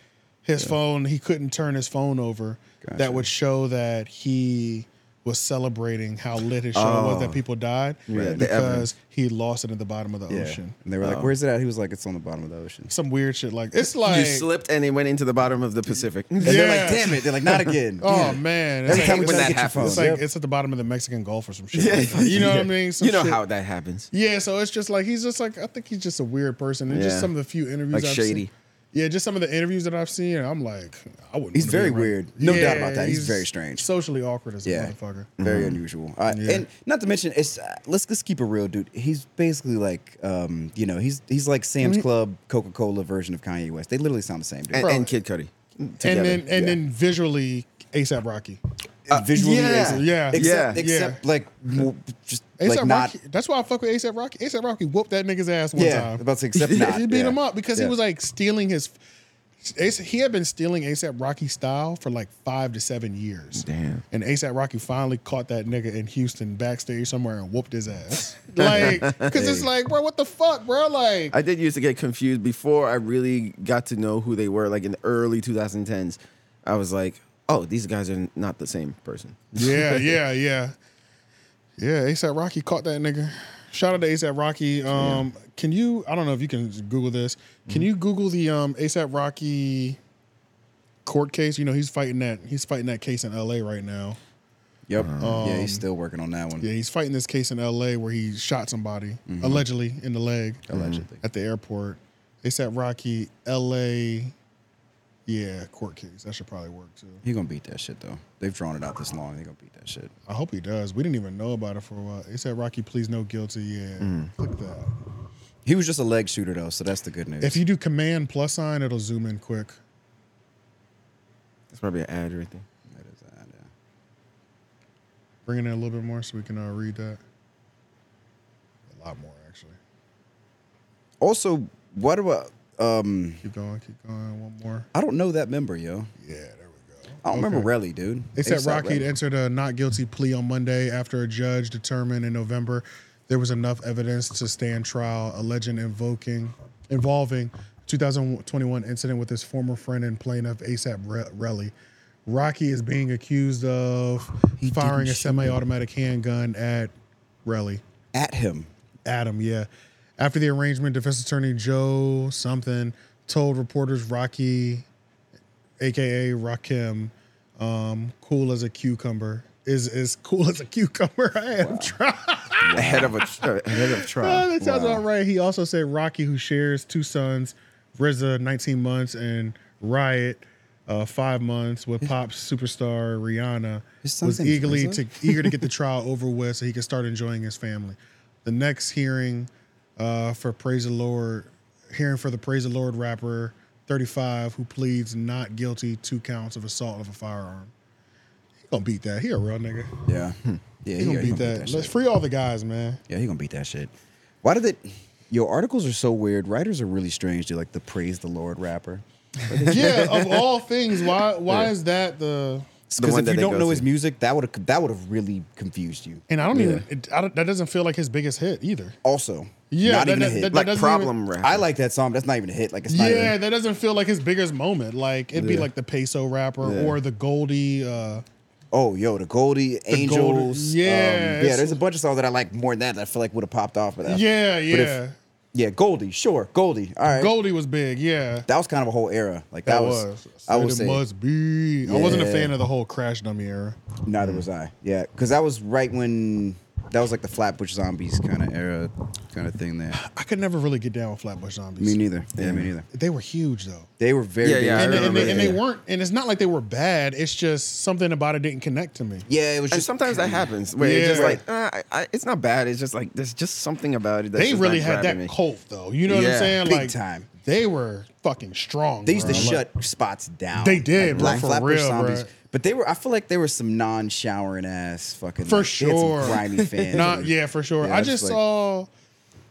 Speaker 1: his phone, he couldn't turn his phone over. That would show that he was celebrating how lit his show was
Speaker 2: Oh.
Speaker 1: that people died
Speaker 3: the
Speaker 1: because
Speaker 3: evidence.
Speaker 1: he lost it at the bottom of the
Speaker 2: Yeah.
Speaker 1: ocean.
Speaker 2: And they were
Speaker 3: Oh.
Speaker 2: like, "Where's it at?" He was like, "It's on the bottom of the ocean."
Speaker 1: Some weird shit like it's like
Speaker 3: you slipped and it went into the bottom of the Pacific.
Speaker 2: And they're like,
Speaker 1: Yeah.
Speaker 2: "Damn it!" They're like, "Not again."
Speaker 1: Oh
Speaker 2: Damn it."
Speaker 1: man!
Speaker 2: Every
Speaker 1: It's like-
Speaker 2: time we
Speaker 1: it's
Speaker 2: try to
Speaker 1: like-
Speaker 2: get your phone.
Speaker 1: it's like
Speaker 2: Yep.
Speaker 1: it's at the bottom of the Mexican Gulf
Speaker 2: [laughs]
Speaker 1: or some shit. [laughs] you know what I mean? Some
Speaker 3: you know
Speaker 1: shit.
Speaker 3: how that happens.
Speaker 1: Yeah, so it's just like he's just like I think he's just a weird person. And just
Speaker 3: Yeah.
Speaker 1: some of the few interviews,
Speaker 3: Like
Speaker 1: I've
Speaker 3: shady.
Speaker 1: Seen, yeah, just some of the interviews that I've seen, I'm like, I wouldn't.
Speaker 2: He's
Speaker 1: wanna be
Speaker 2: very
Speaker 1: around-
Speaker 2: weird. No doubt about that. He's very strange.
Speaker 1: socially awkward as a
Speaker 2: Yeah. Mm-hmm.
Speaker 1: motherfucker.
Speaker 2: Very unusual. Uh, And not to mention, it's uh, let's let's keep it real, dude. He's basically like, um, you know, he's he's like Sam's Club Coca Cola version of Kanye West. They literally sound the same, dude.
Speaker 3: And, and Kid Cudi.
Speaker 1: Mm-hmm. And
Speaker 3: together.
Speaker 1: then and then visually, ASAP Rocky.
Speaker 2: Visually,
Speaker 3: yeah.
Speaker 2: racist.
Speaker 1: uh, Yeah.
Speaker 2: except,
Speaker 1: Yeah.
Speaker 2: except like mo- just
Speaker 1: ASAP
Speaker 2: like not.
Speaker 1: Rocky. That's why I fuck with ASAP Rocky. ASAP Rocky whooped that nigga's ass one
Speaker 2: Yeah,
Speaker 1: time.
Speaker 2: about to accept
Speaker 1: [laughs]
Speaker 2: not.
Speaker 1: he beat
Speaker 2: yeah.
Speaker 1: him up because
Speaker 2: Yeah.
Speaker 1: he was like stealing his. Ace- He had been stealing ASAP Rocky style for like five to seven years.
Speaker 3: Damn.
Speaker 1: And ASAP Rocky finally caught that nigga in Houston backstage somewhere and whooped his ass. Like, because it's like, bro, what the fuck, bro? Like,
Speaker 3: I did used to get confused before I really got to know who they were, like in the early 2010s. I was like, oh, these guys are not the same person.
Speaker 1: Yeah, yeah, yeah. Yeah, ASAP Rocky caught that nigga. Shout out to ASAP Rocky. Um, Can you, I don't know if you can Google this. Can you Google the um, ASAP Rocky court case? You know, he's fighting that, he's fighting that case in LA right now.
Speaker 2: Yep. yeah,
Speaker 1: Um,
Speaker 2: he's still working on that one.
Speaker 1: Yeah, he's fighting this case in L.A. where he shot somebody
Speaker 2: Mhm.
Speaker 1: allegedly in the leg,
Speaker 2: Allegedly.
Speaker 1: at the airport. They said Rocky L.A. Yeah, court case. That should probably work too.
Speaker 2: He gonna beat that shit though. They've drawn it out this long. They gonna beat that shit.
Speaker 1: I hope he does. We didn't even know about it for a while. They said Rocky, please no guilty. Yeah,
Speaker 2: Mhm.
Speaker 1: click that.
Speaker 2: He was just a leg shooter though, so that's the good news.
Speaker 1: If you do Command plus sign, it'll zoom in quick.
Speaker 3: That's probably an ad
Speaker 1: [laughs]
Speaker 3: right there.
Speaker 2: Uh,
Speaker 1: Bring it in a little bit more so we can uh, read that. A lot more actually.
Speaker 2: also, what about um?
Speaker 1: Keep going. Keep going. One more.
Speaker 2: I don't know that member, yo.
Speaker 1: Yeah, there
Speaker 2: we go. I don't
Speaker 1: Okay.
Speaker 2: remember Relly, dude.
Speaker 1: They said
Speaker 2: ASAP
Speaker 1: Rocky
Speaker 2: Rocky.
Speaker 1: entered a not guilty plea on Monday after a judge determined in November there was enough evidence to stand trial alleging invoking involving 2021 incident with his former friend and plaintiff ASAP Re- Relly. Rocky is being accused of firing a
Speaker 2: didn't shoot him.
Speaker 1: semi-automatic handgun at Relly.
Speaker 2: At him.
Speaker 1: At him, yeah. After the arraignment, defense attorney Joe something told reporters Rocky aka Rakim, um, cool as a cucumber. Is is cool as a cucumber. [laughs] I am trying.
Speaker 3: Ahead of a tr-
Speaker 1: [laughs]
Speaker 3: ahead of trial.
Speaker 1: Oh, that sounds
Speaker 3: Wow.
Speaker 1: all right. He also said Rocky, who shares two sons, RZA, 19 months, and Riot, uh, five months, with pop superstar Rihanna, was
Speaker 2: son's name's
Speaker 1: eagerly to,
Speaker 2: RZA?
Speaker 1: eager to get the trial over with so he could start enjoying his family. The next hearing uh, for Praise the Lord, hearing for the Praise the Lord rapper, 35, who pleads not guilty two counts of assault of a firearm. He gonna beat that. He a real nigga.
Speaker 2: Yeah. Yeah,
Speaker 1: Hmm. he, gonna beat that. Let's free all the guys, man.
Speaker 2: Yeah, he gonna beat that shit. Why did it? Yo, articles are so weird. Writers are really strange. They like the praise the Lord rapper.
Speaker 1: yeah,
Speaker 2: [laughs]
Speaker 1: of all things, why why is that the?
Speaker 2: Because if you don't know his music, that would have that would have really confused you.
Speaker 1: and I don't even it, I don't, that doesn't feel like his biggest hit either.
Speaker 2: Also,
Speaker 1: Yeah,
Speaker 2: not
Speaker 1: that-
Speaker 2: even a
Speaker 1: that- that-
Speaker 2: hit.
Speaker 1: that Like doesn't Problem even- Rapper.
Speaker 2: I like that song. That's not even a hit. Like it's not.
Speaker 1: yeah,
Speaker 2: Even,
Speaker 1: that doesn't feel like his biggest moment. Like it'd be
Speaker 2: Yeah.
Speaker 1: like the peso rapper
Speaker 2: Yeah.
Speaker 1: or the Goldie. Uh,
Speaker 2: oh, yo, the Goldie Angels.
Speaker 1: Goldie- yeah,
Speaker 2: um, yeah.
Speaker 1: it's-
Speaker 2: There's a bunch of songs that I like more than that. That I feel like would have popped off. But that-
Speaker 1: Yeah,
Speaker 2: but
Speaker 1: yeah.
Speaker 2: yeah, Goldie. Sure, Goldie. All right,
Speaker 1: Goldie was big. Yeah,
Speaker 2: that was kind of a whole era. Like that,
Speaker 1: that
Speaker 2: was.
Speaker 1: was.
Speaker 2: I
Speaker 1: Said
Speaker 2: would
Speaker 1: it
Speaker 2: say
Speaker 1: must be. I wasn't a
Speaker 2: Yeah.
Speaker 1: fan of the whole Crash Dummy era. Mm.
Speaker 2: Neither was I. Yeah, because that was right when that was like the Flatbush Zombies kind of era, kind of thing. There.
Speaker 1: I could never really get down with Flatbush Zombies.
Speaker 2: Me neither. Yeah, me neither.
Speaker 1: They were huge though.
Speaker 2: They were very.
Speaker 3: Yeah, yeah, I
Speaker 2: big.
Speaker 1: And, they- and they, and they weren't. And it's not like they were bad. It's just something about it didn't connect to me.
Speaker 2: Yeah, it was
Speaker 3: And
Speaker 2: just
Speaker 3: sometimes that happens where it's
Speaker 1: Yeah.
Speaker 3: just like uh, I, I, it's not bad. It's just like there's just something about it. That's
Speaker 1: they
Speaker 3: just
Speaker 1: really
Speaker 3: not
Speaker 1: had that
Speaker 3: grabbing me.
Speaker 1: cult though. You know what I'm
Speaker 3: Yeah.
Speaker 1: saying?
Speaker 2: Big
Speaker 1: like
Speaker 2: time.
Speaker 1: They were fucking strong.
Speaker 2: They used to
Speaker 1: bro. Like,
Speaker 2: shut spots down.
Speaker 1: They did, bro, for
Speaker 2: Flatbush
Speaker 1: real, bro.
Speaker 2: But they were. I feel like they were some non-showering ass fucking.
Speaker 1: for
Speaker 2: like, they had some
Speaker 1: sure. [laughs]
Speaker 2: grimy fans.
Speaker 1: Nah, yeah, for sure.
Speaker 2: Yeah,
Speaker 1: I
Speaker 2: it's
Speaker 1: just
Speaker 2: [laughs] like-
Speaker 1: saw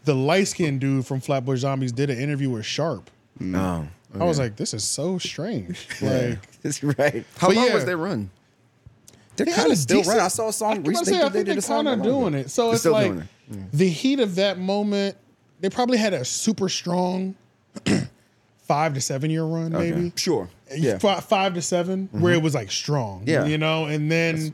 Speaker 1: the light skinned dude from Flatbush Zombies did an interview with Sharp.
Speaker 3: No.
Speaker 1: I was like, this is so
Speaker 2: [laughs]
Speaker 1: strange. Like
Speaker 2: That's right.
Speaker 3: How
Speaker 1: But
Speaker 3: long
Speaker 1: yeah.
Speaker 3: was their run?
Speaker 2: They're
Speaker 1: They had
Speaker 2: kind
Speaker 1: a
Speaker 2: of still
Speaker 1: decent-
Speaker 2: running. I saw a song
Speaker 1: I'm about to
Speaker 2: recently.
Speaker 1: say,
Speaker 2: they
Speaker 1: I think
Speaker 2: did
Speaker 1: they're
Speaker 2: a song
Speaker 1: kind of
Speaker 2: not long
Speaker 1: doing
Speaker 2: ago.
Speaker 1: it. So
Speaker 3: They're
Speaker 1: it's
Speaker 3: still
Speaker 1: like
Speaker 3: doing it.
Speaker 1: the heat of that moment. They probably had a super strong [clears throat] five to seven year run,
Speaker 3: Okay.
Speaker 1: maybe.
Speaker 2: Sure.
Speaker 1: Fi-
Speaker 2: Yeah.
Speaker 1: five, to 7 where it was like strong.
Speaker 3: Mm-hmm. Yeah.
Speaker 1: You know, and then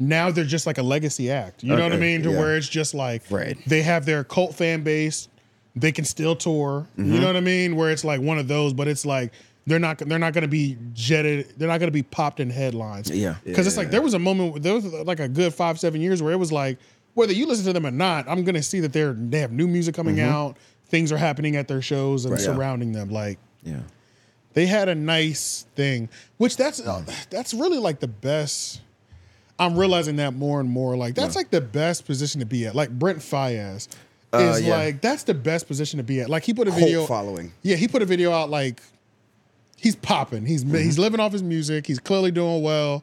Speaker 1: now they're just like a legacy act. You know what I
Speaker 3: Okay,
Speaker 1: mean? To
Speaker 3: yeah.
Speaker 1: where it's just like
Speaker 2: Right.
Speaker 1: they have their cult fan base, they can still tour.
Speaker 3: Mm-hmm.
Speaker 1: You know what I mean? Where it's like one of those, but it's like they're not they're not gonna be jetted, they're not gonna be popped in headlines.
Speaker 3: Yeah.
Speaker 1: Because it's like there was a moment, there was like a good five, seven years where it was like, whether you listen to them or not, I'm gonna see that they're they have new music coming out, things are happening at their shows and
Speaker 3: Mm-hmm. Right. Yeah.
Speaker 1: surrounding them. Like
Speaker 3: Yeah.
Speaker 1: they had a nice thing, which that's
Speaker 2: Mm.
Speaker 1: uh, that's really like the best. I'm realizing that more and more. Like that's like the best position to be at. Like Brent Fayez
Speaker 3: Uh,
Speaker 1: is
Speaker 3: yeah.
Speaker 1: like that's the best position to be at. Like he put a
Speaker 2: Cult
Speaker 1: video.
Speaker 2: following.
Speaker 1: Yeah, he put a video out like he's popping. He's
Speaker 2: Mm-hmm.
Speaker 1: he's living off his music. He's clearly doing well.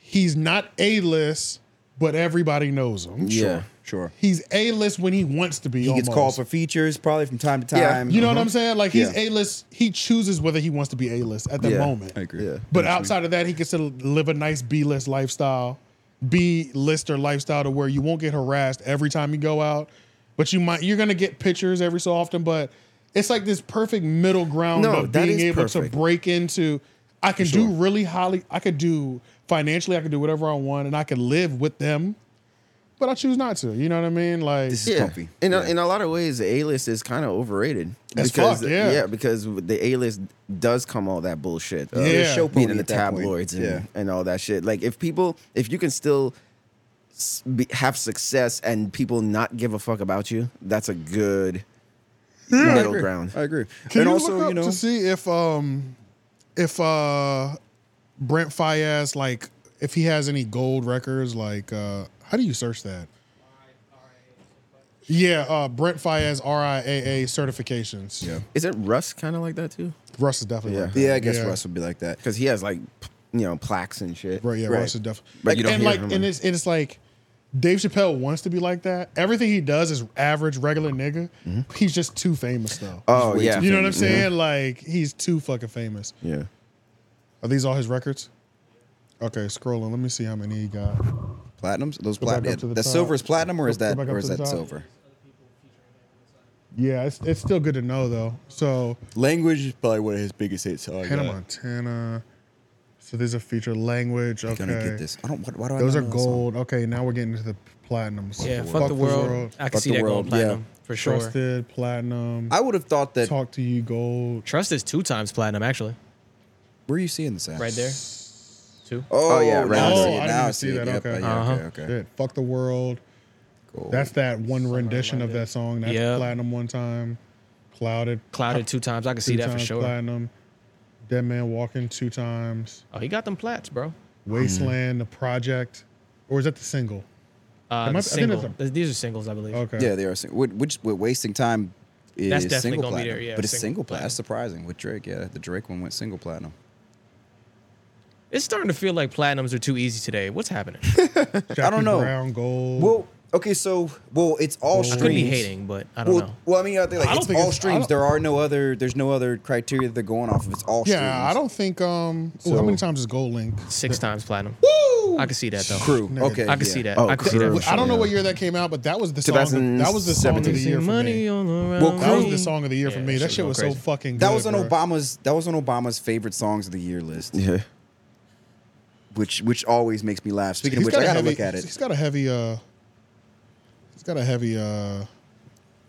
Speaker 1: He's not A list, but everybody knows him.
Speaker 3: Yeah.
Speaker 2: Sure.
Speaker 1: He's A list when he wants to be.
Speaker 2: He gets called
Speaker 1: almost.
Speaker 2: for features probably from time to Uh-huh.
Speaker 3: Yeah.
Speaker 2: time.
Speaker 1: You know what I'm saying? Like he's A
Speaker 2: Yeah.
Speaker 1: list. He chooses whether he wants to be A list at the
Speaker 3: Yeah.
Speaker 1: moment.
Speaker 2: I agree.
Speaker 3: Yeah.
Speaker 1: But outside of that, he can still live a nice B list lifestyle, B lister lifestyle to where you won't get harassed every time you go out. But you might you're gonna get pictures every so often, but it's like this perfect middle ground
Speaker 3: No,
Speaker 1: of
Speaker 3: that
Speaker 1: being
Speaker 3: is
Speaker 1: able
Speaker 3: perfect.
Speaker 1: to break into. I can do really highly. I could do financially. I could do whatever I want, and I could live with them. But I choose not to. You know what I mean? Like
Speaker 3: In a, in a lot of ways, the A list is kind of overrated.
Speaker 1: As
Speaker 3: because,
Speaker 1: fuck, yeah.
Speaker 3: because the A list does come all that bullshit.
Speaker 2: Yeah. They're show
Speaker 3: being
Speaker 2: pony
Speaker 3: in the
Speaker 2: at that point.
Speaker 3: tabloids and,
Speaker 2: Yeah.
Speaker 3: and all that shit. Like if people, if you can still s- be, have success and people not give a fuck about you, that's a good
Speaker 1: Hmm.
Speaker 2: I
Speaker 3: middle
Speaker 2: agree.
Speaker 3: ground.
Speaker 2: I agree.
Speaker 1: Can
Speaker 2: and
Speaker 1: you
Speaker 2: also,
Speaker 1: look up
Speaker 2: you know,
Speaker 1: to see if um if uh Brent Fayez like if he has any gold records like uh how do you search that? Yeah, uh Brent Fayez RIAA certifications. Yeah.
Speaker 3: Isn't Russ kind of like that too?
Speaker 1: Russ is definitely like that.
Speaker 2: yeah, I guess Russ would be like that.
Speaker 3: because he has like p- you know plaques and shit.
Speaker 1: Right, yeah, Russ is definitely
Speaker 3: But you don't
Speaker 1: and
Speaker 3: hear
Speaker 1: like
Speaker 3: him.
Speaker 1: and it's and it's like Dave Chappelle wants to be like that. Everything he does is average, regular nigga. He's just too famous though.
Speaker 3: Oh, yeah.
Speaker 1: You know what I'm
Speaker 3: Mhm.
Speaker 1: saying? Mm-hmm. Like he's too fucking famous.
Speaker 3: yeah.
Speaker 1: Are these all his records? Okay, scrolling. Let me see how many he got.
Speaker 2: platinums. Those
Speaker 1: Go back up to
Speaker 2: platinum.
Speaker 1: the
Speaker 2: That
Speaker 1: top.
Speaker 2: silver is platinum, or is
Speaker 1: Go- go
Speaker 2: that
Speaker 1: back up
Speaker 2: or is
Speaker 1: to the
Speaker 2: that
Speaker 1: top.
Speaker 2: silver?
Speaker 1: Yeah, it's, it's still good to know though. So
Speaker 2: Language is probably one of his biggest hits. So I
Speaker 1: Hannah
Speaker 2: got-
Speaker 1: Montana. So there's a feature language. Okay,
Speaker 2: gonna get this. I don't. Why do I?
Speaker 1: Those
Speaker 2: not
Speaker 1: are
Speaker 2: know that song?
Speaker 1: gold. Okay, now we're getting into the platinums.
Speaker 10: Yeah, fuck the world. I can
Speaker 2: Fuck
Speaker 10: see
Speaker 2: the
Speaker 10: that
Speaker 2: world,
Speaker 10: gold platinum
Speaker 2: yeah.
Speaker 10: for sure.
Speaker 1: Trusted platinum.
Speaker 2: I would have thought that.
Speaker 1: Talk to you gold.
Speaker 10: Trust is two times platinum actually,
Speaker 2: Where are you seeing this at?
Speaker 10: right there. Two.
Speaker 2: Oh,
Speaker 3: Oh, yeah,
Speaker 2: yeah,
Speaker 3: right
Speaker 2: right now I
Speaker 1: oh,
Speaker 2: see
Speaker 1: I didn't
Speaker 2: it. Now
Speaker 1: even
Speaker 2: I
Speaker 1: see that.
Speaker 2: Yep, uh,
Speaker 1: Okay.
Speaker 2: yeah,
Speaker 10: Uh-huh.
Speaker 2: okay, okay.
Speaker 1: Shit, fuck the world.
Speaker 2: Gold.
Speaker 1: That's that one rendition of that song. That's
Speaker 10: Yeah.
Speaker 1: platinum one time. Clouded.
Speaker 10: Clouded two times. I can see
Speaker 1: two
Speaker 10: that for
Speaker 1: times
Speaker 10: sure.
Speaker 1: Platinum. Dead man walking two times.
Speaker 10: Oh, he got them plats, bro.
Speaker 1: Wasteland, the project, or is that the single?
Speaker 10: Uh,
Speaker 1: Am I- I
Speaker 10: the
Speaker 1: think
Speaker 10: single.
Speaker 1: that's
Speaker 10: Th- These are singles, I believe.
Speaker 1: Okay.
Speaker 2: Yeah, they are. Sing- we're, we're, just, we're wasting time. Is
Speaker 10: That's definitely
Speaker 2: single
Speaker 10: gonna be
Speaker 2: platinum,
Speaker 10: there, yeah,
Speaker 2: but it's single,
Speaker 10: single
Speaker 2: platinum. That's surprising with Drake. Yeah, the Drake one went single platinum.
Speaker 10: It's starting to feel like platinums are too easy today. What's
Speaker 2: [laughs]
Speaker 10: happening?
Speaker 1: Jackie
Speaker 2: don't know.
Speaker 1: Brown, gold.
Speaker 2: Well, okay, so well, it's all
Speaker 10: I
Speaker 2: streams.
Speaker 10: could be hating, but I don't
Speaker 2: well,
Speaker 10: know.
Speaker 2: well, I mean, I think,
Speaker 1: I
Speaker 2: like,
Speaker 1: don't
Speaker 2: it's
Speaker 1: think
Speaker 2: all
Speaker 1: it's- I
Speaker 2: streams.
Speaker 1: don't-
Speaker 2: There are no other. There's no other criteria that they're going off of. It's all streams.
Speaker 1: yeah, I don't think. Um, ooh, how
Speaker 2: So-
Speaker 1: many times is gold linked?
Speaker 10: Six times platinum.
Speaker 2: Woo!
Speaker 10: I can see that though.
Speaker 2: Crew.
Speaker 1: Nigga.
Speaker 2: Okay,
Speaker 10: I can
Speaker 2: yeah.
Speaker 10: see that.
Speaker 3: Oh,
Speaker 10: I can see that.
Speaker 3: crew.
Speaker 10: for
Speaker 1: Well, I
Speaker 10: sure.
Speaker 1: don't know what year that came out, but that was the song. Of, that was the song of the
Speaker 3: 2017.
Speaker 1: year for
Speaker 10: Money
Speaker 1: me.
Speaker 10: all around
Speaker 2: Well,
Speaker 1: That was
Speaker 10: me.
Speaker 1: the song of the year for
Speaker 10: Yeah,
Speaker 1: me. That shit
Speaker 10: going
Speaker 1: was so
Speaker 10: crazy.
Speaker 1: fucking.
Speaker 2: That
Speaker 1: good,
Speaker 2: was on
Speaker 1: bro.
Speaker 2: Obama's. That was on Obama's favorite songs of the year list,
Speaker 3: Yeah.
Speaker 2: which which always makes me laugh. Speaking
Speaker 1: He's
Speaker 2: of which,
Speaker 1: got
Speaker 2: I
Speaker 1: a
Speaker 2: gotta
Speaker 1: heavy-
Speaker 2: look at
Speaker 1: He's
Speaker 2: it
Speaker 1: got a heavy. Uh, he's got a heavy. Uh,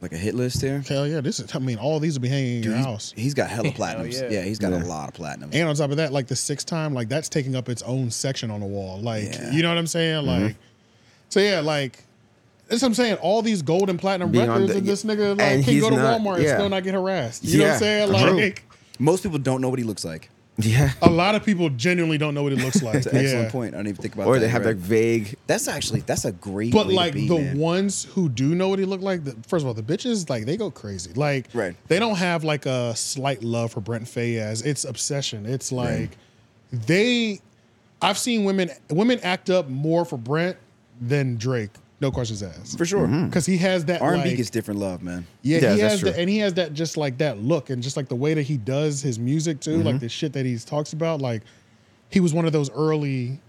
Speaker 2: like a hit list here.
Speaker 1: hell yeah! This is. I mean, all these will be hanging in your house.
Speaker 2: He's
Speaker 1: [laughs]
Speaker 2: got hella platinums.
Speaker 10: yeah.
Speaker 2: yeah. he's got a lot of platinums.
Speaker 1: And on top of that, like the sixth time, like that's taking up its own section on the wall. Like,
Speaker 2: Yeah.
Speaker 1: you know what I'm saying?
Speaker 3: Mm-hmm.
Speaker 1: Like, so yeah, like that's what I'm saying. All these gold and platinum
Speaker 3: Beyond
Speaker 1: records,
Speaker 3: the-
Speaker 1: and this nigga
Speaker 3: and
Speaker 1: like can
Speaker 3: he's
Speaker 1: go to
Speaker 3: not-
Speaker 1: Walmart and
Speaker 3: yeah.
Speaker 1: still not get harassed. You know what I'm
Speaker 3: Yeah.
Speaker 1: saying?
Speaker 3: True.
Speaker 1: Like,
Speaker 2: Most people don't know what he looks like.
Speaker 1: [laughs]
Speaker 3: Yeah.
Speaker 1: a lot of people genuinely don't know what it looks like.
Speaker 2: That's an excellent
Speaker 1: [laughs] Yeah.
Speaker 2: point. I didn't even think about
Speaker 3: Or
Speaker 2: that.
Speaker 3: they have
Speaker 2: You're
Speaker 3: like
Speaker 2: right.
Speaker 3: vague.
Speaker 2: That's actually that's a great.
Speaker 1: But
Speaker 2: way to
Speaker 1: like
Speaker 2: be,
Speaker 1: the
Speaker 2: man.
Speaker 1: ones who do know what he looked like, the, first of all, the bitches like they go crazy. Like
Speaker 2: Right.
Speaker 1: they don't have like a slight love for Brent Fayez. It's obsession. It's like they. I've seen women women act up more for Brent than Drake. No questions asked.
Speaker 2: for sure.
Speaker 1: Because he has that
Speaker 2: R and B
Speaker 1: like-
Speaker 2: gets different love, man.
Speaker 1: yeah,
Speaker 3: Mm-hmm. Yeah,
Speaker 1: he
Speaker 3: that's
Speaker 1: has
Speaker 3: true.
Speaker 1: that, and he has that just like that look and just like the way that he does his music too,
Speaker 3: Mm-hmm.
Speaker 1: like the shit that he talks about. Like he was one of those early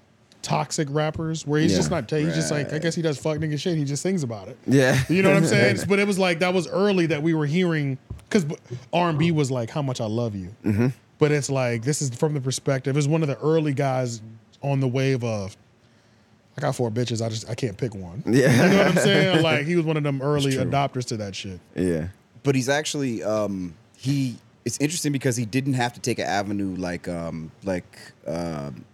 Speaker 1: toxic rappers where he's
Speaker 2: Yeah.
Speaker 1: just not. He's just like I guess he does fuck nigga shit. He just sings about it.
Speaker 3: Yeah.
Speaker 1: you know what I'm
Speaker 3: [laughs]
Speaker 1: saying. but it was like that was early that we were hearing because R and B was like how much I love you.
Speaker 3: Mm-hmm.
Speaker 1: But it's like this is from the perspective. It's one of the early guys on the wave of. I got four bitches. I just I can't pick one.
Speaker 3: Yeah.
Speaker 1: You know what I'm
Speaker 3: [laughs]
Speaker 1: saying? Like he was one of them early adopters to that shit.
Speaker 3: Yeah.
Speaker 2: But he's actually um he. It's interesting because he didn't have to take an avenue like um like um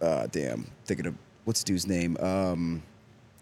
Speaker 2: uh damn thinking of what's the dude's name um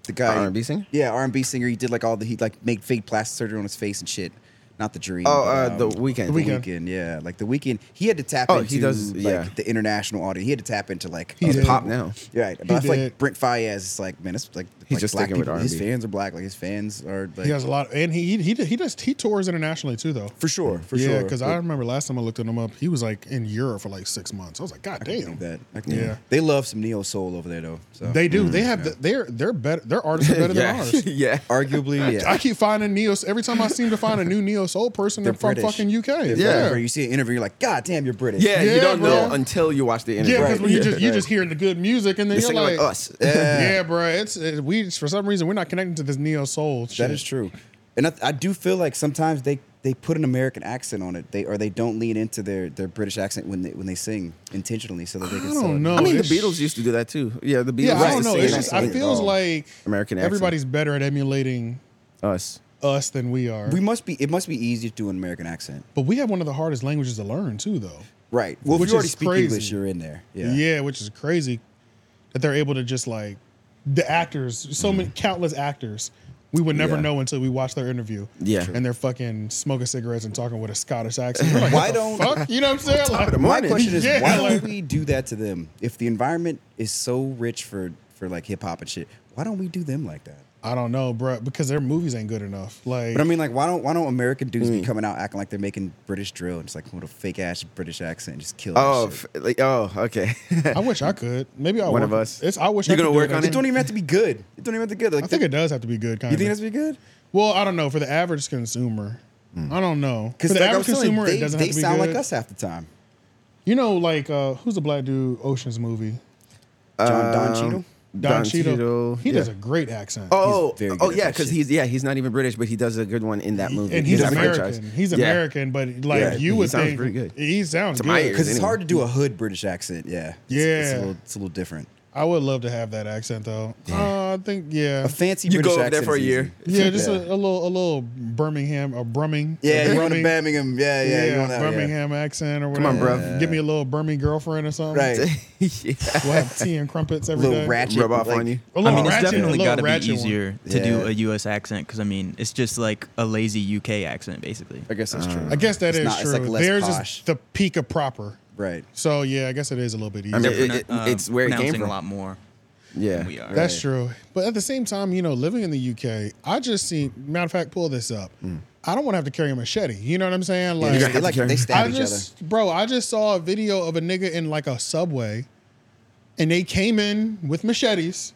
Speaker 2: the guy
Speaker 3: R&B singer?
Speaker 2: yeah R and B singer he did like all the he like made fake plastic surgery on his face and shit. Not the dream.
Speaker 3: Oh,
Speaker 2: but,
Speaker 3: uh,
Speaker 2: um,
Speaker 3: the weekend.
Speaker 1: The
Speaker 2: The
Speaker 1: Weeknd.
Speaker 2: weekend, yeah, like the weekend, he had to tap
Speaker 3: Oh,
Speaker 2: into
Speaker 3: he does-
Speaker 2: like
Speaker 3: yeah.
Speaker 2: the international audience. He had to tap into like
Speaker 1: He
Speaker 2: other
Speaker 1: did.
Speaker 3: Pop
Speaker 2: people.
Speaker 3: now.
Speaker 2: Right, but I feel like
Speaker 1: did.
Speaker 2: Brent Fayez is like, man, it's like
Speaker 3: He's
Speaker 2: like
Speaker 3: just
Speaker 2: black
Speaker 3: sticking with
Speaker 2: people. His
Speaker 3: R&B.
Speaker 2: fans are black. Like his fans are like
Speaker 1: He has a lot, and he he he does he tours internationally too, though.
Speaker 2: for sure, for
Speaker 1: yeah,
Speaker 2: sure.
Speaker 1: because I remember last time I looked at him up, he was like in Europe for like six months. I was like, God
Speaker 2: I can
Speaker 1: damn,
Speaker 2: believe that. I can-
Speaker 1: Yeah.
Speaker 2: they love some neo soul over there though. So
Speaker 1: they do. They have the, they're they're better. Their artists are better
Speaker 3: yeah.
Speaker 1: than ours.
Speaker 3: [laughs] yeah.
Speaker 2: arguably, [laughs] yeah.
Speaker 1: [laughs] I keep finding neos every time I seem to find a new neo soul person
Speaker 2: They're
Speaker 1: they're from
Speaker 2: British.
Speaker 1: fucking UK.
Speaker 2: Like,
Speaker 1: yeah,
Speaker 2: where you see an interview, you're like, God damn, you're British.
Speaker 3: Yeah,
Speaker 1: Yeah,
Speaker 3: you don't
Speaker 1: bro.
Speaker 3: know until you watch the interview.
Speaker 1: yeah. Because when you
Speaker 3: Yeah.
Speaker 1: just you
Speaker 3: [laughs]
Speaker 1: just hearing the good music, and then
Speaker 3: They're
Speaker 1: you're
Speaker 3: singing
Speaker 1: like,
Speaker 3: like us.
Speaker 1: yeah, bro. It's it, we for some reason we're not connecting to this neo soul.
Speaker 2: that is true. And I, I do feel like sometimes they they put an American accent on it. They or they don't lean into their, their British accent when they when they sing intentionally so that they can.
Speaker 1: I
Speaker 2: sell
Speaker 1: don't
Speaker 2: it.
Speaker 1: know.
Speaker 3: I mean, the
Speaker 1: It's-
Speaker 3: Beatles used to do that too. Yeah, the Beatles.
Speaker 1: Yeah, I don't
Speaker 3: used to
Speaker 1: know.
Speaker 3: sing
Speaker 1: It's
Speaker 3: that
Speaker 1: just
Speaker 3: song.
Speaker 1: I feels
Speaker 2: Oh.
Speaker 1: like
Speaker 2: American accent.
Speaker 1: everybody's better at emulating
Speaker 3: us
Speaker 1: us than we are.
Speaker 2: We must be. It must be easy to do an American accent.
Speaker 1: but we have one of the hardest languages to learn too, though.
Speaker 2: Right. Well,
Speaker 1: Which
Speaker 2: if you already
Speaker 1: is
Speaker 2: speak
Speaker 1: crazy.
Speaker 2: English, you're in there. Yeah.
Speaker 1: which is crazy that they're able to just like the actors, so
Speaker 2: Mm.
Speaker 1: many countless actors. We would never
Speaker 3: Yeah.
Speaker 1: know until we watch their interview.
Speaker 3: Yeah.
Speaker 1: and they're fucking smoking cigarettes and talking with a Scottish accent. We're like,
Speaker 2: Why
Speaker 1: "What the
Speaker 2: don't-
Speaker 1: fuck? you know what I'm saying? Like,
Speaker 2: My question is,
Speaker 1: Yeah,
Speaker 2: why
Speaker 1: like-
Speaker 2: don't we do that to them? If the environment is so rich for for like hip hop and shit, why don't we do them like that?
Speaker 1: I don't know, bro, because their movies ain't good enough. Like,
Speaker 2: But I mean, like, why don't why don't American dudes
Speaker 3: Mm.
Speaker 2: be coming out acting like they're making British drill and just like with a fake ass British accent and just kill? that
Speaker 3: Oh,
Speaker 2: shit?
Speaker 3: f- like, oh, okay.
Speaker 1: I wish I could. Maybe I'll
Speaker 3: One
Speaker 1: work-
Speaker 3: of us.
Speaker 1: It's I wish
Speaker 3: You're
Speaker 1: I could
Speaker 3: gonna
Speaker 1: do
Speaker 3: work on
Speaker 1: actually.
Speaker 2: it. Don't even have to be good. It don't even have to be good. Like,
Speaker 1: I think it does have to be good. Kind
Speaker 2: you think that's be good?
Speaker 1: Well, I don't know for the average consumer. I don't know
Speaker 2: Because
Speaker 1: for the
Speaker 2: like I was
Speaker 1: average
Speaker 2: telling you,
Speaker 1: consumer,
Speaker 2: they,
Speaker 1: it doesn't
Speaker 2: they
Speaker 1: have to be
Speaker 2: sound
Speaker 1: good.
Speaker 2: like us half the time.
Speaker 1: You know, like uh, who's the black dude? Ocean's movie.
Speaker 2: John Don
Speaker 3: Um,
Speaker 2: Cheadle.
Speaker 1: Don,
Speaker 3: Don
Speaker 1: Cheadle.
Speaker 3: Cheadle,
Speaker 1: He
Speaker 3: yeah.
Speaker 1: does a great accent.
Speaker 3: Oh,
Speaker 2: very good
Speaker 3: oh
Speaker 2: at
Speaker 3: yeah,
Speaker 2: that
Speaker 3: because
Speaker 2: shit.
Speaker 3: he's yeah he's not even British, but he does a good one in that movie.
Speaker 1: and he's
Speaker 3: He's a
Speaker 1: American.
Speaker 3: franchise.
Speaker 1: He's
Speaker 3: Yeah.
Speaker 1: American, but like
Speaker 3: Yeah,
Speaker 1: you
Speaker 3: he
Speaker 1: would
Speaker 3: sounds
Speaker 1: think,
Speaker 3: pretty good.
Speaker 1: he sounds
Speaker 3: To
Speaker 1: good.
Speaker 3: my ears,
Speaker 2: Because it's
Speaker 3: anyway.
Speaker 2: hard to do a hood British accent. Yeah. It's- It's,
Speaker 1: Yeah.
Speaker 2: a little, it's a little different.
Speaker 1: I would love to have that accent though. Uh, I think yeah,
Speaker 2: A fancy
Speaker 3: You
Speaker 2: British
Speaker 3: go over
Speaker 2: accent
Speaker 3: there for a
Speaker 2: is
Speaker 3: year.
Speaker 2: easy.
Speaker 1: yeah, just A, a little, a little Birmingham or Brumming.
Speaker 2: Yeah,
Speaker 1: a
Speaker 2: you're going to
Speaker 1: Brumming-
Speaker 2: Birmingham. Yeah, yeah. you're going out, yeah.
Speaker 1: Birmingham accent or whatever.
Speaker 3: on,
Speaker 2: bruv.
Speaker 1: Give me a little Birmingham girlfriend or something.
Speaker 2: Right.
Speaker 3: yeah.
Speaker 1: We'll have tea and crumpets
Speaker 2: A
Speaker 1: every day.
Speaker 2: little ratchet.
Speaker 3: Rub off
Speaker 2: like-
Speaker 3: on you.
Speaker 1: A
Speaker 14: I
Speaker 1: little
Speaker 14: mean, it's
Speaker 1: ratchet, a
Speaker 14: definitely
Speaker 1: little
Speaker 14: got to be
Speaker 1: ratchet one.
Speaker 14: easier to do
Speaker 2: Yeah.
Speaker 14: a U.S. accent because I mean, it's just like a lazy UK accent, basically.
Speaker 2: I guess that's true.
Speaker 1: I guess that
Speaker 2: It's
Speaker 1: is
Speaker 2: not- it's
Speaker 1: true.
Speaker 2: like less
Speaker 1: Theirs
Speaker 2: posh.
Speaker 1: is the peak of proper.
Speaker 2: Right.
Speaker 1: So yeah, I guess it is a little bit easier.
Speaker 14: They're
Speaker 3: mean, It- it-
Speaker 14: pronou-
Speaker 3: it's where it came
Speaker 14: pronouncing
Speaker 3: from.
Speaker 14: a lot more
Speaker 3: Yeah.
Speaker 14: than we are.
Speaker 1: That's true. But at the same time, you know, living in the UK, I just see. Matter of fact, pull this up. I don't want to have to carry a machete. You know what I'm saying?
Speaker 2: Yeah,
Speaker 1: Like,
Speaker 2: they- they like they stab
Speaker 1: I
Speaker 2: each
Speaker 1: just, bro, I just saw a video of a nigga in like a subway, and they came in with machetes,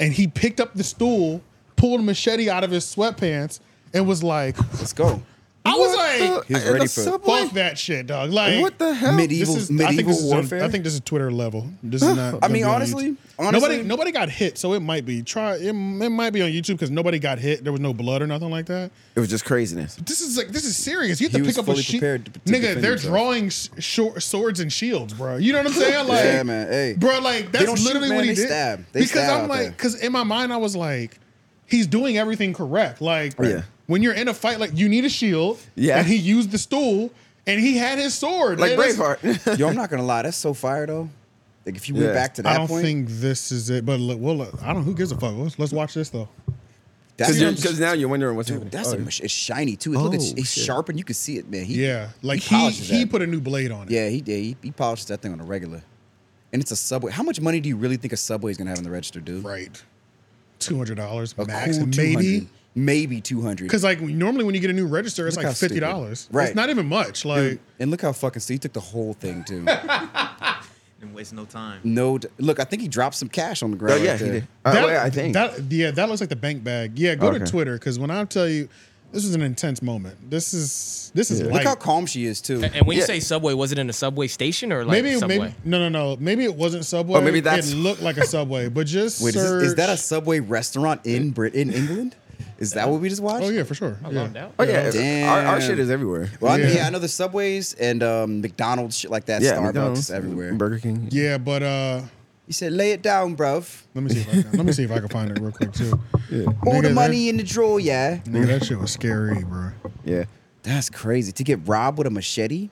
Speaker 1: and he picked up the stool, pulled a machete out of his sweatpants, and was like,
Speaker 2: other. Let's go.
Speaker 1: I was like,
Speaker 2: He was
Speaker 3: in the
Speaker 2: ready for it.
Speaker 3: subway?
Speaker 1: fuck that shit, dog. Like,
Speaker 3: What the hell?
Speaker 1: This
Speaker 2: Medieval
Speaker 1: is- I think
Speaker 2: medieval
Speaker 1: this is on-
Speaker 2: warfare.
Speaker 1: I think this is Twitter level. This
Speaker 2: [laughs]
Speaker 1: is not.
Speaker 2: I mean,
Speaker 1: gonna be on
Speaker 2: honestly-
Speaker 1: YouTube. nobody
Speaker 2: honestly-
Speaker 1: nobody got hit, so it might be try. It, it might be on YouTube because nobody got hit. There was no blood or nothing like that.
Speaker 3: It was just craziness.
Speaker 1: This is like this is serious. You have
Speaker 2: He
Speaker 1: to
Speaker 2: was
Speaker 1: pick up a
Speaker 2: fully
Speaker 1: sheet,
Speaker 2: prepared to- to
Speaker 1: nigga.
Speaker 2: defend
Speaker 1: They're
Speaker 2: himself.
Speaker 1: drawing sh- short swords and shields, bro. You know what I'm saying? Like,
Speaker 2: [laughs] Yeah, man. Hey.
Speaker 1: bro, like that's
Speaker 2: don't shoot,
Speaker 1: literally
Speaker 2: man.
Speaker 1: what he
Speaker 2: They
Speaker 1: did.
Speaker 2: stab. They
Speaker 1: because
Speaker 2: stab
Speaker 1: I'm
Speaker 2: out
Speaker 1: like,
Speaker 2: there.
Speaker 1: because in my mind I was like, he's doing everything correct. Like,
Speaker 3: Right. Yeah.
Speaker 1: when you're in a fight, like you need a shield.
Speaker 3: Yeah.
Speaker 1: and he used the stool. And he had his sword.
Speaker 3: Like
Speaker 1: And it's-
Speaker 3: Braveheart.
Speaker 2: [laughs] Yo, I'm not gonna lie. That's so fire though. Like if you went
Speaker 3: Yeah.
Speaker 2: back to that
Speaker 1: I don't
Speaker 2: point,
Speaker 1: think this is it, but look, well, look, I don't. Who gives a fuck? Let's, let's watch this though.
Speaker 2: that's
Speaker 3: Because
Speaker 2: what I'm
Speaker 1: just-
Speaker 3: now you're wondering what's
Speaker 2: Dude,
Speaker 3: happening.
Speaker 2: that's
Speaker 3: Oh,
Speaker 2: a mach- it's shiny too. It Look, it's,
Speaker 3: Oh,
Speaker 2: it's
Speaker 3: shit.
Speaker 2: sharp and you can see it, man. He,
Speaker 1: Yeah, like he
Speaker 2: polishes
Speaker 1: he
Speaker 2: that.
Speaker 1: put a new blade on it.
Speaker 2: yeah, he did. He, he polishes that thing on a regular, and it's a subway. How much money do you really think a subway's gonna have in the register, dude?
Speaker 1: right. Two hundred dollars
Speaker 2: A
Speaker 1: max,
Speaker 2: cool
Speaker 1: maybe.
Speaker 2: 200, maybe two hundred.
Speaker 1: Because like normally when you get a new register, it's
Speaker 2: Look
Speaker 1: like
Speaker 2: how stupid.
Speaker 1: fifty dollars. It's
Speaker 2: Right.
Speaker 1: not even much. Like
Speaker 2: and look how fucking. So he took the whole thing
Speaker 1: [laughs]
Speaker 2: too.
Speaker 14: And waste no time.
Speaker 2: no, d- look, I think he dropped some cash on the
Speaker 3: Oh
Speaker 2: ground.
Speaker 3: yeah,
Speaker 2: right
Speaker 3: he
Speaker 2: there.
Speaker 3: did. Uh,
Speaker 1: that,
Speaker 3: wait, I think.
Speaker 1: that- yeah, that looks like the bank bag. Yeah, go to
Speaker 3: Okay.
Speaker 1: Twitter because when I tell you, this is an intense moment. This is this is
Speaker 2: Look
Speaker 1: like
Speaker 2: how calm she is too.
Speaker 9: And when you
Speaker 3: Yeah.
Speaker 9: say subway, was it in a subway station or like
Speaker 1: maybe
Speaker 9: subway?
Speaker 1: maybe no no no maybe it wasn't Subway.
Speaker 3: maybe that's-
Speaker 1: it looked like a Subway, but just
Speaker 2: Oh, [laughs] Wait, is,
Speaker 1: search.
Speaker 2: this, is that a subway restaurant in Britain, in England? Is that what we just watched?
Speaker 1: Oh yeah, for sure.
Speaker 9: I
Speaker 1: yeah.
Speaker 9: logged out.
Speaker 3: oh yeah,
Speaker 2: Damn.
Speaker 3: Our, our shit is everywhere.
Speaker 2: Well, I,
Speaker 1: Yeah.
Speaker 2: yeah. I know the subways and um, McDonald's, shit like that.
Speaker 3: yeah,
Speaker 2: Starbucks
Speaker 3: McDonald's,
Speaker 2: everywhere.
Speaker 3: Burger King.
Speaker 1: Yeah, but uh.
Speaker 2: He said, "Lay it down, bruv.
Speaker 1: Let me see if I can, let me see if I can find it real quick
Speaker 2: [laughs]
Speaker 1: too.
Speaker 2: All
Speaker 1: Nigga,
Speaker 2: the
Speaker 1: that-
Speaker 2: money in the drawer, yeah."
Speaker 1: Nigga, that shit was scary, bro.
Speaker 3: Yeah.
Speaker 2: That's crazy to get robbed with a machete.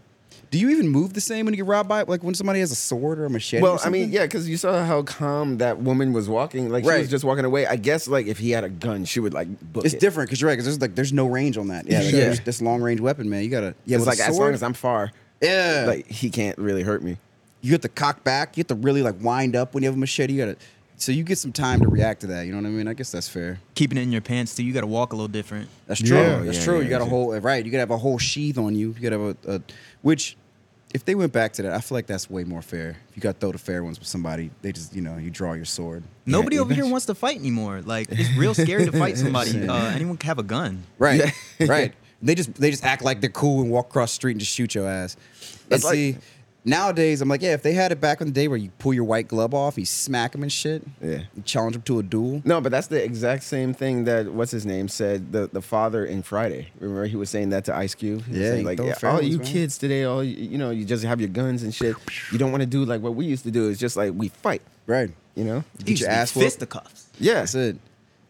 Speaker 2: Do you even move the same when you get robbed by like when somebody has a sword or a machete? or
Speaker 3: Well, I
Speaker 2: something?
Speaker 3: mean, yeah, because you saw how calm that woman was walking. Like she
Speaker 2: Right.
Speaker 3: was just walking away. I guess like if he had a gun, she would like book
Speaker 2: it's
Speaker 3: it.
Speaker 2: different because you're right. Because there's like there's no range on that. Yeah, like,
Speaker 3: Yeah.
Speaker 2: There's, this long range weapon, man. You gotta yeah.
Speaker 3: it's
Speaker 2: with a
Speaker 3: like as
Speaker 2: sword,
Speaker 3: long as I'm far,
Speaker 2: yeah,
Speaker 3: like he can't really hurt me.
Speaker 2: you have to cock back. You have to really like wind up when you have a machete. You gotta so you get some time to react to that. You know what I mean? I guess that's fair.
Speaker 14: Keeping it in your pants too. You got to walk a little different.
Speaker 2: That's true.
Speaker 1: Yeah.
Speaker 2: That's
Speaker 3: Yeah,
Speaker 2: true.
Speaker 3: yeah,
Speaker 2: you got a
Speaker 3: yeah.
Speaker 2: whole right. You got to have a whole sheath on you. You got to have a, a which. If they went back to that, I feel like that's way more fair. If you got to throw the fair ones with somebody, they just you know you draw your sword.
Speaker 14: Nobody
Speaker 2: Yeah,
Speaker 14: over here wants to fight anymore. Like
Speaker 2: [laughs]
Speaker 14: it's real scary to fight somebody. Uh, anyone can have a gun.
Speaker 2: right,
Speaker 3: [laughs]
Speaker 2: right. They just they just act like they're cool and walk across the street and just shoot your ass. And
Speaker 3: That's like-
Speaker 2: see, Nowadays, I'm like, yeah, if they had it back in the day where you pull your white glove off, you smack them and shit,
Speaker 3: Yeah.
Speaker 2: challenge them to a duel.
Speaker 3: No, but that's the exact same thing that what's his name said. The the father in Friday. Remember he was saying that to Ice Cube. He was
Speaker 2: Yeah,
Speaker 3: saying,
Speaker 2: you
Speaker 3: like
Speaker 2: throw
Speaker 3: yeah, all
Speaker 2: pheromones,
Speaker 3: you
Speaker 2: man."
Speaker 3: kids today, all you, you know, you just have your guns and shit. You don't want to do like what we used to do. Is just like we fight,
Speaker 2: right?
Speaker 3: You know,
Speaker 14: Get your ass fisticuffs.
Speaker 3: Yeah,
Speaker 2: that's it.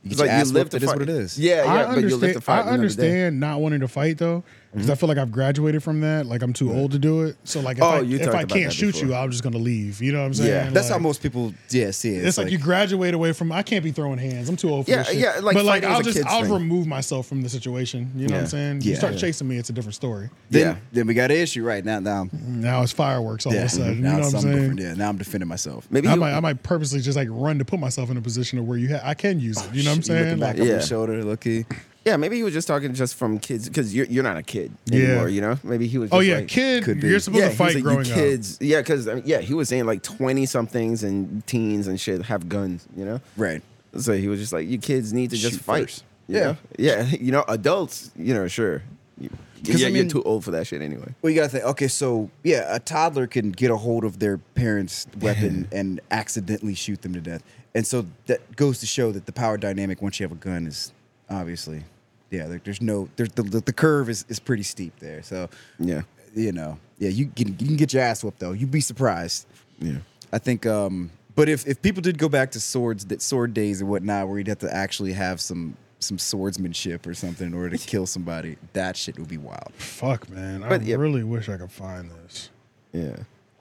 Speaker 2: You
Speaker 3: It's
Speaker 2: get
Speaker 3: like
Speaker 2: your
Speaker 3: you
Speaker 2: ass
Speaker 3: live
Speaker 2: whipped.
Speaker 3: to
Speaker 2: It is
Speaker 3: fight.
Speaker 2: what it is.
Speaker 3: Yeah,
Speaker 1: I
Speaker 3: yeah, but you live
Speaker 1: understand,
Speaker 3: to fight.
Speaker 1: I
Speaker 3: at the end of the day.
Speaker 1: understand not wanting to fight though, because I feel like I've graduated from that. Like I'm too old to do it. So like if
Speaker 2: Mm-hmm. Oh,
Speaker 1: I,
Speaker 2: you
Speaker 1: if
Speaker 2: talked
Speaker 1: I
Speaker 2: about
Speaker 1: can't
Speaker 2: that
Speaker 1: shoot you,
Speaker 2: before.
Speaker 1: I'm just gonna leave. You know what I'm saying?
Speaker 2: that's
Speaker 1: Like,
Speaker 2: how most people yeah see it.
Speaker 1: It's, like, you graduate away from. I can't be throwing hands. I'm too old for
Speaker 2: Yeah,
Speaker 1: this shit.
Speaker 2: yeah, like
Speaker 1: but like
Speaker 2: fighting was
Speaker 1: I'll
Speaker 2: a
Speaker 1: just
Speaker 2: kid's
Speaker 1: I'll
Speaker 2: thing.
Speaker 1: remove myself from the situation. You know what I'm
Speaker 2: Yeah.
Speaker 1: saying? You
Speaker 2: Yeah.
Speaker 1: start
Speaker 2: Yeah.
Speaker 1: chasing me, it's a different story. Mm,
Speaker 2: Then, then we got an issue right now. Now,
Speaker 1: Now it's fireworks all
Speaker 2: yeah,
Speaker 1: of a sudden.
Speaker 2: now
Speaker 1: you know what
Speaker 2: it's
Speaker 1: I'm
Speaker 2: something
Speaker 1: saying?
Speaker 2: different. Yeah, now I'm defending myself.
Speaker 1: I might I might purposely just like run to put myself in a position of where you ha- I can use it. You know what I'm
Speaker 2: You're Oh, looking
Speaker 1: saying?
Speaker 2: back
Speaker 1: Like,
Speaker 2: over your shoulder, lucky.
Speaker 3: Yeah, maybe he was just talking just from kids because you're you're not a kid
Speaker 2: Yeah.
Speaker 3: anymore. You know, maybe he was.
Speaker 1: Oh,
Speaker 3: just
Speaker 1: yeah,
Speaker 3: like-
Speaker 1: kid, Could be. you're supposed to
Speaker 3: he was
Speaker 1: fight
Speaker 3: like, you
Speaker 1: growing up.
Speaker 3: kids, up. Yeah, because yeah, he was saying like twenty somethings and teens and shit have guns. You know,
Speaker 2: right.
Speaker 3: So he was just like, you kids need to just
Speaker 2: Shoot
Speaker 3: fight.
Speaker 2: first.
Speaker 3: you
Speaker 2: Yeah.
Speaker 3: know? yeah, [laughs] You know, adults, you know, sure. You,
Speaker 2: 'Cause,
Speaker 3: yeah,
Speaker 2: I
Speaker 3: you're
Speaker 2: mean-
Speaker 3: too old for that shit anyway.
Speaker 2: Well, you gotta think. Okay, so yeah, a toddler can get a hold of their parents' weapon and accidentally shoot them to death, and so that goes to show that the power dynamic once you have a gun is obviously, yeah. There, there's no there's the, the the curve is is pretty steep there. So
Speaker 3: yeah,
Speaker 2: you know, yeah, you can you can get your ass whooped though. You'd be surprised.
Speaker 3: Yeah,
Speaker 2: I think. um But if if people did go back to swords that sword days and whatnot, where you'd have to actually have some some swordsmanship or something in order to kill somebody, that shit would be wild.
Speaker 1: Fuck, man. I
Speaker 2: But, yeah.
Speaker 1: really wish I could find this.
Speaker 3: Yeah. [laughs]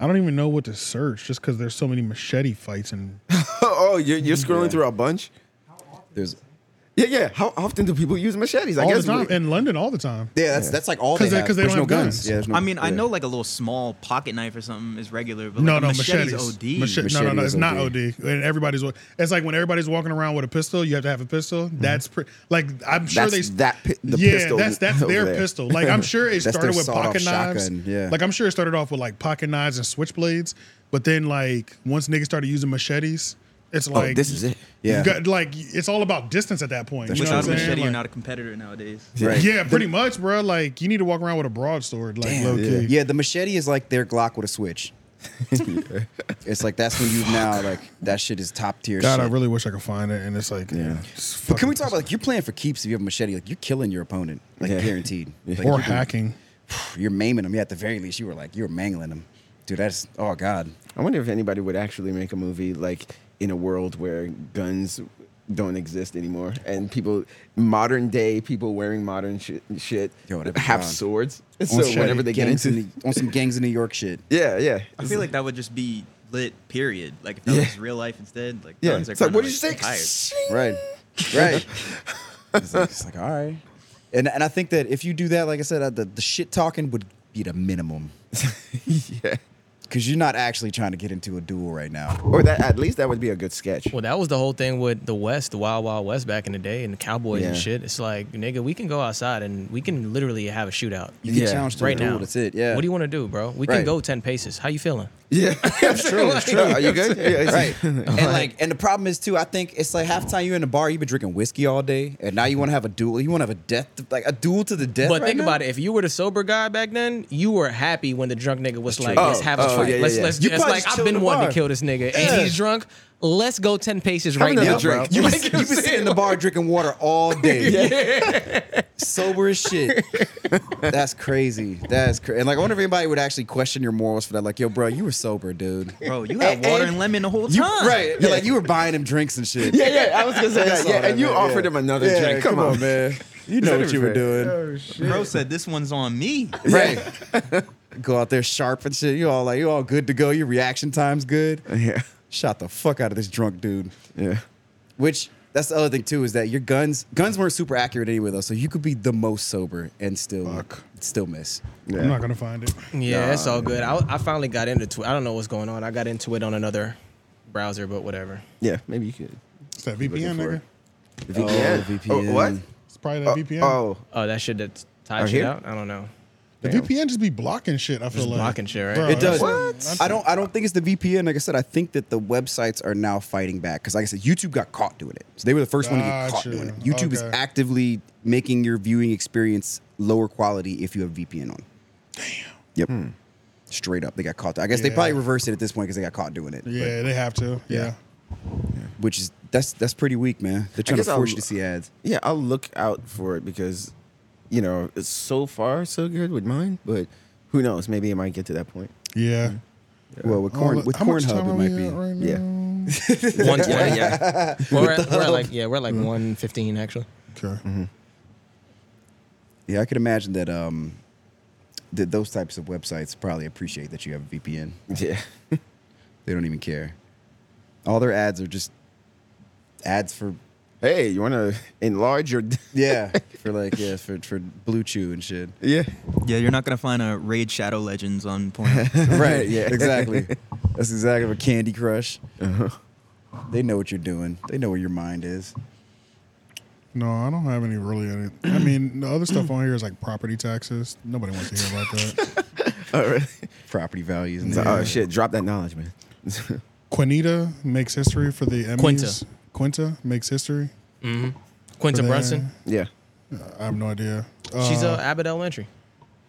Speaker 1: I don't even know what to search just because there's so many machete fights and
Speaker 3: oh, you're you're scrolling through a bunch.
Speaker 2: There's
Speaker 3: yeah, yeah. How often do people use machetes? I
Speaker 1: all
Speaker 3: guess
Speaker 1: the time
Speaker 3: we-
Speaker 1: in London all the time.
Speaker 2: Yeah, that's that's like all
Speaker 1: because
Speaker 2: they
Speaker 1: they,
Speaker 2: have.
Speaker 1: 'cause they don't
Speaker 2: There's
Speaker 1: have
Speaker 2: no
Speaker 1: guns.
Speaker 2: Yeah, there's no-
Speaker 14: I mean, I
Speaker 2: yeah.
Speaker 14: know like a little small pocket knife or something is regular, but like
Speaker 1: no,
Speaker 14: a
Speaker 1: no,
Speaker 14: machete's
Speaker 1: machetes.
Speaker 14: OD.
Speaker 1: Mache- no, no, no, it's not OD. And everybody's wa- it's like when everybody's walking around with a pistol, you have to have a pistol. That's pretty. Like I'm sure
Speaker 3: That's
Speaker 1: they
Speaker 3: that pi- the
Speaker 1: yeah,
Speaker 3: pistol
Speaker 1: that's that's
Speaker 3: over
Speaker 1: their
Speaker 3: there.
Speaker 1: pistol. Like I'm sure it
Speaker 2: That's
Speaker 1: started
Speaker 2: their
Speaker 1: with
Speaker 2: sawed-off
Speaker 1: pocket knives.
Speaker 2: shotgun, yeah.
Speaker 1: Like I'm sure it started off with like pocket knives and switchblades, but then like once niggas started using machetes, it's like
Speaker 3: this is it.
Speaker 1: you
Speaker 14: Yeah.
Speaker 1: got- like it's all about distance at that point. you know
Speaker 14: Without a
Speaker 1: what I'm saying?
Speaker 14: machete,
Speaker 1: Like-
Speaker 14: you're not a competitor nowadays.
Speaker 1: Yeah, pretty much, bro. Like you need to walk around with a broadsword, like
Speaker 2: Damn.
Speaker 1: low
Speaker 2: yeah.
Speaker 1: key.
Speaker 2: Yeah, the machete is like their Glock with a switch. it's like that's when you now like that shit is top tier.
Speaker 1: God,
Speaker 2: shit.
Speaker 1: I really wish I could find it. And it's like, yeah,
Speaker 2: but can we talk about like you're playing for keeps if you have a machete? Like you're killing your opponent, like
Speaker 1: Yeah.
Speaker 2: guaranteed. Like,
Speaker 1: or
Speaker 2: you're-
Speaker 1: hacking.
Speaker 2: You're maiming them. Yeah, at the very least, you were like you're mangling them, dude. That's oh god.
Speaker 3: I wonder if anybody would actually make a movie like in a world where guns don't exist anymore and people modern day people wearing modern shi- shit
Speaker 2: that'd be
Speaker 3: have
Speaker 2: wild.
Speaker 3: swords.
Speaker 2: On
Speaker 3: So
Speaker 2: some
Speaker 3: whenever they get
Speaker 2: gangs
Speaker 3: into
Speaker 2: in the- on some gangs in New York shit.
Speaker 3: yeah, yeah.
Speaker 14: I feel like that would just be lit. Period. Like if that
Speaker 2: Yeah.
Speaker 14: was real life instead, like
Speaker 2: Yeah.
Speaker 14: guns are
Speaker 2: It's like,
Speaker 14: kinda,
Speaker 2: what did you say?
Speaker 14: retired.
Speaker 2: Right. Right. [laughs] it's, like, it's like, all right. And and I think that if you do that, like I said, uh, the, the shit talking would be the minimum.
Speaker 3: yeah.
Speaker 2: Because you're not actually trying to get into a duel right now.
Speaker 3: Or that at least that would be a good sketch.
Speaker 10: Well, that was the whole thing with the West, the Wild Wild West back in the day, and the Cowboys and
Speaker 2: Yeah.
Speaker 10: shit. It's like, nigga, we can go outside and we can literally have a shootout.
Speaker 2: You can Yeah. challenge to a
Speaker 10: right
Speaker 2: duel,
Speaker 10: now.
Speaker 2: that's it, yeah.
Speaker 10: What do you want to do, bro? We can
Speaker 2: Right.
Speaker 10: go ten paces. How you feeling?
Speaker 3: [laughs] Yeah,
Speaker 2: That's true. That's
Speaker 10: [laughs]
Speaker 2: true.
Speaker 10: Are you
Speaker 3: [laughs]
Speaker 10: good? Yeah,
Speaker 2: [laughs] right.
Speaker 10: it's-
Speaker 2: And like, and the problem is too. I think it's like half the time you're in a bar, you've been drinking whiskey all day, and now you want to have a duel. You want to have a death, like a duel to the death.
Speaker 10: but
Speaker 2: right
Speaker 10: think
Speaker 2: now?
Speaker 10: about it. If you were the sober guy back then, you were happy when the drunk nigga was like,
Speaker 2: true.
Speaker 10: "Let's
Speaker 2: Oh,
Speaker 10: have a
Speaker 2: oh,
Speaker 10: fight.
Speaker 2: yeah, yeah,
Speaker 10: let's
Speaker 2: yeah.
Speaker 10: let's,
Speaker 2: You
Speaker 10: it's
Speaker 2: probably
Speaker 10: like
Speaker 2: just
Speaker 10: I've
Speaker 2: chill in
Speaker 10: been
Speaker 2: the
Speaker 10: wanting
Speaker 2: bar.
Speaker 10: to kill this nigga,
Speaker 2: Yeah.
Speaker 10: and he's drunk. Let's go ten paces
Speaker 2: Have
Speaker 10: right
Speaker 2: another
Speaker 10: now,
Speaker 2: drink.
Speaker 10: [laughs] bro.
Speaker 2: You been, you been sitting in the bar drinking water
Speaker 3: [laughs]
Speaker 2: all day. Sober as shit. That's crazy. That's crazy. And like, I wonder if anybody would actually question your morals for that. Like, yo, bro, you were sober, dude.
Speaker 14: Bro, you had water and lemon the whole
Speaker 2: You,
Speaker 14: time.
Speaker 2: right. Like, you were buying him drinks and shit.
Speaker 3: Yeah, yeah, I was gonna say that.
Speaker 2: saw
Speaker 3: Yeah, and you
Speaker 2: man.
Speaker 3: offered him another
Speaker 2: Yeah,
Speaker 3: drink. Come on.
Speaker 2: man. You
Speaker 3: Is
Speaker 2: know
Speaker 3: that
Speaker 2: what you were
Speaker 3: fair?
Speaker 2: doing.
Speaker 14: Bro said this one's on
Speaker 2: [laughs]
Speaker 14: me.
Speaker 2: Right. go out there sharp and shit. You all like, you all good to go. Your reaction time's good.
Speaker 3: Yeah.
Speaker 2: Shot the fuck out of this drunk dude.
Speaker 3: [laughs] Yeah.
Speaker 2: Which that's the other thing too is that your guns guns weren't super accurate anyway though, so you could be the most sober and still still miss.
Speaker 1: I'm not gonna find it.
Speaker 10: Yeah, it's all good. I, I finally got into Twitter. I don't know what's going on. I got into it on another browser, but whatever.
Speaker 3: Yeah, maybe you could.
Speaker 1: It's that VPN, nigga.
Speaker 3: VPN.
Speaker 1: Oh,
Speaker 3: what?
Speaker 1: It's probably that VPN.
Speaker 10: Oh, that shit that
Speaker 1: Oh,
Speaker 10: ties shit
Speaker 1: here?
Speaker 10: out. I don't
Speaker 2: [laughs]
Speaker 10: know.
Speaker 1: the VPN just be blocking shit. I feel
Speaker 10: Just
Speaker 1: like
Speaker 10: blocking shit, right?
Speaker 1: Bro,
Speaker 2: it does.
Speaker 1: that's-
Speaker 2: I don't. I don't think it's the VPN. Like I said, I think that the websites are now fighting back because, like I said, YouTube got caught doing it. So they were the first one to get caught
Speaker 1: Gotcha.
Speaker 2: doing it. YouTube is
Speaker 1: Ah, Okay.
Speaker 2: actively
Speaker 3: Hmm.
Speaker 2: making your viewing experience lower quality if you have VPN on. Yep. Straight up, they got caught. I guess they
Speaker 1: Yeah.
Speaker 2: probably reversed it at this point because they got caught doing it.
Speaker 1: Yeah, they have to. Yeah.
Speaker 2: but- which is that's that's pretty weak, man. They're
Speaker 3: I
Speaker 2: trying to
Speaker 3: guess I'll-
Speaker 2: force you to see ads.
Speaker 3: Yeah, I'll look out for it because, you know, it's so far so good with mine, but who knows? Maybe it might get to that point.
Speaker 1: Yeah.
Speaker 2: Well, with
Speaker 3: Oh,
Speaker 2: Mm-hmm. corn,
Speaker 3: look,
Speaker 2: with
Speaker 3: how much
Speaker 2: Cornhub,
Speaker 3: time
Speaker 2: it
Speaker 3: are
Speaker 2: might
Speaker 3: we
Speaker 2: be.
Speaker 3: at right Yeah.
Speaker 2: [laughs] yeah.
Speaker 10: 120, yeah. We're, at,
Speaker 2: With the Mm-hmm.
Speaker 10: we're at
Speaker 2: hub.
Speaker 10: like yeah, we're at like 115 actually.
Speaker 1: Okay.
Speaker 2: Mm-hmm. Yeah, I could imagine that. Um, that those types of websites probably appreciate that you have a VPN.
Speaker 3: Yeah.
Speaker 2: they don't even care. All their ads are just ads for. [laughs]
Speaker 3: Hey, you want to enlarge your?
Speaker 2: yeah, for like yeah, for for Blue Chew and shit.
Speaker 3: [laughs] Yeah.
Speaker 8: Yeah, you're not gonna find a raid Shadow Legends on point.
Speaker 2: [laughs] right. Yeah. Exactly. That's exactly what Candy Crush.
Speaker 3: Uh-huh.
Speaker 2: They know what you're doing. They know where your mind is.
Speaker 1: No, I don't have any really. Any, I mean, the other stuff on here is like property taxes. Nobody wants to hear about that.
Speaker 2: [laughs] Property values. And
Speaker 3: So,
Speaker 2: everything.
Speaker 3: Oh shit! Drop that knowledge, man.
Speaker 1: Quinita makes history for the Emmys.
Speaker 10: Quinta.
Speaker 1: Quinta makes history.
Speaker 10: Mhm. Quinta
Speaker 1: For the-
Speaker 10: Brunson?
Speaker 3: Yeah.
Speaker 1: I have no idea.
Speaker 10: She's
Speaker 1: Uh,
Speaker 10: uh, Abbott Elementary.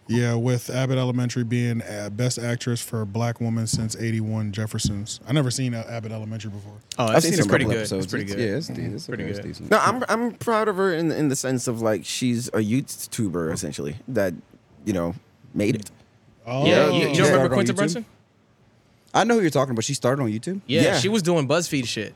Speaker 1: Yeah, with Abbott Elementary being uh, best actress for a black woman since '81 Jeffersons. I never seen uh, Abbott Elementary before.
Speaker 10: Oh,
Speaker 2: I've
Speaker 10: it's,
Speaker 2: seen
Speaker 10: it's
Speaker 2: a
Speaker 10: pretty
Speaker 2: couple
Speaker 10: good.
Speaker 2: episodes.
Speaker 10: It's pretty
Speaker 2: It's-
Speaker 10: good. Mm-hmm.
Speaker 2: yeah, it's de- it's
Speaker 10: pretty
Speaker 2: okay,
Speaker 10: good.
Speaker 2: it's decent.
Speaker 3: No, I'm I'm proud of her in in the sense of like she's a YouTuber essentially that you know made it.
Speaker 1: Oh,
Speaker 10: Yeah, you, you
Speaker 2: uh, Yeah.
Speaker 10: don't remember
Speaker 2: Started on
Speaker 10: Quinta
Speaker 2: YouTube?
Speaker 10: Brunson?
Speaker 2: I know who you're talking about. She started on YouTube.
Speaker 10: Yeah,
Speaker 3: Yeah.
Speaker 10: she was doing BuzzFeed shit.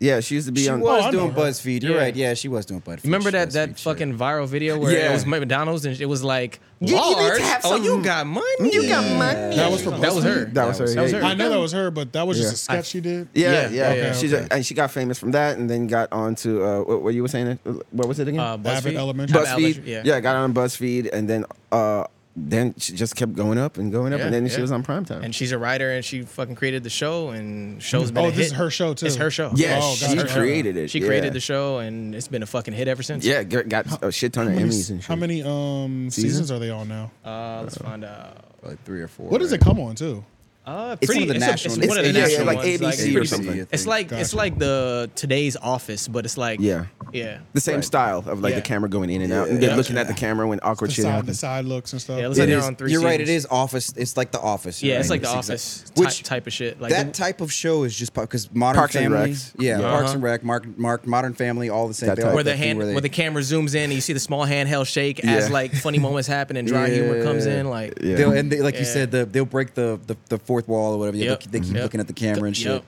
Speaker 3: Yeah, she used to be
Speaker 2: She
Speaker 3: on.
Speaker 2: was
Speaker 10: Oh,
Speaker 1: I know
Speaker 2: doing
Speaker 1: her.
Speaker 2: BuzzFeed. You're
Speaker 10: Yeah.
Speaker 2: right. Yeah, she was doing BuzzFeed.
Speaker 10: Remember that
Speaker 2: She
Speaker 10: that
Speaker 2: BuzzFeed shit.
Speaker 10: fucking viral video where
Speaker 2: Yeah.
Speaker 10: it was McDonald's and it was like,
Speaker 3: You- you need to
Speaker 10: large?
Speaker 3: have
Speaker 10: oh,
Speaker 3: some-
Speaker 10: you got money.
Speaker 3: You got money.
Speaker 1: That was for
Speaker 10: That was her.
Speaker 3: That was her.
Speaker 10: That was
Speaker 3: yeah,
Speaker 10: her.
Speaker 1: I know that was her, but that was
Speaker 3: Yeah.
Speaker 1: just a sketch she did.
Speaker 3: Yeah, yeah,
Speaker 10: Yeah,
Speaker 3: yeah.
Speaker 10: okay,
Speaker 3: She's
Speaker 1: okay.
Speaker 3: a, and she got famous from that, and then got on to uh, what, what you were saying. uh, What was it again?
Speaker 10: Uh,
Speaker 1: Abbott
Speaker 10: BuzzFeed.
Speaker 1: Elementary.
Speaker 10: Abbott
Speaker 3: BuzzFeed.
Speaker 10: Elementary,
Speaker 3: Yeah.
Speaker 10: Yeah.
Speaker 3: got on BuzzFeed, and then uh, then she just kept going up and going up,
Speaker 10: Yeah,
Speaker 3: and then
Speaker 10: yeah.
Speaker 3: she was on primetime.
Speaker 10: And she's a writer and she fucking created the show and show's been
Speaker 1: Oh,
Speaker 10: a
Speaker 1: this
Speaker 10: hit.
Speaker 1: is her show, too.
Speaker 10: It's her show.
Speaker 3: yeah,
Speaker 1: Oh,
Speaker 3: she
Speaker 1: gotcha.
Speaker 10: It's her show.
Speaker 3: created it.
Speaker 10: She
Speaker 3: yeah.
Speaker 10: created the show and it's been a fucking hit ever since.
Speaker 3: Yeah, g- got a shit ton
Speaker 1: How
Speaker 3: of
Speaker 1: many,
Speaker 3: Emmys and shit.
Speaker 1: how many um, seasons are they on now?
Speaker 10: Uh, let's find out.
Speaker 2: like three or four.
Speaker 1: What does it come on too?
Speaker 10: Uh,
Speaker 2: It's
Speaker 10: pretty,
Speaker 2: one of the national-
Speaker 10: It's, one of the
Speaker 2: it's- yeah,
Speaker 10: national
Speaker 2: like
Speaker 10: ones.
Speaker 3: ABC
Speaker 10: it's
Speaker 3: or
Speaker 10: pretty-
Speaker 3: something.
Speaker 10: It's like it's
Speaker 1: Gotcha.
Speaker 10: like the today's office, but it's like
Speaker 3: Yeah.
Speaker 10: yeah,
Speaker 3: The same style of like
Speaker 10: Yeah.
Speaker 3: the camera going in and out, and then
Speaker 10: Yeah.
Speaker 3: looking at the camera when awkward
Speaker 1: The
Speaker 3: shit
Speaker 1: side, the
Speaker 3: happens.
Speaker 1: side looks and stuff.
Speaker 10: Yeah, it looks
Speaker 2: It
Speaker 10: like they're
Speaker 2: is-
Speaker 10: on three.
Speaker 2: You're right. It
Speaker 10: seasons.
Speaker 2: is Office. It's like the Office.
Speaker 10: Yeah, it's
Speaker 2: right?
Speaker 10: like the
Speaker 2: exact-
Speaker 10: office ty-
Speaker 2: Which
Speaker 10: type of shit. Like
Speaker 2: that
Speaker 10: the-
Speaker 2: type of show is just because Modern
Speaker 3: Parks and
Speaker 2: Family.
Speaker 3: Recs.
Speaker 2: yeah,
Speaker 10: Yeah.
Speaker 2: Parks
Speaker 10: Uh-huh.
Speaker 2: and Rec, Mark, Mark, Modern Family, all the same.
Speaker 3: That
Speaker 2: They
Speaker 3: type.
Speaker 2: all
Speaker 10: where
Speaker 2: have
Speaker 10: the
Speaker 2: that thing
Speaker 10: hand
Speaker 2: where
Speaker 10: where,
Speaker 2: they-
Speaker 10: the camera zooms in and you see the small handheld shake as
Speaker 3: Yeah.
Speaker 10: like
Speaker 3: [laughs]
Speaker 10: funny moments happen and dry humor comes in like
Speaker 3: Yeah.
Speaker 2: They'll, and they, like you
Speaker 10: Yeah.
Speaker 2: said, the, they'll break the, the, the fourth wall or whatever. Yeah,
Speaker 10: Yep.
Speaker 2: They, they keep
Speaker 10: Yep.
Speaker 2: looking at the camera and shit.
Speaker 10: Yep.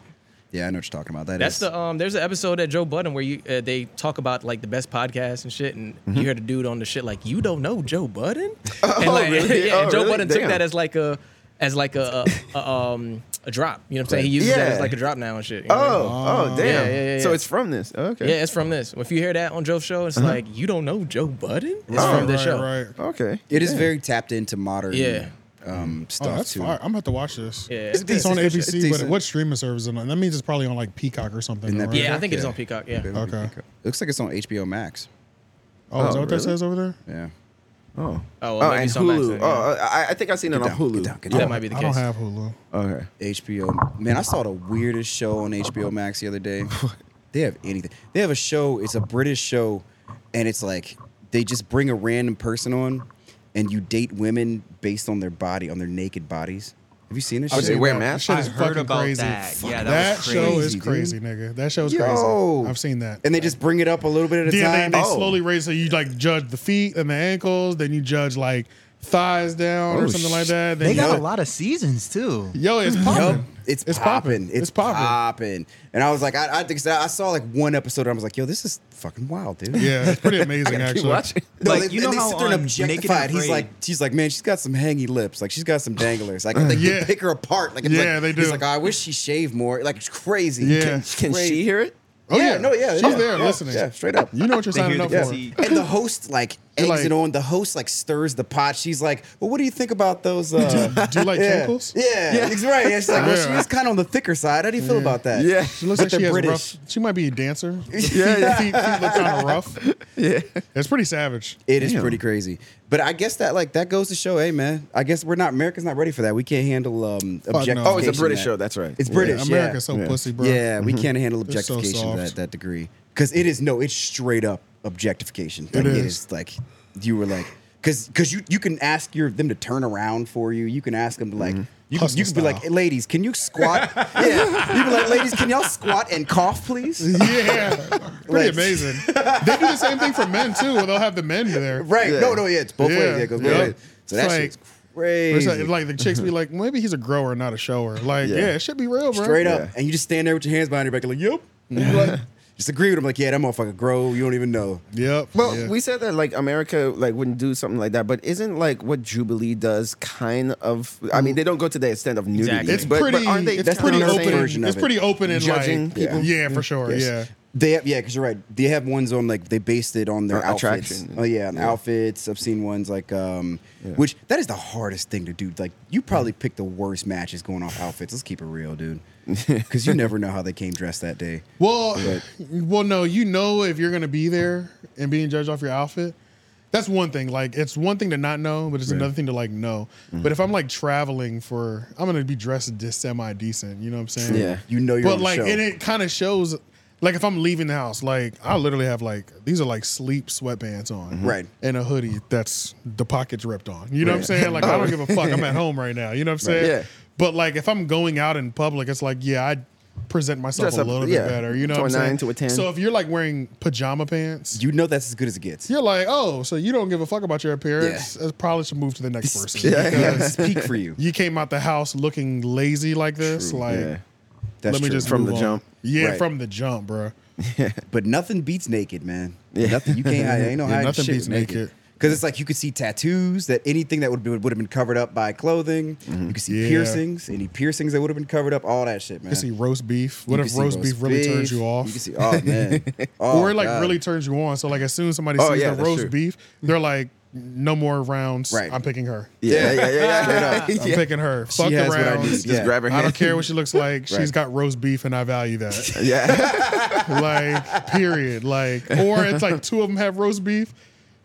Speaker 2: Yeah, I know what you're talking about. That
Speaker 10: that's
Speaker 2: is-
Speaker 10: the um there's an episode at Joe Budden where you uh, they talk about like the best podcasts and shit and you hear the dude on the shit like you don't know Joe Budden and like
Speaker 3: really?
Speaker 10: [laughs] yeah,
Speaker 3: Mm-hmm. [laughs]
Speaker 10: and
Speaker 3: Oh,
Speaker 10: Joe
Speaker 3: really?
Speaker 10: Budden took
Speaker 3: Damn.
Speaker 10: that as like a as like a, a, a um a drop you know what I'm saying he uses that
Speaker 3: Yeah.
Speaker 10: as like a drop now and shit you know what I mean?
Speaker 3: Oh, oh, damn!
Speaker 10: Yeah, yeah, yeah,
Speaker 3: So
Speaker 10: yeah.
Speaker 3: it's from this. Okay. Uh-huh.
Speaker 10: Yeah, it's from this. If you hear that on Joe's show, it's like you don't know Joe Budden. It's
Speaker 3: Oh.
Speaker 1: Right,
Speaker 10: from this
Speaker 1: right,
Speaker 10: show.
Speaker 1: right.
Speaker 3: Okay.
Speaker 2: It is very tapped into modern
Speaker 10: Yeah.
Speaker 2: um,
Speaker 1: Oh,
Speaker 2: stuff
Speaker 1: that's
Speaker 2: too.
Speaker 1: fire. I'm gonna have to watch this.
Speaker 10: Yeah.
Speaker 1: it's,
Speaker 10: It's
Speaker 1: it's on
Speaker 2: decent. It's
Speaker 1: ABC, but
Speaker 2: decent.
Speaker 1: what streaming service is it on? That means it's probably on like Peacock or something.
Speaker 2: Isn't
Speaker 1: though,
Speaker 2: that
Speaker 1: right?
Speaker 10: Yeah, I think it is
Speaker 2: Yeah.
Speaker 10: on Peacock. Yeah.
Speaker 2: It would be
Speaker 1: Okay.
Speaker 2: Peacock. Looks like it's on HBO Max.
Speaker 1: Oh, is that
Speaker 3: Oh,
Speaker 1: what that
Speaker 3: really?
Speaker 1: says over there?
Speaker 2: Yeah.
Speaker 3: Oh.
Speaker 10: Oh,
Speaker 3: Oh,
Speaker 10: well, maybe
Speaker 3: and
Speaker 10: it's on
Speaker 3: Hulu.
Speaker 10: Maxon,
Speaker 3: Oh,
Speaker 10: yeah.
Speaker 3: uh, I, I think I've seen it on
Speaker 2: down,
Speaker 3: Hulu.
Speaker 2: get down, get
Speaker 10: That
Speaker 2: down.
Speaker 10: might be the
Speaker 1: I don't
Speaker 10: case.
Speaker 1: have Hulu.
Speaker 3: Okay.
Speaker 2: HBO. Man, I saw the weirdest show on HBO Max the
Speaker 1: [laughs]
Speaker 2: other day. They have anything. They have a show. It's a British show, and it's like they just bring a random person on, and you date women based on their body, on their naked bodies. Have you seen this?
Speaker 3: I would
Speaker 2: shit?
Speaker 3: say wear
Speaker 1: That
Speaker 3: masks.
Speaker 1: shit is
Speaker 8: I heard
Speaker 1: fucking
Speaker 8: about
Speaker 1: crazy.
Speaker 8: that.
Speaker 1: Fuck.
Speaker 8: Yeah, that
Speaker 1: that,
Speaker 8: was
Speaker 1: show
Speaker 2: crazy,
Speaker 1: is
Speaker 2: dude.
Speaker 1: crazy, nigga. That show's
Speaker 2: Yo.
Speaker 1: crazy. I've seen that.
Speaker 2: and they just bring it up a little bit at a
Speaker 1: Then
Speaker 2: time.
Speaker 1: they, they
Speaker 2: Oh.
Speaker 1: slowly raise so you like judge the feet and the ankles, then you judge like thighs down
Speaker 2: Oh,
Speaker 1: or something like
Speaker 2: sh-
Speaker 1: that. Then
Speaker 8: They got
Speaker 1: yo,
Speaker 8: a lot of seasons too.
Speaker 1: yo, it's
Speaker 2: Oh. Yup.
Speaker 1: popping.
Speaker 2: It's,
Speaker 1: It's
Speaker 2: popping.
Speaker 1: popping. It's popping.
Speaker 2: And I was like, I, I think I saw like one episode. And I was like, yo, this is fucking wild, dude.
Speaker 1: Yeah, it's
Speaker 2: [laughs]
Speaker 1: pretty amazing actually. [laughs]
Speaker 2: No,
Speaker 8: Like,
Speaker 2: they,
Speaker 8: you know
Speaker 2: they
Speaker 8: how
Speaker 2: sit there and
Speaker 8: on Naked and
Speaker 2: objectify it. He's
Speaker 8: Afraid-
Speaker 2: like, she's like, man, she's got some hangy lips. Like she's got some danglers. Like
Speaker 1: [laughs]
Speaker 2: they,
Speaker 1: Yeah.
Speaker 2: they pick her apart. Like it's
Speaker 1: Yeah,
Speaker 2: like,
Speaker 1: they
Speaker 2: He's
Speaker 1: do.
Speaker 2: like, "Oh, I wish she shaved more. Like it's crazy.
Speaker 1: Yeah.
Speaker 2: Can-
Speaker 3: Can she hear it?
Speaker 1: Oh
Speaker 2: yeah,
Speaker 1: yeah,
Speaker 2: no, yeah,
Speaker 1: she's
Speaker 2: yeah,
Speaker 1: there
Speaker 2: yeah,
Speaker 1: listening.
Speaker 2: yeah, straight up.
Speaker 1: You know what you're
Speaker 8: They
Speaker 1: signing
Speaker 8: hear
Speaker 1: up
Speaker 8: the
Speaker 1: for.
Speaker 8: critique.
Speaker 2: And the host like
Speaker 1: [laughs] You're
Speaker 2: eggs
Speaker 1: like-
Speaker 2: it on. The host like stirs the pot. She's like, well, what do you think about those?
Speaker 1: [laughs]
Speaker 2: Uh,
Speaker 1: Do you like
Speaker 2: yeah.
Speaker 1: ankles?
Speaker 2: Yeah, he's right. Yeah, she's
Speaker 1: [laughs]
Speaker 2: like, well,
Speaker 1: Yeah.
Speaker 2: she is kind of on the thicker side. How do you feel about that?
Speaker 3: Yeah.
Speaker 1: She looks
Speaker 2: But
Speaker 1: like she
Speaker 2: they're
Speaker 1: has
Speaker 2: British.
Speaker 1: rough. She might be a
Speaker 2: [laughs]
Speaker 1: dancer.
Speaker 3: Yeah, yeah.
Speaker 1: feet, feet look kind of rough.
Speaker 3: Yeah.
Speaker 1: It's pretty savage.
Speaker 2: It is
Speaker 3: Damn.
Speaker 2: pretty crazy. But I guess that like that goes to show, hey man, I guess we're not America's not ready for that. We can't handle um
Speaker 1: no.
Speaker 2: objectification.
Speaker 1: Oh,
Speaker 3: it's a British
Speaker 2: that-
Speaker 3: show, that's right.
Speaker 2: It's
Speaker 3: Yeah,
Speaker 2: British. Yeah,
Speaker 1: America's so
Speaker 3: Yeah.
Speaker 1: pussy, bro.
Speaker 2: Yeah, we can't handle
Speaker 1: They're so
Speaker 2: objectification to that
Speaker 1: soft.
Speaker 2: that degree. Cause it is no, it's straight up objectification. Like,
Speaker 1: It
Speaker 2: it
Speaker 1: is.
Speaker 2: is like you were like Cause, cause you, you can ask your them to turn around for you. You can ask them to like you, can-
Speaker 1: Mm-hmm. Hustle
Speaker 2: you can be like,
Speaker 1: style.
Speaker 2: ladies, can you
Speaker 1: [laughs]
Speaker 2: squat? yeah, you be like, ladies, can y'all squat and cough, please?
Speaker 1: [laughs] Yeah, pretty
Speaker 2: Like-
Speaker 1: amazing. They do the same thing for men too. Where they'll have the men there,
Speaker 2: Right. No, no, yeah, it's both ways. Yeah, it goes both ways. So that shit's crazy.
Speaker 1: it's Like, like the chicks be like, maybe he's a grower, not a shower. Like, yeah,
Speaker 2: Yeah.
Speaker 1: it should be real, bro.
Speaker 2: Straight up. And you just stand there with your hands behind your back, like, yep. And you
Speaker 1: [laughs]
Speaker 2: be like- just agree with him, like, yeah, that motherfucker grow. You don't even know.
Speaker 1: Yep.
Speaker 3: Well, we said that like America like wouldn't do something like that, but isn't like what Jubilee does kind of? I mean, they don't go to the extent of nudity.
Speaker 1: It's
Speaker 3: but,
Speaker 1: pretty.
Speaker 3: But aren't they
Speaker 1: it's
Speaker 3: kind
Speaker 1: pretty
Speaker 3: of the
Speaker 1: open.
Speaker 3: same
Speaker 1: it's pretty open and
Speaker 3: judging
Speaker 1: like,
Speaker 3: people?
Speaker 1: yeah, for sure.
Speaker 2: Yes.
Speaker 1: Yeah.
Speaker 2: They have, yeah, because you're right. They have ones on like they based it on their
Speaker 3: Or
Speaker 2: outfits.
Speaker 3: attraction.
Speaker 2: Oh yeah, on
Speaker 3: Yeah.
Speaker 2: outfits. I've seen ones like, um, which that is the hardest thing to do. Like you probably picked the worst matches going off outfits. Let's keep it real,
Speaker 3: [laughs]
Speaker 2: dude, because you never know how they came dressed that day.
Speaker 1: Well,
Speaker 2: But-
Speaker 1: well, no, you know if you're gonna be there and being judged off your outfit. That's one thing. Like, it's one thing to not know, but it's another thing to like know.
Speaker 2: Mm-hmm.
Speaker 1: But if I'm like traveling for, I'm gonna be dressed just semi decent. You know what I'm saying?
Speaker 2: Yeah. You know you're
Speaker 1: But
Speaker 2: on the
Speaker 1: like,
Speaker 2: show.
Speaker 1: and it kind of shows. Like, if I'm leaving the house, like I literally have like these are like sleep sweatpants on,
Speaker 2: Right.
Speaker 1: and a hoodie that's the pockets ripped on. You know what I'm saying? Like, I don't give a fuck. I'm at
Speaker 2: [laughs]
Speaker 1: home right now. You know what I'm
Speaker 3: Right.
Speaker 1: saying?
Speaker 3: Yeah.
Speaker 1: But like, if I'm going out in public, it's like, yeah, I present myself
Speaker 3: Dress
Speaker 1: a
Speaker 3: up,
Speaker 1: little
Speaker 3: yeah,
Speaker 1: bit better. You know
Speaker 3: to
Speaker 1: what
Speaker 3: a
Speaker 1: I'm saying?
Speaker 3: nine, to a 10.
Speaker 1: So if you're like wearing pajama pants,
Speaker 2: you know that's as good as it gets.
Speaker 1: you're like, oh, so you don't give a fuck about your appearance. I probably should move to the next
Speaker 3: [laughs]
Speaker 1: person.
Speaker 2: Yeah, yeah,
Speaker 1: because
Speaker 2: speak for you.
Speaker 1: You came out the house looking lazy like this. Like,
Speaker 2: Yeah. That's
Speaker 1: let me
Speaker 2: true.
Speaker 1: just
Speaker 3: From
Speaker 1: move
Speaker 3: the
Speaker 1: on.
Speaker 3: jump.
Speaker 1: Yeah,
Speaker 2: Right.
Speaker 1: from the jump, bro.
Speaker 2: But nothing beats naked, man.
Speaker 3: Yeah.
Speaker 2: Nothing you
Speaker 1: [laughs]
Speaker 2: can't hide. Ain't no
Speaker 1: Yeah,
Speaker 2: hiding
Speaker 1: nothing
Speaker 2: shit
Speaker 1: beats
Speaker 2: with naked.
Speaker 1: naked.
Speaker 2: Because it's like you could see tattoos that anything that would be, would have been covered up by clothing. You could see
Speaker 1: Mm-hmm. Yeah.
Speaker 2: piercings, any piercings that would have been covered up, all that shit, man.
Speaker 1: You can see roast beef. What
Speaker 2: You
Speaker 1: if
Speaker 2: can see
Speaker 1: roast, beef really turns you off?
Speaker 2: You can see, oh
Speaker 1: [laughs]
Speaker 2: man, oh,
Speaker 1: or it like
Speaker 2: God.
Speaker 1: really turns you on. So like as soon as somebody
Speaker 3: Oh,
Speaker 1: sees
Speaker 3: yeah,
Speaker 1: the
Speaker 3: that's
Speaker 1: roast
Speaker 3: true.
Speaker 1: beef, they're like, no more rounds.
Speaker 2: Right.
Speaker 1: I'm picking her.
Speaker 3: Yeah, yeah, yeah, yeah.
Speaker 1: I'm picking her.
Speaker 2: She
Speaker 1: Fuck the
Speaker 2: has what I
Speaker 1: rounds.
Speaker 2: need.
Speaker 3: Just
Speaker 2: Yeah.
Speaker 3: grab her
Speaker 1: I
Speaker 3: hand.
Speaker 1: don't care what she looks like. She's
Speaker 2: Right.
Speaker 1: got roast beef, and I value that.
Speaker 3: Yeah,
Speaker 1: [laughs] like, period. Like, or it's like two of them have roast beef.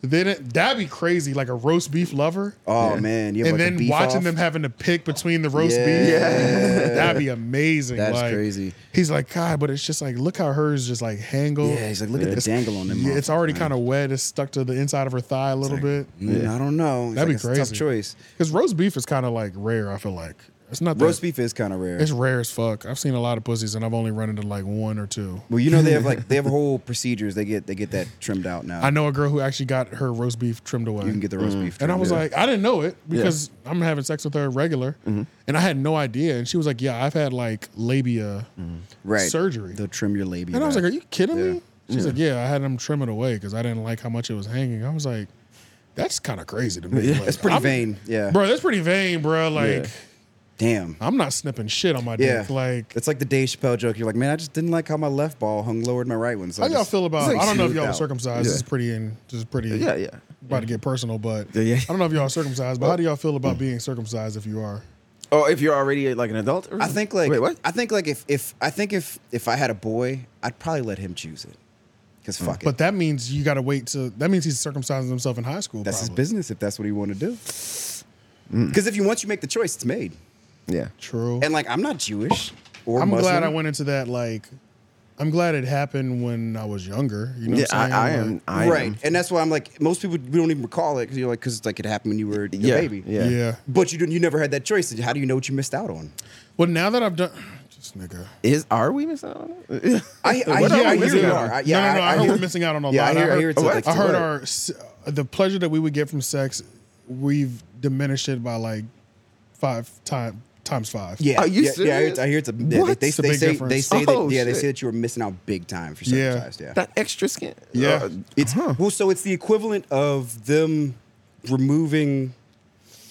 Speaker 1: Then it, that'd be crazy, like a roast beef lover.
Speaker 2: Oh man, you have
Speaker 1: and
Speaker 2: like a
Speaker 1: then
Speaker 2: beef
Speaker 1: watching
Speaker 2: off.
Speaker 1: them having to pick between the roast
Speaker 2: Yeah.
Speaker 1: beef,
Speaker 2: Yeah.
Speaker 1: that'd be amazing.
Speaker 2: That's
Speaker 1: like,
Speaker 2: crazy.
Speaker 1: He's like, God, but it's just like, look how hers just like hangle.
Speaker 2: Yeah, he's like, look at the dangle on them.
Speaker 1: Yeah, it's already kind of wet. It's stuck to the inside of her thigh a little bit.
Speaker 2: Mm, I don't know. It's
Speaker 1: That'd be
Speaker 2: like a
Speaker 1: crazy.
Speaker 2: Tough choice.
Speaker 1: Because roast beef is kind of like rare. I feel like it's not that,
Speaker 2: Roast beef is kind of rare.
Speaker 1: It's rare as fuck. I've seen a lot of pussies, and I've only run into like one or two.
Speaker 2: Well, you know they
Speaker 1: [laughs]
Speaker 2: have like they have whole procedures. They get they get that trimmed out now.
Speaker 1: I know a girl who actually got her roast beef trimmed away.
Speaker 2: You can get the roast beef.
Speaker 1: and I
Speaker 2: trimmed,
Speaker 1: was
Speaker 2: yeah.
Speaker 1: like, I didn't know it because I'm having sex with her regular, and I had no idea. And she was like, Yeah, I've had like labia
Speaker 2: right
Speaker 1: surgery.
Speaker 2: They'll trim your labia.
Speaker 1: and I was
Speaker 2: back.
Speaker 1: like, Are you kidding me? She's like, Yeah, I had them trim it away because I didn't like how much it was hanging. I was like, That's kind of crazy to me. Like,
Speaker 2: that's pretty
Speaker 1: I'm-
Speaker 2: vain. Yeah,
Speaker 1: bro. That's pretty vain, bro. Like,
Speaker 2: damn.
Speaker 1: I'm not snipping shit on my
Speaker 2: Yeah,
Speaker 1: dick. Like,
Speaker 2: it's like the Dave Chappelle joke. You're like, man, I just didn't like how my left ball hung lower than my right one. So
Speaker 1: how
Speaker 2: I
Speaker 1: y'all
Speaker 2: just-
Speaker 1: feel about?
Speaker 3: like
Speaker 1: I don't know if
Speaker 3: smoothed
Speaker 1: y'all are
Speaker 3: out.
Speaker 1: circumcised. This is pretty and this is pretty.
Speaker 3: yeah, yeah.
Speaker 1: About to get personal, but
Speaker 3: yeah.
Speaker 1: I don't know if y'all are circumcised. But how do y'all feel about being circumcised if you are?
Speaker 3: Oh, if you're already like an adult, or
Speaker 2: I think like
Speaker 3: wait, what?
Speaker 2: I think like if if I think if if I had a boy, I'd probably let him choose it. Cause
Speaker 3: Mm.
Speaker 2: fuck it,
Speaker 1: But that means you got to wait to. That means he's circumcising himself in high school.
Speaker 2: that's his
Speaker 1: probably.
Speaker 2: business if that's what he want to do.
Speaker 3: Mm.
Speaker 2: Because if you once you make the choice, it's made.
Speaker 3: Yeah,
Speaker 1: True.
Speaker 2: And like I'm not Jewish or
Speaker 1: I'm glad
Speaker 2: Muslim.
Speaker 1: I went into that. Like, I'm glad it happened when I was younger. You know,
Speaker 3: yeah.
Speaker 1: what I'm
Speaker 3: I,
Speaker 1: saying? Like,
Speaker 3: I am. I
Speaker 2: right,
Speaker 3: Am.
Speaker 2: and that's why I'm like most people we don't even recall it because you're like because it's like it happened when you were a
Speaker 3: Yeah,
Speaker 2: baby.
Speaker 1: Yeah.
Speaker 3: yeah.
Speaker 2: But you didn't. You never had that choice. How do you know what you missed out on?
Speaker 1: Well, now that I've done, just nigga.
Speaker 3: Is are we missing out? on [laughs] it?
Speaker 2: I, I,
Speaker 1: What
Speaker 2: hear,
Speaker 1: are
Speaker 2: I
Speaker 1: we
Speaker 2: hear
Speaker 1: missing
Speaker 2: you
Speaker 1: out
Speaker 2: are.
Speaker 1: on?
Speaker 2: I, yeah,
Speaker 1: no, no, no. I, heard
Speaker 2: hear-
Speaker 1: we're missing out on a
Speaker 2: yeah,
Speaker 1: lot.
Speaker 2: I hear, I hear
Speaker 1: I
Speaker 2: it's a-
Speaker 1: heard,
Speaker 2: it's
Speaker 1: I
Speaker 2: a
Speaker 1: heard
Speaker 2: lot.
Speaker 1: our s- the pleasure that we would get from sex, we've diminished it by like five time times five.
Speaker 2: Yeah,
Speaker 3: Are you
Speaker 2: yeah, yeah, I hear
Speaker 3: serious?
Speaker 2: it's- I hear it's a. yeah,
Speaker 3: What?
Speaker 2: they,
Speaker 1: It's a
Speaker 2: they, they
Speaker 1: big
Speaker 2: say
Speaker 1: difference.
Speaker 2: they say
Speaker 3: Oh,
Speaker 2: that yeah they
Speaker 3: shit.
Speaker 2: say that you were missing out big time for
Speaker 1: Yeah.
Speaker 2: circumcised. Yeah.
Speaker 3: That extra skin.
Speaker 1: Yeah.
Speaker 3: Uh,
Speaker 2: It's well, so it's the equivalent of them removing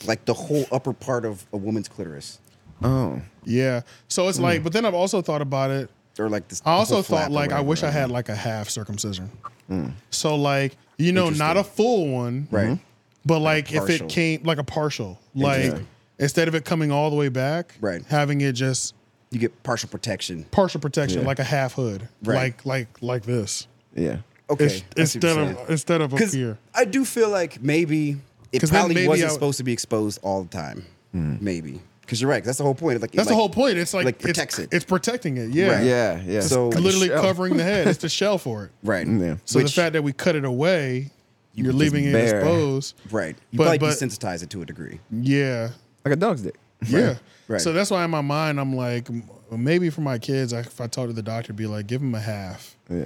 Speaker 2: like the whole upper part of a woman's clitoris,
Speaker 3: oh.
Speaker 1: yeah. So
Speaker 2: Mm.
Speaker 1: it's like, but then I've also thought about it.
Speaker 2: or like this.
Speaker 1: I
Speaker 2: the
Speaker 1: also
Speaker 2: whole flap
Speaker 1: thought
Speaker 2: or
Speaker 1: like I
Speaker 2: whatever,
Speaker 1: wish I
Speaker 2: right? Mm.
Speaker 1: had like a half circumcision. So like you know, not a full one,
Speaker 2: Right.
Speaker 1: But like if it
Speaker 2: partial.
Speaker 1: came like a partial, like
Speaker 2: Interesting.
Speaker 1: instead of it coming all the way back,
Speaker 2: Right.
Speaker 1: Having it just
Speaker 2: You get partial protection.
Speaker 1: partial protection, like a half hood,
Speaker 2: Right.
Speaker 1: like like like this.
Speaker 3: Yeah.
Speaker 2: Okay.
Speaker 1: Ins-
Speaker 2: I see what you're
Speaker 1: instead
Speaker 2: saying.
Speaker 1: of instead of up
Speaker 2: Because
Speaker 1: here,
Speaker 2: I do feel like maybe it
Speaker 1: 'Cause then
Speaker 2: probably
Speaker 1: maybe
Speaker 2: wasn't
Speaker 1: I would-
Speaker 2: supposed to be exposed all the time.
Speaker 3: Hmm.
Speaker 2: Maybe because you're right. 'cause That's the whole point. Like
Speaker 1: that's the
Speaker 2: like-
Speaker 1: whole point. It's like,
Speaker 2: like,
Speaker 1: it's-
Speaker 2: protects it.
Speaker 1: It's protecting it. Yeah,
Speaker 2: Right.
Speaker 3: Yeah. Yeah.
Speaker 2: So-
Speaker 1: Literally
Speaker 3: Like a shell.
Speaker 2: [laughs]
Speaker 1: covering the head. It's the shell for it.
Speaker 2: Right.
Speaker 3: Yeah.
Speaker 1: So
Speaker 2: Which-
Speaker 1: the fact that we cut it away
Speaker 2: You
Speaker 1: You're
Speaker 2: can just
Speaker 1: leaving it
Speaker 2: bear-
Speaker 1: exposed.
Speaker 2: Right. You
Speaker 1: But-
Speaker 2: probably
Speaker 1: but-
Speaker 2: desensitize it to a degree.
Speaker 1: Yeah.
Speaker 2: Like a dog's dick.
Speaker 1: Yeah.
Speaker 2: Right.
Speaker 1: So that's why in my mind I'm like, m- maybe for my kids, I- if I talk to the doctor, be like, give them a half.
Speaker 3: [laughs]
Speaker 2: Yeah.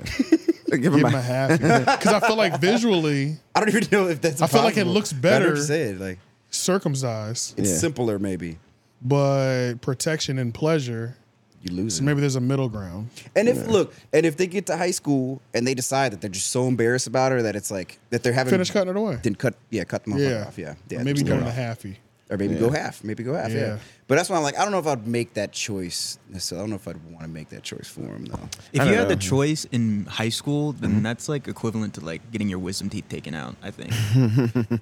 Speaker 1: give them a
Speaker 2: [laughs]
Speaker 1: half. Because I feel like visually,
Speaker 2: I don't even know if that's.
Speaker 1: I feel like it
Speaker 2: possible.
Speaker 1: looks
Speaker 2: Better
Speaker 1: better
Speaker 2: said, like
Speaker 1: circumcised.
Speaker 2: it's simpler maybe.
Speaker 1: But protection and pleasure.
Speaker 2: You lose
Speaker 1: So maybe there's a middle ground.
Speaker 2: And if
Speaker 1: Yeah.
Speaker 2: look, and if they get to high school and they decide that they're just so embarrassed about her that it's like that they're having
Speaker 1: Finish cutting it away.
Speaker 2: Then cut, yeah, cut them
Speaker 1: Yeah.
Speaker 2: off. Yeah,
Speaker 1: Or
Speaker 2: yeah.
Speaker 1: maybe
Speaker 2: just
Speaker 1: go
Speaker 2: cut it
Speaker 1: into
Speaker 2: off.
Speaker 1: halfy.
Speaker 2: or maybe go
Speaker 1: Yeah.
Speaker 2: half, maybe go half. Yeah.
Speaker 1: Yeah.
Speaker 2: But that's why I'm like, I don't know if I'd make that choice. So I don't know if I'd want to make that choice for him though. [laughs]
Speaker 14: If you had the choice in high school, then that's like equivalent to like getting your wisdom teeth taken out. I think.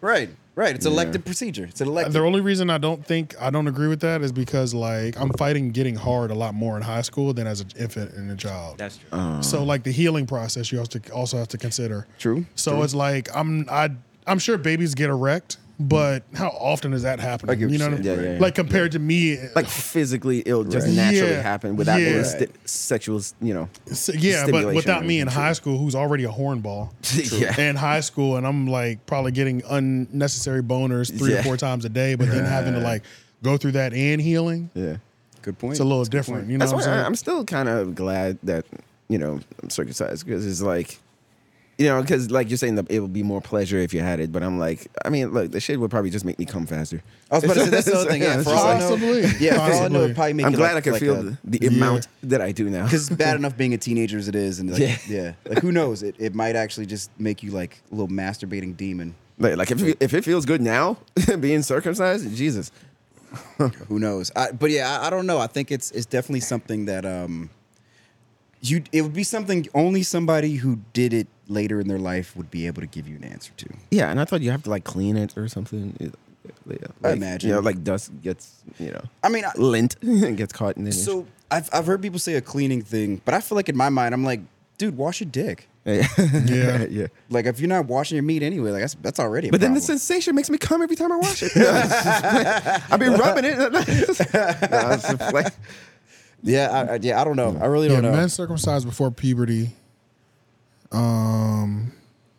Speaker 2: right, right, it's
Speaker 14: Yeah.
Speaker 2: elective procedure. It's an elective.
Speaker 1: The only reason I don't think I don't agree with that is because like I'm fighting getting hard a lot more in high school than as an infant and a child.
Speaker 14: That's true.
Speaker 3: Um,
Speaker 1: so like the healing process you also also have to consider.
Speaker 2: True.
Speaker 1: So
Speaker 2: true.
Speaker 1: it's like I'm I I'm sure babies get erect, but how often is that happening?
Speaker 3: get what
Speaker 1: you
Speaker 3: you're
Speaker 1: know, what
Speaker 3: saying.
Speaker 1: I'm-
Speaker 3: Yeah, yeah, yeah.
Speaker 1: like compared to me, uh,
Speaker 3: like physically it'll just
Speaker 1: Right.
Speaker 3: naturally
Speaker 1: Yeah.
Speaker 3: happen without
Speaker 1: Yeah.
Speaker 3: any sti- sexual, you know.
Speaker 1: so- yeah, but
Speaker 3: stimulation
Speaker 1: without
Speaker 3: or
Speaker 1: me in
Speaker 3: anything.
Speaker 1: high school, who's already a hornball,
Speaker 3: True. [laughs]
Speaker 1: [laughs]
Speaker 3: Yeah.
Speaker 1: in high school, and I'm like probably getting unnecessary boners three or
Speaker 2: Yeah.
Speaker 1: four times a day, but then having to like go through that and healing,
Speaker 3: Yeah.
Speaker 2: Good point.
Speaker 1: it's a little different. You know
Speaker 3: That's
Speaker 1: what I'm
Speaker 3: why
Speaker 1: saying?
Speaker 3: I- I'm still kind of glad that you know I'm circumcised because it's like, you know, because like you're saying, that it would be more pleasure if you had it. But I'm like, I mean, look, the shit would probably just make me come faster.
Speaker 2: I was about to say that's the
Speaker 3: [laughs]
Speaker 2: other
Speaker 3: So,
Speaker 2: thing. Yeah,
Speaker 3: it's
Speaker 2: for
Speaker 3: just
Speaker 2: all I
Speaker 3: like-
Speaker 2: know,
Speaker 1: Possibly.
Speaker 2: yeah, for all I know,
Speaker 1: Possibly.
Speaker 2: it probably make
Speaker 3: I'm
Speaker 2: it
Speaker 3: glad
Speaker 2: like-
Speaker 3: I could
Speaker 2: like
Speaker 3: feel
Speaker 2: a-
Speaker 3: the, the amount that I do now.
Speaker 2: Because it's
Speaker 1: [laughs]
Speaker 2: bad enough being a teenager as it is, and like, yeah.
Speaker 3: Yeah.
Speaker 2: like who knows? It, it might actually just make you like a little masturbating demon.
Speaker 3: Like, [laughs] like if, it- if it feels good now, [laughs] being circumcised, Jesus.
Speaker 2: Who knows? I, but yeah, I, I don't know. I think it's it's definitely something that um, you it would be something only somebody who did it later in their life would be able to give you an answer to.
Speaker 3: Yeah, and I thought you have to like clean it or something. It- yeah,
Speaker 2: I
Speaker 3: like,
Speaker 2: imagine.
Speaker 3: You know, like dust gets, you know,
Speaker 2: I mean, I-
Speaker 3: lint [laughs] and gets caught in it.
Speaker 2: So I've I've heard people say a cleaning thing, but I feel like in my mind I'm like, dude, wash your dick.
Speaker 3: [laughs] yeah,
Speaker 1: Yeah.
Speaker 3: [laughs] yeah.
Speaker 2: Like if you're not washing your meat anyway, like that's that's already. A
Speaker 3: But then the
Speaker 2: problem.
Speaker 3: sensation makes me come every time I wash
Speaker 2: [laughs]
Speaker 3: it. [laughs] I've been rubbing it. No, it's just like-
Speaker 2: yeah, I, I- yeah, I don't know. I really
Speaker 1: yeah,
Speaker 2: don't know.
Speaker 1: men circumcised before puberty, um,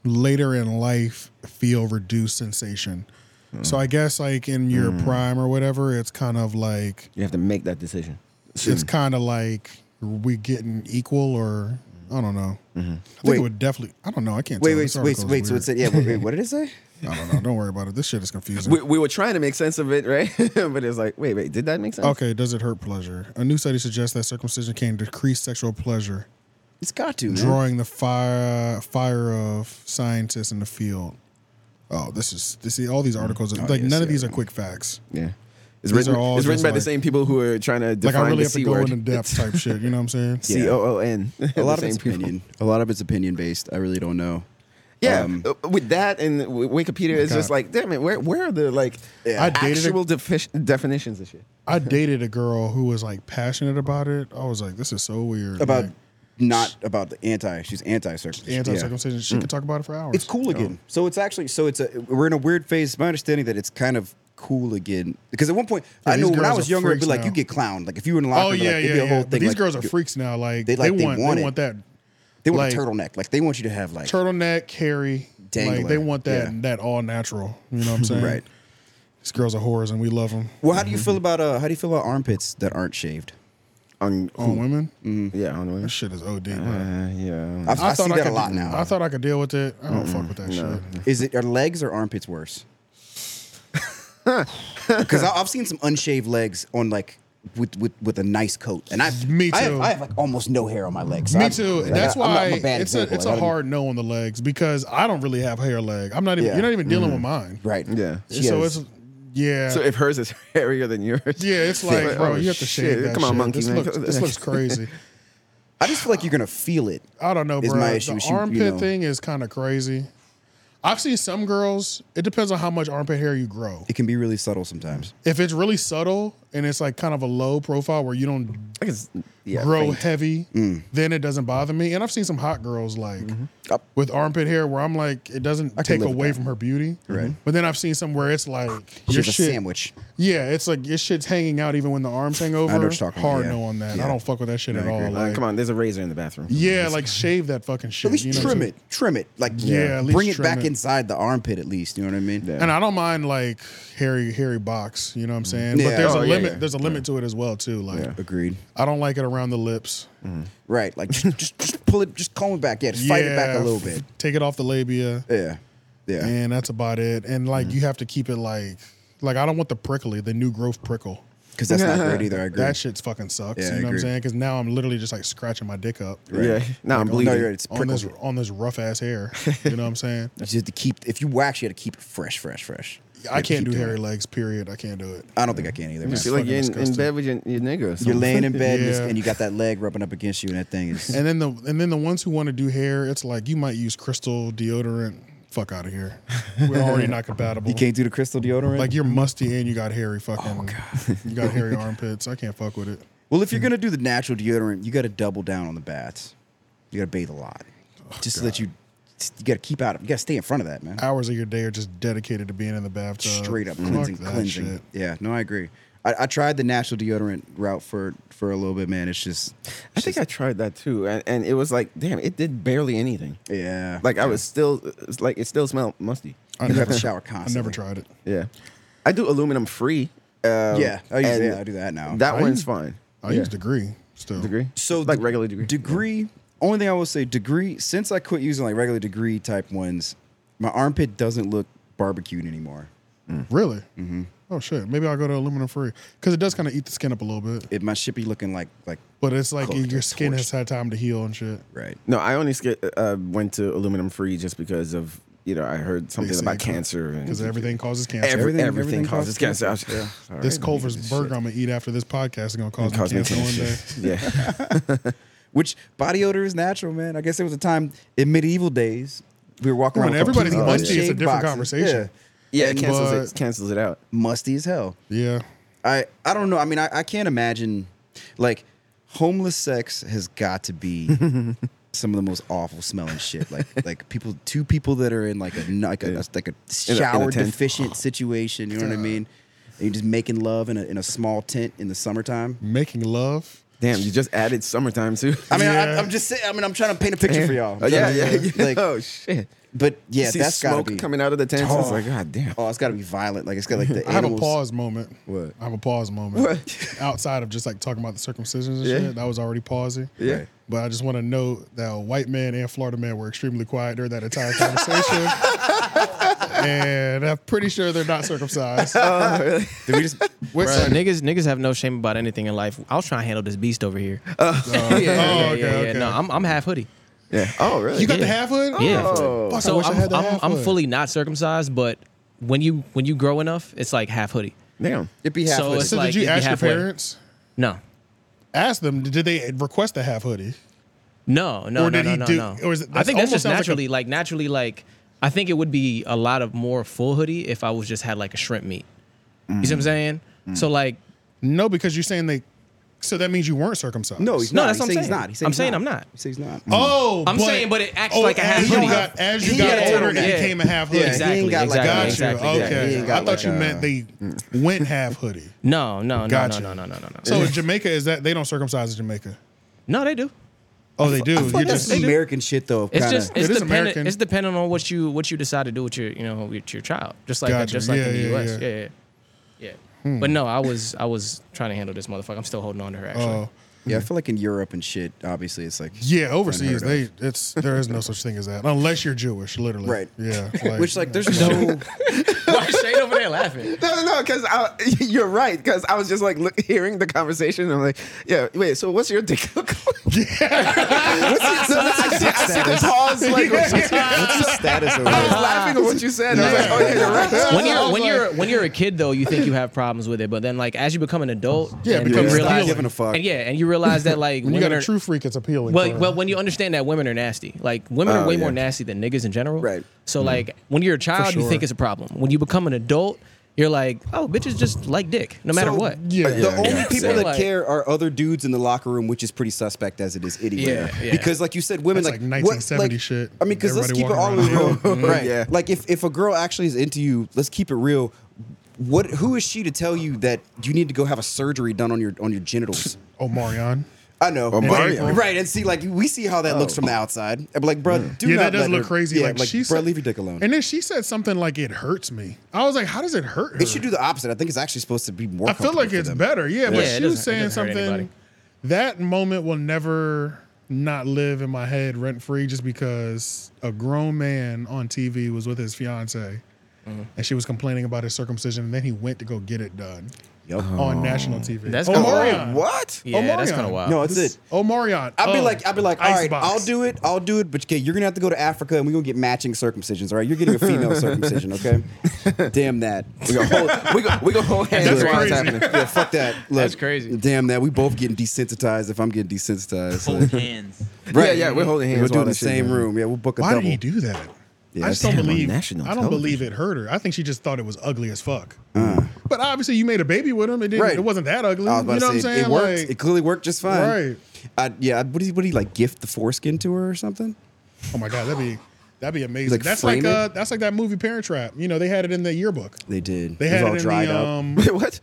Speaker 1: later in life feel reduced sensation.
Speaker 2: Hmm.
Speaker 1: So I guess like in your prime or whatever, it's kind of like
Speaker 3: you have to make that decision.
Speaker 1: it's kind of like we getting equal or I don't know. I think
Speaker 2: Mm-hmm. Wait.
Speaker 1: it would definitely. I don't know. I can't.
Speaker 2: Wait,
Speaker 1: tell.
Speaker 2: wait,
Speaker 1: This
Speaker 2: wait,
Speaker 1: article is
Speaker 2: wait. So
Speaker 1: weird.
Speaker 2: it said, yeah. [laughs] Wait, wait, what did it say?
Speaker 1: I don't know. Don't worry about it. This shit
Speaker 2: [laughs]
Speaker 1: is confusing.
Speaker 3: We, we were trying to make sense of it, right? [laughs] but it's like, wait, wait, did that make sense?
Speaker 1: Okay, does it hurt pleasure? A new study suggests that circumcision can decrease sexual pleasure.
Speaker 2: It's got to man.
Speaker 1: drawing the fire fire of scientists in the field. Oh, this is this. See, all these articles are, like
Speaker 2: yes,
Speaker 1: none of
Speaker 2: Mm. Oh, yeah.
Speaker 1: these are quick facts.
Speaker 3: Yeah. It's
Speaker 1: These
Speaker 3: written,
Speaker 1: are all
Speaker 3: it's written
Speaker 1: just
Speaker 3: by the
Speaker 1: like-
Speaker 3: same people who are trying to
Speaker 1: Like
Speaker 3: define
Speaker 1: I really
Speaker 3: the
Speaker 1: have
Speaker 3: C
Speaker 1: to go
Speaker 3: word.
Speaker 1: into depth
Speaker 2: [laughs]
Speaker 1: type shit. You know what I'm saying?
Speaker 3: C O O N. [laughs]
Speaker 2: A lot of it's opinion. A lot of it's opinion based. I really don't know.
Speaker 3: Yeah,
Speaker 2: Um,
Speaker 3: uh, with that and w- Wikipedia is just
Speaker 1: God.
Speaker 3: like, damn it, where where are the like
Speaker 1: I dated a-
Speaker 3: actual defi- definitions of shit?
Speaker 1: I dated a girl who was like passionate about it. I was like, this is so weird.
Speaker 2: About
Speaker 1: like,
Speaker 2: not about the anti. She's anti circumcision.
Speaker 1: anti circumcision. She could talk about it for hours.
Speaker 2: It's cool again.
Speaker 1: Oh.
Speaker 2: So it's actually so it's a we're in a weird phase. It's my understanding that it's kind of cool again because at one point I
Speaker 1: these
Speaker 2: know when I
Speaker 1: girls
Speaker 2: was
Speaker 1: are
Speaker 2: younger it'd be
Speaker 1: freaks
Speaker 2: like
Speaker 1: now.
Speaker 2: you get clowned like if you were in the locker
Speaker 1: Oh
Speaker 2: room,
Speaker 1: yeah,
Speaker 2: like,
Speaker 1: yeah,
Speaker 2: it'd be a whole
Speaker 1: yeah.
Speaker 2: thing.
Speaker 1: But these
Speaker 2: like,
Speaker 1: girls are
Speaker 2: you-
Speaker 1: freaks now. Like
Speaker 2: They
Speaker 1: they,
Speaker 2: like- they
Speaker 1: want
Speaker 2: want
Speaker 1: they
Speaker 2: it.
Speaker 1: want that
Speaker 2: They want a
Speaker 1: like-
Speaker 2: turtleneck. Like they want you to have like
Speaker 1: turtleneck, hairy. Like they
Speaker 2: Dangler,
Speaker 1: want that
Speaker 2: yeah.
Speaker 1: that all natural. You know what
Speaker 2: [laughs]
Speaker 1: I'm saying?
Speaker 2: Right.
Speaker 1: These girls are whores and we love them.
Speaker 2: Well, how do you feel about uh how do you feel about armpits that aren't shaved?
Speaker 3: On who?
Speaker 1: On women,
Speaker 3: yeah, on women.
Speaker 1: that shit is OD. bro.
Speaker 3: Uh, yeah,
Speaker 2: I've, I, see that
Speaker 1: could,
Speaker 2: a lot now.
Speaker 1: I thought I could deal with it. I don't fuck with that shit.
Speaker 2: Is it are legs or
Speaker 1: [laughs]
Speaker 2: armpits worse? Because I've seen some unshaved legs on like with with, with a nice coat, and I
Speaker 1: Me
Speaker 2: I have,
Speaker 1: too.
Speaker 2: I have like almost no hair on my legs. so
Speaker 1: Me
Speaker 2: I'm-
Speaker 1: too.
Speaker 2: like,
Speaker 1: That's
Speaker 2: I'm not-
Speaker 1: why
Speaker 2: I'm a bad
Speaker 1: it's a
Speaker 2: example.
Speaker 1: it's
Speaker 2: Like,
Speaker 1: a
Speaker 2: I don't-
Speaker 1: hard no on the legs because I don't really have hair leg. I'm not even
Speaker 2: Yeah.
Speaker 1: you're not even dealing with mine.
Speaker 2: Right.
Speaker 3: Yeah.
Speaker 2: She
Speaker 1: so
Speaker 2: has-
Speaker 1: it's yeah.
Speaker 3: So if hers is [laughs] hairier than yours,
Speaker 1: yeah, it's like, bro,
Speaker 3: Oh,
Speaker 1: you have to shave
Speaker 3: shit.
Speaker 1: that
Speaker 3: Come on,
Speaker 1: shit.
Speaker 3: monkey
Speaker 1: This
Speaker 3: man.
Speaker 1: looks, this
Speaker 2: [laughs]
Speaker 1: looks crazy.
Speaker 2: I just feel like you're gonna feel it.
Speaker 1: I don't know,
Speaker 2: Is
Speaker 1: bro.
Speaker 2: my issue.
Speaker 1: The
Speaker 2: She- you
Speaker 1: armpit
Speaker 2: know.
Speaker 1: thing is kind of crazy. I've seen some girls. It depends on how much armpit hair you grow.
Speaker 2: It can be really subtle sometimes.
Speaker 1: If it's really subtle and it's like kind of a low profile where you don't
Speaker 3: Like it's
Speaker 1: yeah, grow heavy,
Speaker 2: Mm.
Speaker 1: then it doesn't bother me. And I've seen some hot girls like with armpit hair where I'm like, it doesn't
Speaker 2: Mm-hmm. I can
Speaker 1: take
Speaker 2: live with
Speaker 1: away
Speaker 2: that.
Speaker 1: from her beauty. Mm-hmm.
Speaker 2: Right.
Speaker 1: But then I've seen some where it's like
Speaker 2: She's
Speaker 1: your
Speaker 2: a
Speaker 1: shit-
Speaker 2: sandwich.
Speaker 1: Yeah, it's like your shit's hanging out even when the arms hang over.
Speaker 2: what you're talking about,
Speaker 1: Hard
Speaker 2: yeah.
Speaker 1: no on that.
Speaker 2: Yeah.
Speaker 1: I don't fuck with that shit
Speaker 2: No, I
Speaker 1: at all.
Speaker 2: agree.
Speaker 1: Like,
Speaker 3: Come on, there's a razor in the bathroom.
Speaker 1: Yeah, like shave that fucking shit.
Speaker 2: At least
Speaker 1: you know what I'm
Speaker 2: trim
Speaker 1: saying?
Speaker 2: it. Trim it. Like
Speaker 1: Yeah, at least
Speaker 2: bring it
Speaker 1: trim
Speaker 2: back
Speaker 1: it.
Speaker 2: inside the armpit at least. You know what I mean?
Speaker 1: And I don't mind like hairy, hairy box. You know what I'm saying?
Speaker 2: Yeah.
Speaker 1: But there's
Speaker 2: Oh,
Speaker 1: a
Speaker 2: yeah,
Speaker 1: limit.
Speaker 2: yeah.
Speaker 1: There's a limit to it as well too. Like
Speaker 2: agreed.
Speaker 1: I don't like it around the lips.
Speaker 2: Right. Like just, just just pull it, just comb it back. Yeah, just fight it back
Speaker 1: Yeah,
Speaker 2: a little bit.
Speaker 1: Take it off the labia.
Speaker 2: Yeah. Yeah. Mm-hmm.
Speaker 1: And that's about it. And like you have to keep it like like I don't want the prickly, the new growth prickle.
Speaker 2: 'Cause that's not
Speaker 1: [laughs]
Speaker 2: great either, I agree.
Speaker 1: That shit's fucking sucks.
Speaker 2: Yeah,
Speaker 1: you know
Speaker 2: I
Speaker 1: what I'm
Speaker 2: agree.
Speaker 1: saying? Because now I'm literally just like scratching my dick up.
Speaker 2: Right. Yeah. Now I'm
Speaker 1: on-
Speaker 2: bleeding. No, you're right, it's
Speaker 1: on this
Speaker 2: prickled.
Speaker 1: on this rough ass hair. You
Speaker 2: [laughs]
Speaker 1: know what I'm saying?
Speaker 2: You just have to keep if you wax, you have to keep it fresh, fresh, fresh. You
Speaker 1: I
Speaker 2: have to
Speaker 1: can't do
Speaker 2: keep doing
Speaker 1: hairy
Speaker 2: it.
Speaker 1: legs. Period. I can't do it.
Speaker 2: I don't think I can either.
Speaker 3: You
Speaker 2: man.
Speaker 3: feel like you're in, in bed with your, your nigga. Or
Speaker 2: You're
Speaker 1: [laughs]
Speaker 3: something.
Speaker 2: laying in bed and it's-
Speaker 1: Yeah.
Speaker 2: and you got that leg rubbing up against you, and that thing is.
Speaker 1: And then the and then the ones who want to do hair, it's like you might use crystal deodorant. Fuck out of here. We're already not compatible.
Speaker 2: [laughs] You can't Oh, do the crystal deodorant.
Speaker 1: Like you're musty and you got hairy fucking. You got
Speaker 2: [laughs]
Speaker 1: hairy armpits. I can't fuck with it.
Speaker 2: Well, if you're
Speaker 1: mm-hmm.
Speaker 2: gonna do the natural deodorant, you got to double down on the baths. You got to bathe a lot,
Speaker 1: Oh,
Speaker 2: just so that you you got to keep out of. You got to stay in front of that, man.
Speaker 1: Hours of your day are just dedicated to being in the bathtub.
Speaker 2: Straight up
Speaker 1: Fuck
Speaker 2: cleansing,
Speaker 1: that
Speaker 2: cleansing.
Speaker 1: shit.
Speaker 2: Yeah, no, I agree. I, I tried the natural deodorant route for for a little bit, man. It's just
Speaker 3: [laughs] I think I tried that too, and, and it was like, damn, it did barely anything.
Speaker 2: yeah.
Speaker 3: Like I was still, it's like it still smelled musty.
Speaker 1: I
Speaker 2: You have
Speaker 1: never-
Speaker 2: to shower
Speaker 1: [laughs] I never
Speaker 2: constantly.
Speaker 1: tried it.
Speaker 3: Yeah, I do aluminum free. Um,
Speaker 2: Yeah, I use-
Speaker 3: and
Speaker 2: yeah, I do that now.
Speaker 3: That
Speaker 2: I
Speaker 3: one's
Speaker 2: use-
Speaker 3: fine.
Speaker 1: I
Speaker 3: Yeah.
Speaker 1: use degree still.
Speaker 3: degree.
Speaker 2: So
Speaker 3: like regular degree.
Speaker 2: Degree. Only thing I will say, degree. Since I quit using like regular degree type ones, my armpit doesn't look barbecued anymore.
Speaker 1: Really?
Speaker 2: Mm-hmm.
Speaker 1: Oh shit. Maybe I'll go to aluminum free because it does kind of eat the skin up a little bit.
Speaker 2: It might should be looking like like
Speaker 1: But it's like
Speaker 2: Cooked
Speaker 1: your
Speaker 2: or
Speaker 1: skin
Speaker 2: torched.
Speaker 1: has had time to heal and shit.
Speaker 2: right.
Speaker 3: No, I only sk- uh, went to aluminum free just because of you know I heard something
Speaker 1: say
Speaker 3: about
Speaker 1: it cause-
Speaker 3: cancer and
Speaker 1: Because everything causes cancer.
Speaker 3: Every- everything,
Speaker 2: Everything- everything
Speaker 3: causes
Speaker 2: causes
Speaker 3: cancer. I was- yeah, all
Speaker 1: this
Speaker 3: right, let me
Speaker 1: Culver's
Speaker 3: get this
Speaker 1: burger
Speaker 3: shit.
Speaker 1: I'm gonna eat after this podcast is gonna cause me
Speaker 3: Cause me
Speaker 1: cancer one day.
Speaker 3: cancer. [laughs] Yeah.
Speaker 2: Which body odor is natural, man. I guess there was a time in medieval days we were walking
Speaker 1: Come
Speaker 2: around.
Speaker 1: on,
Speaker 2: with
Speaker 1: everybody's
Speaker 2: completely
Speaker 1: musty. It's a
Speaker 2: unshaved
Speaker 1: different
Speaker 2: boxes.
Speaker 1: conversation.
Speaker 3: Yeah, it
Speaker 2: And-
Speaker 3: cancels it
Speaker 1: but-
Speaker 3: cancels it out.
Speaker 2: Yeah, musty as hell.
Speaker 1: Yeah.
Speaker 2: I I don't know. I mean, I, I can't imagine like homeless sex has got
Speaker 3: [laughs]
Speaker 2: to be some of the most awful smelling shit. Like like people two people that are in like a like a like a
Speaker 3: In a- in a
Speaker 2: shower
Speaker 3: tent. [sighs]
Speaker 2: deficient situation. You know what I mean? And you're just making love in a in a small tent in the summertime.
Speaker 1: Making love.
Speaker 3: Damn, you just added summertime too.
Speaker 1: [laughs]
Speaker 2: I mean,
Speaker 1: Yeah.
Speaker 2: I, I'm just saying. I mean, I'm trying to paint a picture for y'all.
Speaker 3: Oh, yeah, yeah.
Speaker 2: Trying to- Like,
Speaker 3: oh shit.
Speaker 2: but
Speaker 3: You
Speaker 2: yeah,
Speaker 3: see
Speaker 2: that's gotta
Speaker 3: smoke
Speaker 2: be
Speaker 3: coming out of the tents. It's like, god damn.
Speaker 2: Oh, it's gotta be violent. Like it's got like the
Speaker 1: I have a
Speaker 2: animals-
Speaker 1: pause moment.
Speaker 2: What?
Speaker 1: I have a pause moment. [laughs] Outside of just like talking about the circumcisions and
Speaker 3: Yeah.
Speaker 1: shit, that was already pausing.
Speaker 3: Yeah. Right.
Speaker 1: But I just want to note that a white man and Florida man were extremely quiet during that entire conversation. and I'm pretty sure they're not circumcised.
Speaker 2: Did we just?
Speaker 1: Which-
Speaker 10: Bruh, niggas, niggas have no shame about anything in life. I was trying to handle this beast over here. [laughs]
Speaker 1: oh, okay, okay.
Speaker 10: No, I'm, I'm half hoodie.
Speaker 3: [laughs] Yeah. Oh really?
Speaker 1: you got the
Speaker 10: Yeah.
Speaker 1: half hood? Oh.
Speaker 10: Yeah.
Speaker 1: Fuck, I
Speaker 10: So
Speaker 1: wish I
Speaker 10: I'm,
Speaker 1: had the
Speaker 10: I'm,
Speaker 1: half
Speaker 10: I'm
Speaker 1: hood.
Speaker 10: fully not circumcised, but when you when you grow enough, it's like half hoodie.
Speaker 3: damn.
Speaker 2: It'd be
Speaker 10: So
Speaker 2: halfway.
Speaker 10: it's
Speaker 1: So
Speaker 10: like,
Speaker 1: did you
Speaker 10: it'd be
Speaker 1: ask your
Speaker 10: halfway.
Speaker 1: parents?
Speaker 10: No,
Speaker 1: Ask them. Did they request a half hoodie?
Speaker 10: no, no,
Speaker 1: Or did
Speaker 10: no,
Speaker 1: he
Speaker 10: no,
Speaker 1: do-
Speaker 10: no. no.
Speaker 1: or is it-
Speaker 10: I
Speaker 1: that's
Speaker 10: think
Speaker 1: almost
Speaker 10: that's just
Speaker 1: sounds like a-
Speaker 10: naturally, like, naturally, like I think it would be a lot of more full hoodie if I was just had like a shrimp meat. You
Speaker 1: Mm.
Speaker 10: see what I'm saying? So like,
Speaker 1: No, because you're saying they. So that means you weren't circumcised.
Speaker 2: No, he's
Speaker 10: No,
Speaker 2: not.
Speaker 10: that's
Speaker 2: he's
Speaker 10: what I'm
Speaker 2: saying he's
Speaker 10: saying.
Speaker 2: not. He's
Speaker 10: I'm
Speaker 2: he's
Speaker 10: saying
Speaker 2: not.
Speaker 10: I'm not.
Speaker 2: He says he's not.
Speaker 1: Oh,
Speaker 10: I'm saying, but it acts like a half
Speaker 1: as you
Speaker 10: hoodie.
Speaker 1: got- as you
Speaker 2: He
Speaker 1: got
Speaker 2: got a
Speaker 1: older,
Speaker 2: total-
Speaker 1: it
Speaker 2: yeah.
Speaker 1: became a half hoodie.
Speaker 2: Yeah, he ain't got
Speaker 10: Exactly,
Speaker 2: like
Speaker 1: Gotcha.
Speaker 2: a-
Speaker 10: exactly,
Speaker 1: okay.
Speaker 10: exactly.
Speaker 2: He ain't got
Speaker 1: I thought
Speaker 2: like
Speaker 1: you
Speaker 2: a-
Speaker 1: meant they went half hoodie.
Speaker 10: no, no, no,
Speaker 1: Gotcha.
Speaker 10: no, no, no, no, no, no.
Speaker 1: So in Jamaica is that they don't circumcise in Jamaica?
Speaker 10: no, they do.
Speaker 1: Oh, they do.
Speaker 2: But
Speaker 1: You
Speaker 2: that's
Speaker 1: just
Speaker 2: some American shit though.
Speaker 10: It's
Speaker 2: kinda-
Speaker 10: just it's
Speaker 1: It is American.
Speaker 10: dependent. It's dependent on what you what you decide to do with your you know with your child. Just like
Speaker 1: Gotcha.
Speaker 10: just like
Speaker 1: Yeah,
Speaker 10: in the
Speaker 1: yeah,
Speaker 10: U.S.
Speaker 1: yeah. Hmm.
Speaker 10: Yeah, yeah, yeah. But no, I was I was trying to handle this motherfucker. I'm still holding on to her actually.
Speaker 1: oh
Speaker 2: yeah, I feel like in Europe and shit. Obviously, it's like
Speaker 1: yeah, overseas
Speaker 2: Unheard
Speaker 1: they it's there is no such thing as that unless you're Jewish, literally.
Speaker 2: Right. [laughs]
Speaker 1: Yeah.
Speaker 2: which like
Speaker 1: [laughs]
Speaker 2: there's no.
Speaker 10: [laughs] Why is Shane over there laughing?
Speaker 3: [laughs] No, no, no, because [laughs] you're right. Because I was just like look, hearing the conversation. And I'm like, yeah, wait. So what's your dick
Speaker 2: [laughs]
Speaker 3: look like? What's your- no, no, I see, I see the pause. Like, what you-
Speaker 2: What's the status over
Speaker 3: I was
Speaker 2: there?
Speaker 3: laughing at what you said. I was like, oh yeah, you're right.
Speaker 10: When you're when you're when you're a kid though, you think you have problems with it, but then like as you become an adult,
Speaker 1: Yeah, it
Speaker 10: and you
Speaker 1: becomes
Speaker 10: realize,
Speaker 2: giving a fuck.
Speaker 10: and yeah, and you realize that like
Speaker 1: when you
Speaker 10: women
Speaker 1: got a
Speaker 10: are-
Speaker 1: true freak, it's appealing.
Speaker 10: Well,
Speaker 1: for-
Speaker 10: well, when you understand that women are nasty, like women are
Speaker 2: Oh,
Speaker 10: way
Speaker 2: yeah.
Speaker 10: more nasty than niggas in general.
Speaker 2: Right.
Speaker 10: So like when you're a child, you
Speaker 1: sure.
Speaker 10: think it's a problem. When you become an adult, You're like, oh, bitches just like dick, no matter
Speaker 2: So,
Speaker 10: what.
Speaker 2: The only people that
Speaker 10: Like,
Speaker 2: care are other dudes in the locker room, which is pretty suspect as it is anywhere.
Speaker 1: Yeah, yeah.
Speaker 2: Because, like you said, women
Speaker 1: That's
Speaker 2: like,
Speaker 1: like
Speaker 2: what-
Speaker 1: 1970 shit.
Speaker 2: I mean, because let's keep it
Speaker 1: Everybody
Speaker 2: all
Speaker 1: walking
Speaker 2: real,
Speaker 1: around.
Speaker 2: [laughs]
Speaker 1: Mhm.
Speaker 2: right?
Speaker 1: Yeah.
Speaker 2: Like if if a girl actually is into you, let's keep it real. What? Who is she to tell you that you need to go have a surgery done on your on your genitals?
Speaker 1: Oh, Marion.
Speaker 2: I know, Oh.
Speaker 1: Oh, Marion.
Speaker 2: right? And see, like we see how that looks from the outside. I'm like, bro, do
Speaker 1: yeah,
Speaker 2: not
Speaker 1: that does
Speaker 2: let
Speaker 1: look
Speaker 2: her-
Speaker 1: crazy.
Speaker 2: yeah,
Speaker 1: like, she
Speaker 2: bro,
Speaker 1: said,
Speaker 2: leave your dick alone.
Speaker 1: And then she said something like, "It hurts me." I was like, "How does it hurt?"
Speaker 2: It should do the opposite. I think it's actually supposed to be more.
Speaker 1: I feel
Speaker 2: comfortable
Speaker 1: like
Speaker 2: for
Speaker 1: it's
Speaker 2: them.
Speaker 1: better. Yeah, but
Speaker 2: it
Speaker 1: she was
Speaker 2: doesn't- it
Speaker 1: saying
Speaker 2: doesn't hurt anybody.
Speaker 1: something. That moment will never not live in my head rent free just because a grown man on TV was with his fiance
Speaker 2: Mm-hmm.
Speaker 1: and she was complaining about his circumcision and then he went to go get it done. On national TV.
Speaker 2: That's
Speaker 1: Oh,
Speaker 2: kinda
Speaker 1: Omarion.
Speaker 2: wild. What? Yeah, that's kinda wild. No,
Speaker 1: No,
Speaker 2: it's
Speaker 1: it's it.
Speaker 2: it.
Speaker 1: Omarion.
Speaker 2: I'd be
Speaker 1: Oh,
Speaker 2: like, I'd be like, all right,
Speaker 1: Icebox.
Speaker 2: I'll do it, I'll do it, but okay, you're gonna have to go to Africa and we're gonna get matching circumcisions, all right? You're getting
Speaker 1: [laughs]
Speaker 2: a female circumcision, okay? Damn that. We gonna hold, we gonna, we gonna hold
Speaker 3: hands That's while it's crazy. happening.
Speaker 2: Yeah, fuck that.
Speaker 3: That's
Speaker 2: crazy. Damn that. We both getting desensitized if I'm getting desensitized.
Speaker 14: Hold hands.
Speaker 2: Right.
Speaker 3: Yeah, yeah, we're holding hands
Speaker 2: We'll do it
Speaker 3: while
Speaker 2: in the
Speaker 3: that shit
Speaker 2: same
Speaker 3: goes on.
Speaker 2: room. Yeah, we'll book a
Speaker 1: Why
Speaker 2: double.
Speaker 1: did he do that?
Speaker 2: Yeah,
Speaker 1: I just don't
Speaker 2: damn, on
Speaker 1: believe. I
Speaker 2: national
Speaker 1: don't believe it hurt her. I think she just thought it was ugly as fuck. But obviously, you made a baby with him. It didn't.
Speaker 2: Uh. Right.
Speaker 1: It wasn't that ugly.
Speaker 2: I was
Speaker 1: You
Speaker 2: about
Speaker 1: know
Speaker 2: to
Speaker 1: what I'm
Speaker 2: say,
Speaker 1: saying?
Speaker 2: It worked.
Speaker 1: Like,
Speaker 2: it clearly worked just fine.
Speaker 1: Right.
Speaker 2: I, yeah. What did he? What did he like? Gift the foreskin to her or something?
Speaker 1: Oh my god, that'd be that'd be amazing.
Speaker 2: Like,
Speaker 1: that's
Speaker 2: frame
Speaker 1: like
Speaker 2: it?
Speaker 1: uh, that's like that movie Parent Trap. You know, they had it in the yearbook.
Speaker 2: They did.
Speaker 1: They
Speaker 2: it was
Speaker 1: had
Speaker 2: all
Speaker 1: it in
Speaker 2: dried
Speaker 1: the,
Speaker 3: [laughs]
Speaker 2: up.
Speaker 1: um,
Speaker 2: what?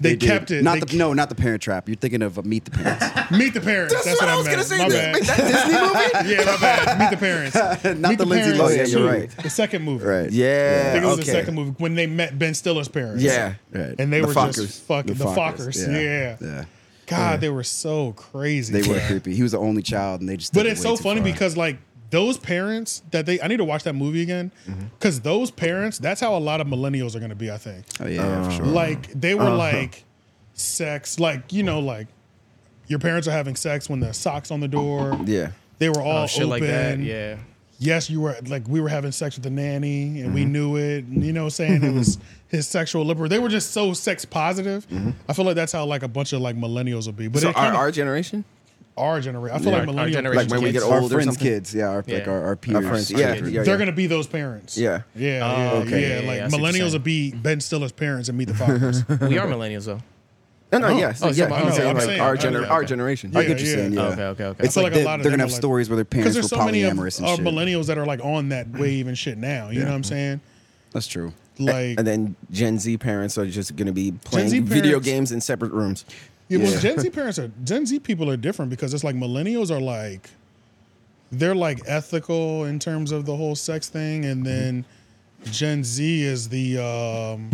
Speaker 1: they kept it.
Speaker 2: Not
Speaker 1: They
Speaker 2: the no, not the Parent Trap. You're thinking of uh, Meet the Parents.
Speaker 1: Meet the parents. That's, what, I was
Speaker 2: gonna
Speaker 1: meant.
Speaker 2: say.
Speaker 1: My
Speaker 2: That-
Speaker 1: bad. [laughs]
Speaker 2: wait, that
Speaker 1: Disney movie? yeah, my bad. Meet the
Speaker 2: [laughs]
Speaker 1: parents.
Speaker 2: Not
Speaker 1: Meet
Speaker 2: the Lindsay
Speaker 1: Parents
Speaker 2: Lohan, yeah, you're
Speaker 1: two,
Speaker 2: right.
Speaker 1: The second movie.
Speaker 2: Right.
Speaker 1: I
Speaker 3: Yeah,
Speaker 1: think it was the
Speaker 3: okay.
Speaker 1: second movie when they met Ben Stiller's parents.
Speaker 3: Yeah.
Speaker 2: Right.
Speaker 1: And they
Speaker 2: The
Speaker 1: were
Speaker 2: Fockers.
Speaker 1: just fucking
Speaker 2: The
Speaker 1: the,
Speaker 2: Fockers,
Speaker 1: Fockers.
Speaker 2: yeah.
Speaker 1: Yeah.
Speaker 2: Yeah.
Speaker 1: God, they were so crazy.
Speaker 2: They were
Speaker 1: man.
Speaker 2: creepy. He was the only child, and they just.
Speaker 1: But
Speaker 2: took it
Speaker 1: it's
Speaker 2: way
Speaker 1: so
Speaker 2: too
Speaker 1: funny
Speaker 2: far.
Speaker 1: because like those parents that they I need to watch that movie again
Speaker 3: Mm-hmm.
Speaker 1: because those parents that's how a lot of millennials are going to be I think.
Speaker 2: Oh yeah, for sure.
Speaker 1: Like they were
Speaker 2: Uh-huh.
Speaker 1: like sex like you know like your parents are having sex when the socks on the door.
Speaker 3: Yeah.
Speaker 1: They were all
Speaker 10: oh, shit
Speaker 1: open.
Speaker 10: like that. Yeah.
Speaker 1: Yes, you were like we were having sex with the nanny and we
Speaker 3: Mm-hmm.
Speaker 1: knew it. And, you know what I'm saying? It
Speaker 3: [laughs]
Speaker 1: was his sexual liberal. They were just so sex positive. I feel like that's how like a bunch of like millennials will be. But
Speaker 3: Mm-hmm. so
Speaker 1: it
Speaker 3: our,
Speaker 1: kinda-
Speaker 3: our generation?
Speaker 1: our generation. I feel like
Speaker 3: Yeah. Our- our
Speaker 1: millennial
Speaker 3: generation Like when we kids. get
Speaker 2: our
Speaker 3: older or
Speaker 2: friends'
Speaker 3: something?
Speaker 2: kids, yeah, our, like
Speaker 3: Yeah.
Speaker 2: our,
Speaker 3: Our
Speaker 2: our peers,
Speaker 3: friends, yeah,
Speaker 2: children.
Speaker 3: yeah,
Speaker 1: they're gonna be those parents.
Speaker 3: Yeah.
Speaker 1: Yeah.
Speaker 3: Oh,
Speaker 1: yeah,
Speaker 3: okay.
Speaker 1: yeah,
Speaker 3: Yeah,
Speaker 1: Like
Speaker 3: yeah, I see what you're
Speaker 1: millennials
Speaker 3: saying.
Speaker 1: will be Ben Stiller's parents and meet the fathers.
Speaker 10: We are millennials though.
Speaker 3: No, no,
Speaker 1: Oh.
Speaker 3: yes.
Speaker 1: Oh, so-
Speaker 3: yeah, he's
Speaker 1: okay,
Speaker 3: saying
Speaker 1: I'm
Speaker 3: like
Speaker 1: saying-
Speaker 3: our,
Speaker 1: okay,
Speaker 3: gener-
Speaker 1: okay.
Speaker 3: our generation.
Speaker 1: I get what you're Yeah, saying,
Speaker 3: Oh,
Speaker 1: yeah. yeah.
Speaker 10: Okay, okay, okay.
Speaker 1: I
Speaker 2: It's
Speaker 1: feel
Speaker 2: like,
Speaker 1: like a
Speaker 2: they,
Speaker 1: lot of
Speaker 2: they're
Speaker 1: them
Speaker 2: gonna
Speaker 1: are
Speaker 2: have
Speaker 1: like-
Speaker 2: stories where their
Speaker 1: Because
Speaker 2: parents were
Speaker 1: there's so many of
Speaker 2: polyamorous and
Speaker 1: our
Speaker 2: shit.
Speaker 1: millennials that are like on that wave and shit now. You know what I'm saying?
Speaker 2: That's true.
Speaker 1: Like
Speaker 3: and then Gen Z parents are just going to be
Speaker 1: Z
Speaker 3: playing video
Speaker 1: parents-
Speaker 3: games in separate rooms.
Speaker 1: Yeah, well, Gen Z parents are Gen Z people are different because it's like millennials are like they're like ethical in terms of the whole sex thing, and then Gen Z is the um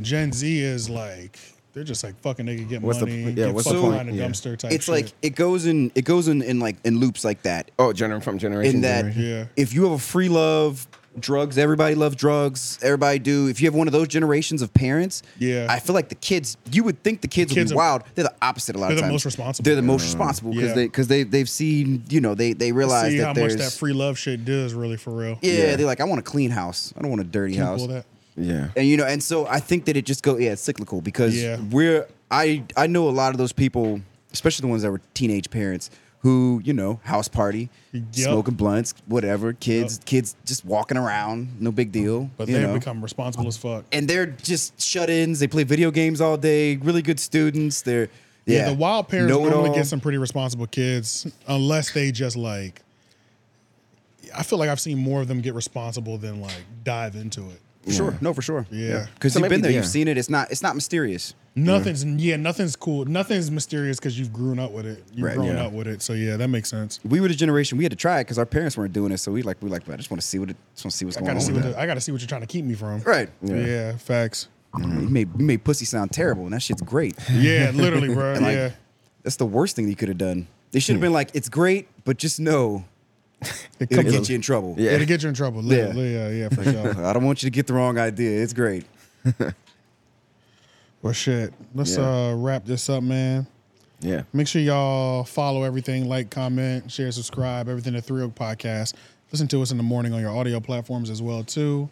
Speaker 1: Gen Z is like they're just like fucking they could get
Speaker 3: What's the-
Speaker 1: money,
Speaker 3: yeah,
Speaker 1: get
Speaker 3: what's
Speaker 1: fucked
Speaker 3: the
Speaker 1: behind a
Speaker 3: point? Yeah.
Speaker 1: dumpster type.
Speaker 2: It's
Speaker 1: shit.
Speaker 2: like it goes in it goes in, in like in loops like that.
Speaker 3: Oh, gener- from generation
Speaker 2: in
Speaker 3: to
Speaker 2: that
Speaker 3: generation.
Speaker 2: if you have a free love drugs everybody loves drugs everybody do if you have one of those generations of parents
Speaker 1: Yeah.
Speaker 2: i feel like the kids you would think the kids,
Speaker 1: Kids
Speaker 2: would
Speaker 1: are-
Speaker 2: be wild they're the opposite a lot
Speaker 1: they're
Speaker 2: of
Speaker 1: the
Speaker 2: times
Speaker 1: most responsible.
Speaker 2: they're the most
Speaker 1: Yeah.
Speaker 2: responsible because
Speaker 1: Yeah.
Speaker 2: they because they they've seen you know they they realize
Speaker 1: see
Speaker 2: that
Speaker 1: how much
Speaker 2: there's
Speaker 1: that free love shit does really for real.
Speaker 2: yeah, they're like i want a clean house i don't want a dirty
Speaker 1: Can you
Speaker 2: house
Speaker 1: pull that?
Speaker 3: Yeah.
Speaker 2: and you know and so i think that it just go yeah it's cyclical because
Speaker 1: Yeah.
Speaker 2: we're i i know a lot of those people especially the ones that were teenage parents who you know house party smoking blunts whatever kids kids just walking around no big deal
Speaker 1: But
Speaker 2: you
Speaker 1: they
Speaker 2: know.
Speaker 1: become responsible as fuck.
Speaker 2: and they're just shut-ins they play video games all day really good students they're yeah,
Speaker 1: Yeah, the wild parents
Speaker 2: Know-it-all.
Speaker 1: normally get some pretty responsible kids, unless they just like. I feel like I've seen more of them get responsible than like dive into it.
Speaker 2: for sure no for sure
Speaker 1: Yeah.
Speaker 2: because
Speaker 1: So
Speaker 2: you've been
Speaker 1: maybe-
Speaker 2: there
Speaker 1: yeah.
Speaker 2: you've seen it it's not it's not mysterious
Speaker 1: Nothing's yeah, nothing's cool. Nothing's mysterious because you've grown up with it. You've
Speaker 2: Right,
Speaker 1: grown
Speaker 2: yeah.
Speaker 1: up with it, so yeah, that makes sense.
Speaker 2: we were the generation we had to try it because our parents weren't doing it so we like we like but i just want to see what it just want to see what's
Speaker 1: I
Speaker 2: going
Speaker 1: gotta
Speaker 2: on
Speaker 1: see
Speaker 2: with
Speaker 1: what
Speaker 2: that.
Speaker 1: the, I gotta see what you're trying to keep me from.
Speaker 2: Right.
Speaker 1: Yeah.
Speaker 2: Yeah.
Speaker 1: facts.
Speaker 2: You made you made pussy sound terrible, and that shit's great.
Speaker 1: Yeah, literally, bro.
Speaker 2: And, [laughs] like,
Speaker 1: yeah.
Speaker 2: that's the worst thing you could have done. They should
Speaker 1: Hmm.
Speaker 2: have been like, "It's great, but
Speaker 1: [laughs]
Speaker 2: just know it will
Speaker 1: comes
Speaker 2: get
Speaker 1: with-
Speaker 2: you in trouble."
Speaker 1: Yeah. It'll get you in trouble. Yeah.
Speaker 2: Yeah.
Speaker 1: Yeah. Yeah. For
Speaker 2: [laughs]
Speaker 1: sure.
Speaker 2: I don't want you to get the wrong idea. It's great.
Speaker 1: Well, shit. Let's
Speaker 2: Yeah.
Speaker 1: uh, wrap this up, man.
Speaker 3: Yeah.
Speaker 1: Make sure y'all follow everything, like, comment, share, subscribe, everything to Three Oak Podcast. Listen to us in the morning on your audio platforms as well, too.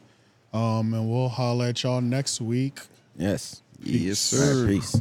Speaker 1: Um, and we'll holla at y'all next week.
Speaker 3: Yes.
Speaker 2: Yes,
Speaker 3: All right, peace.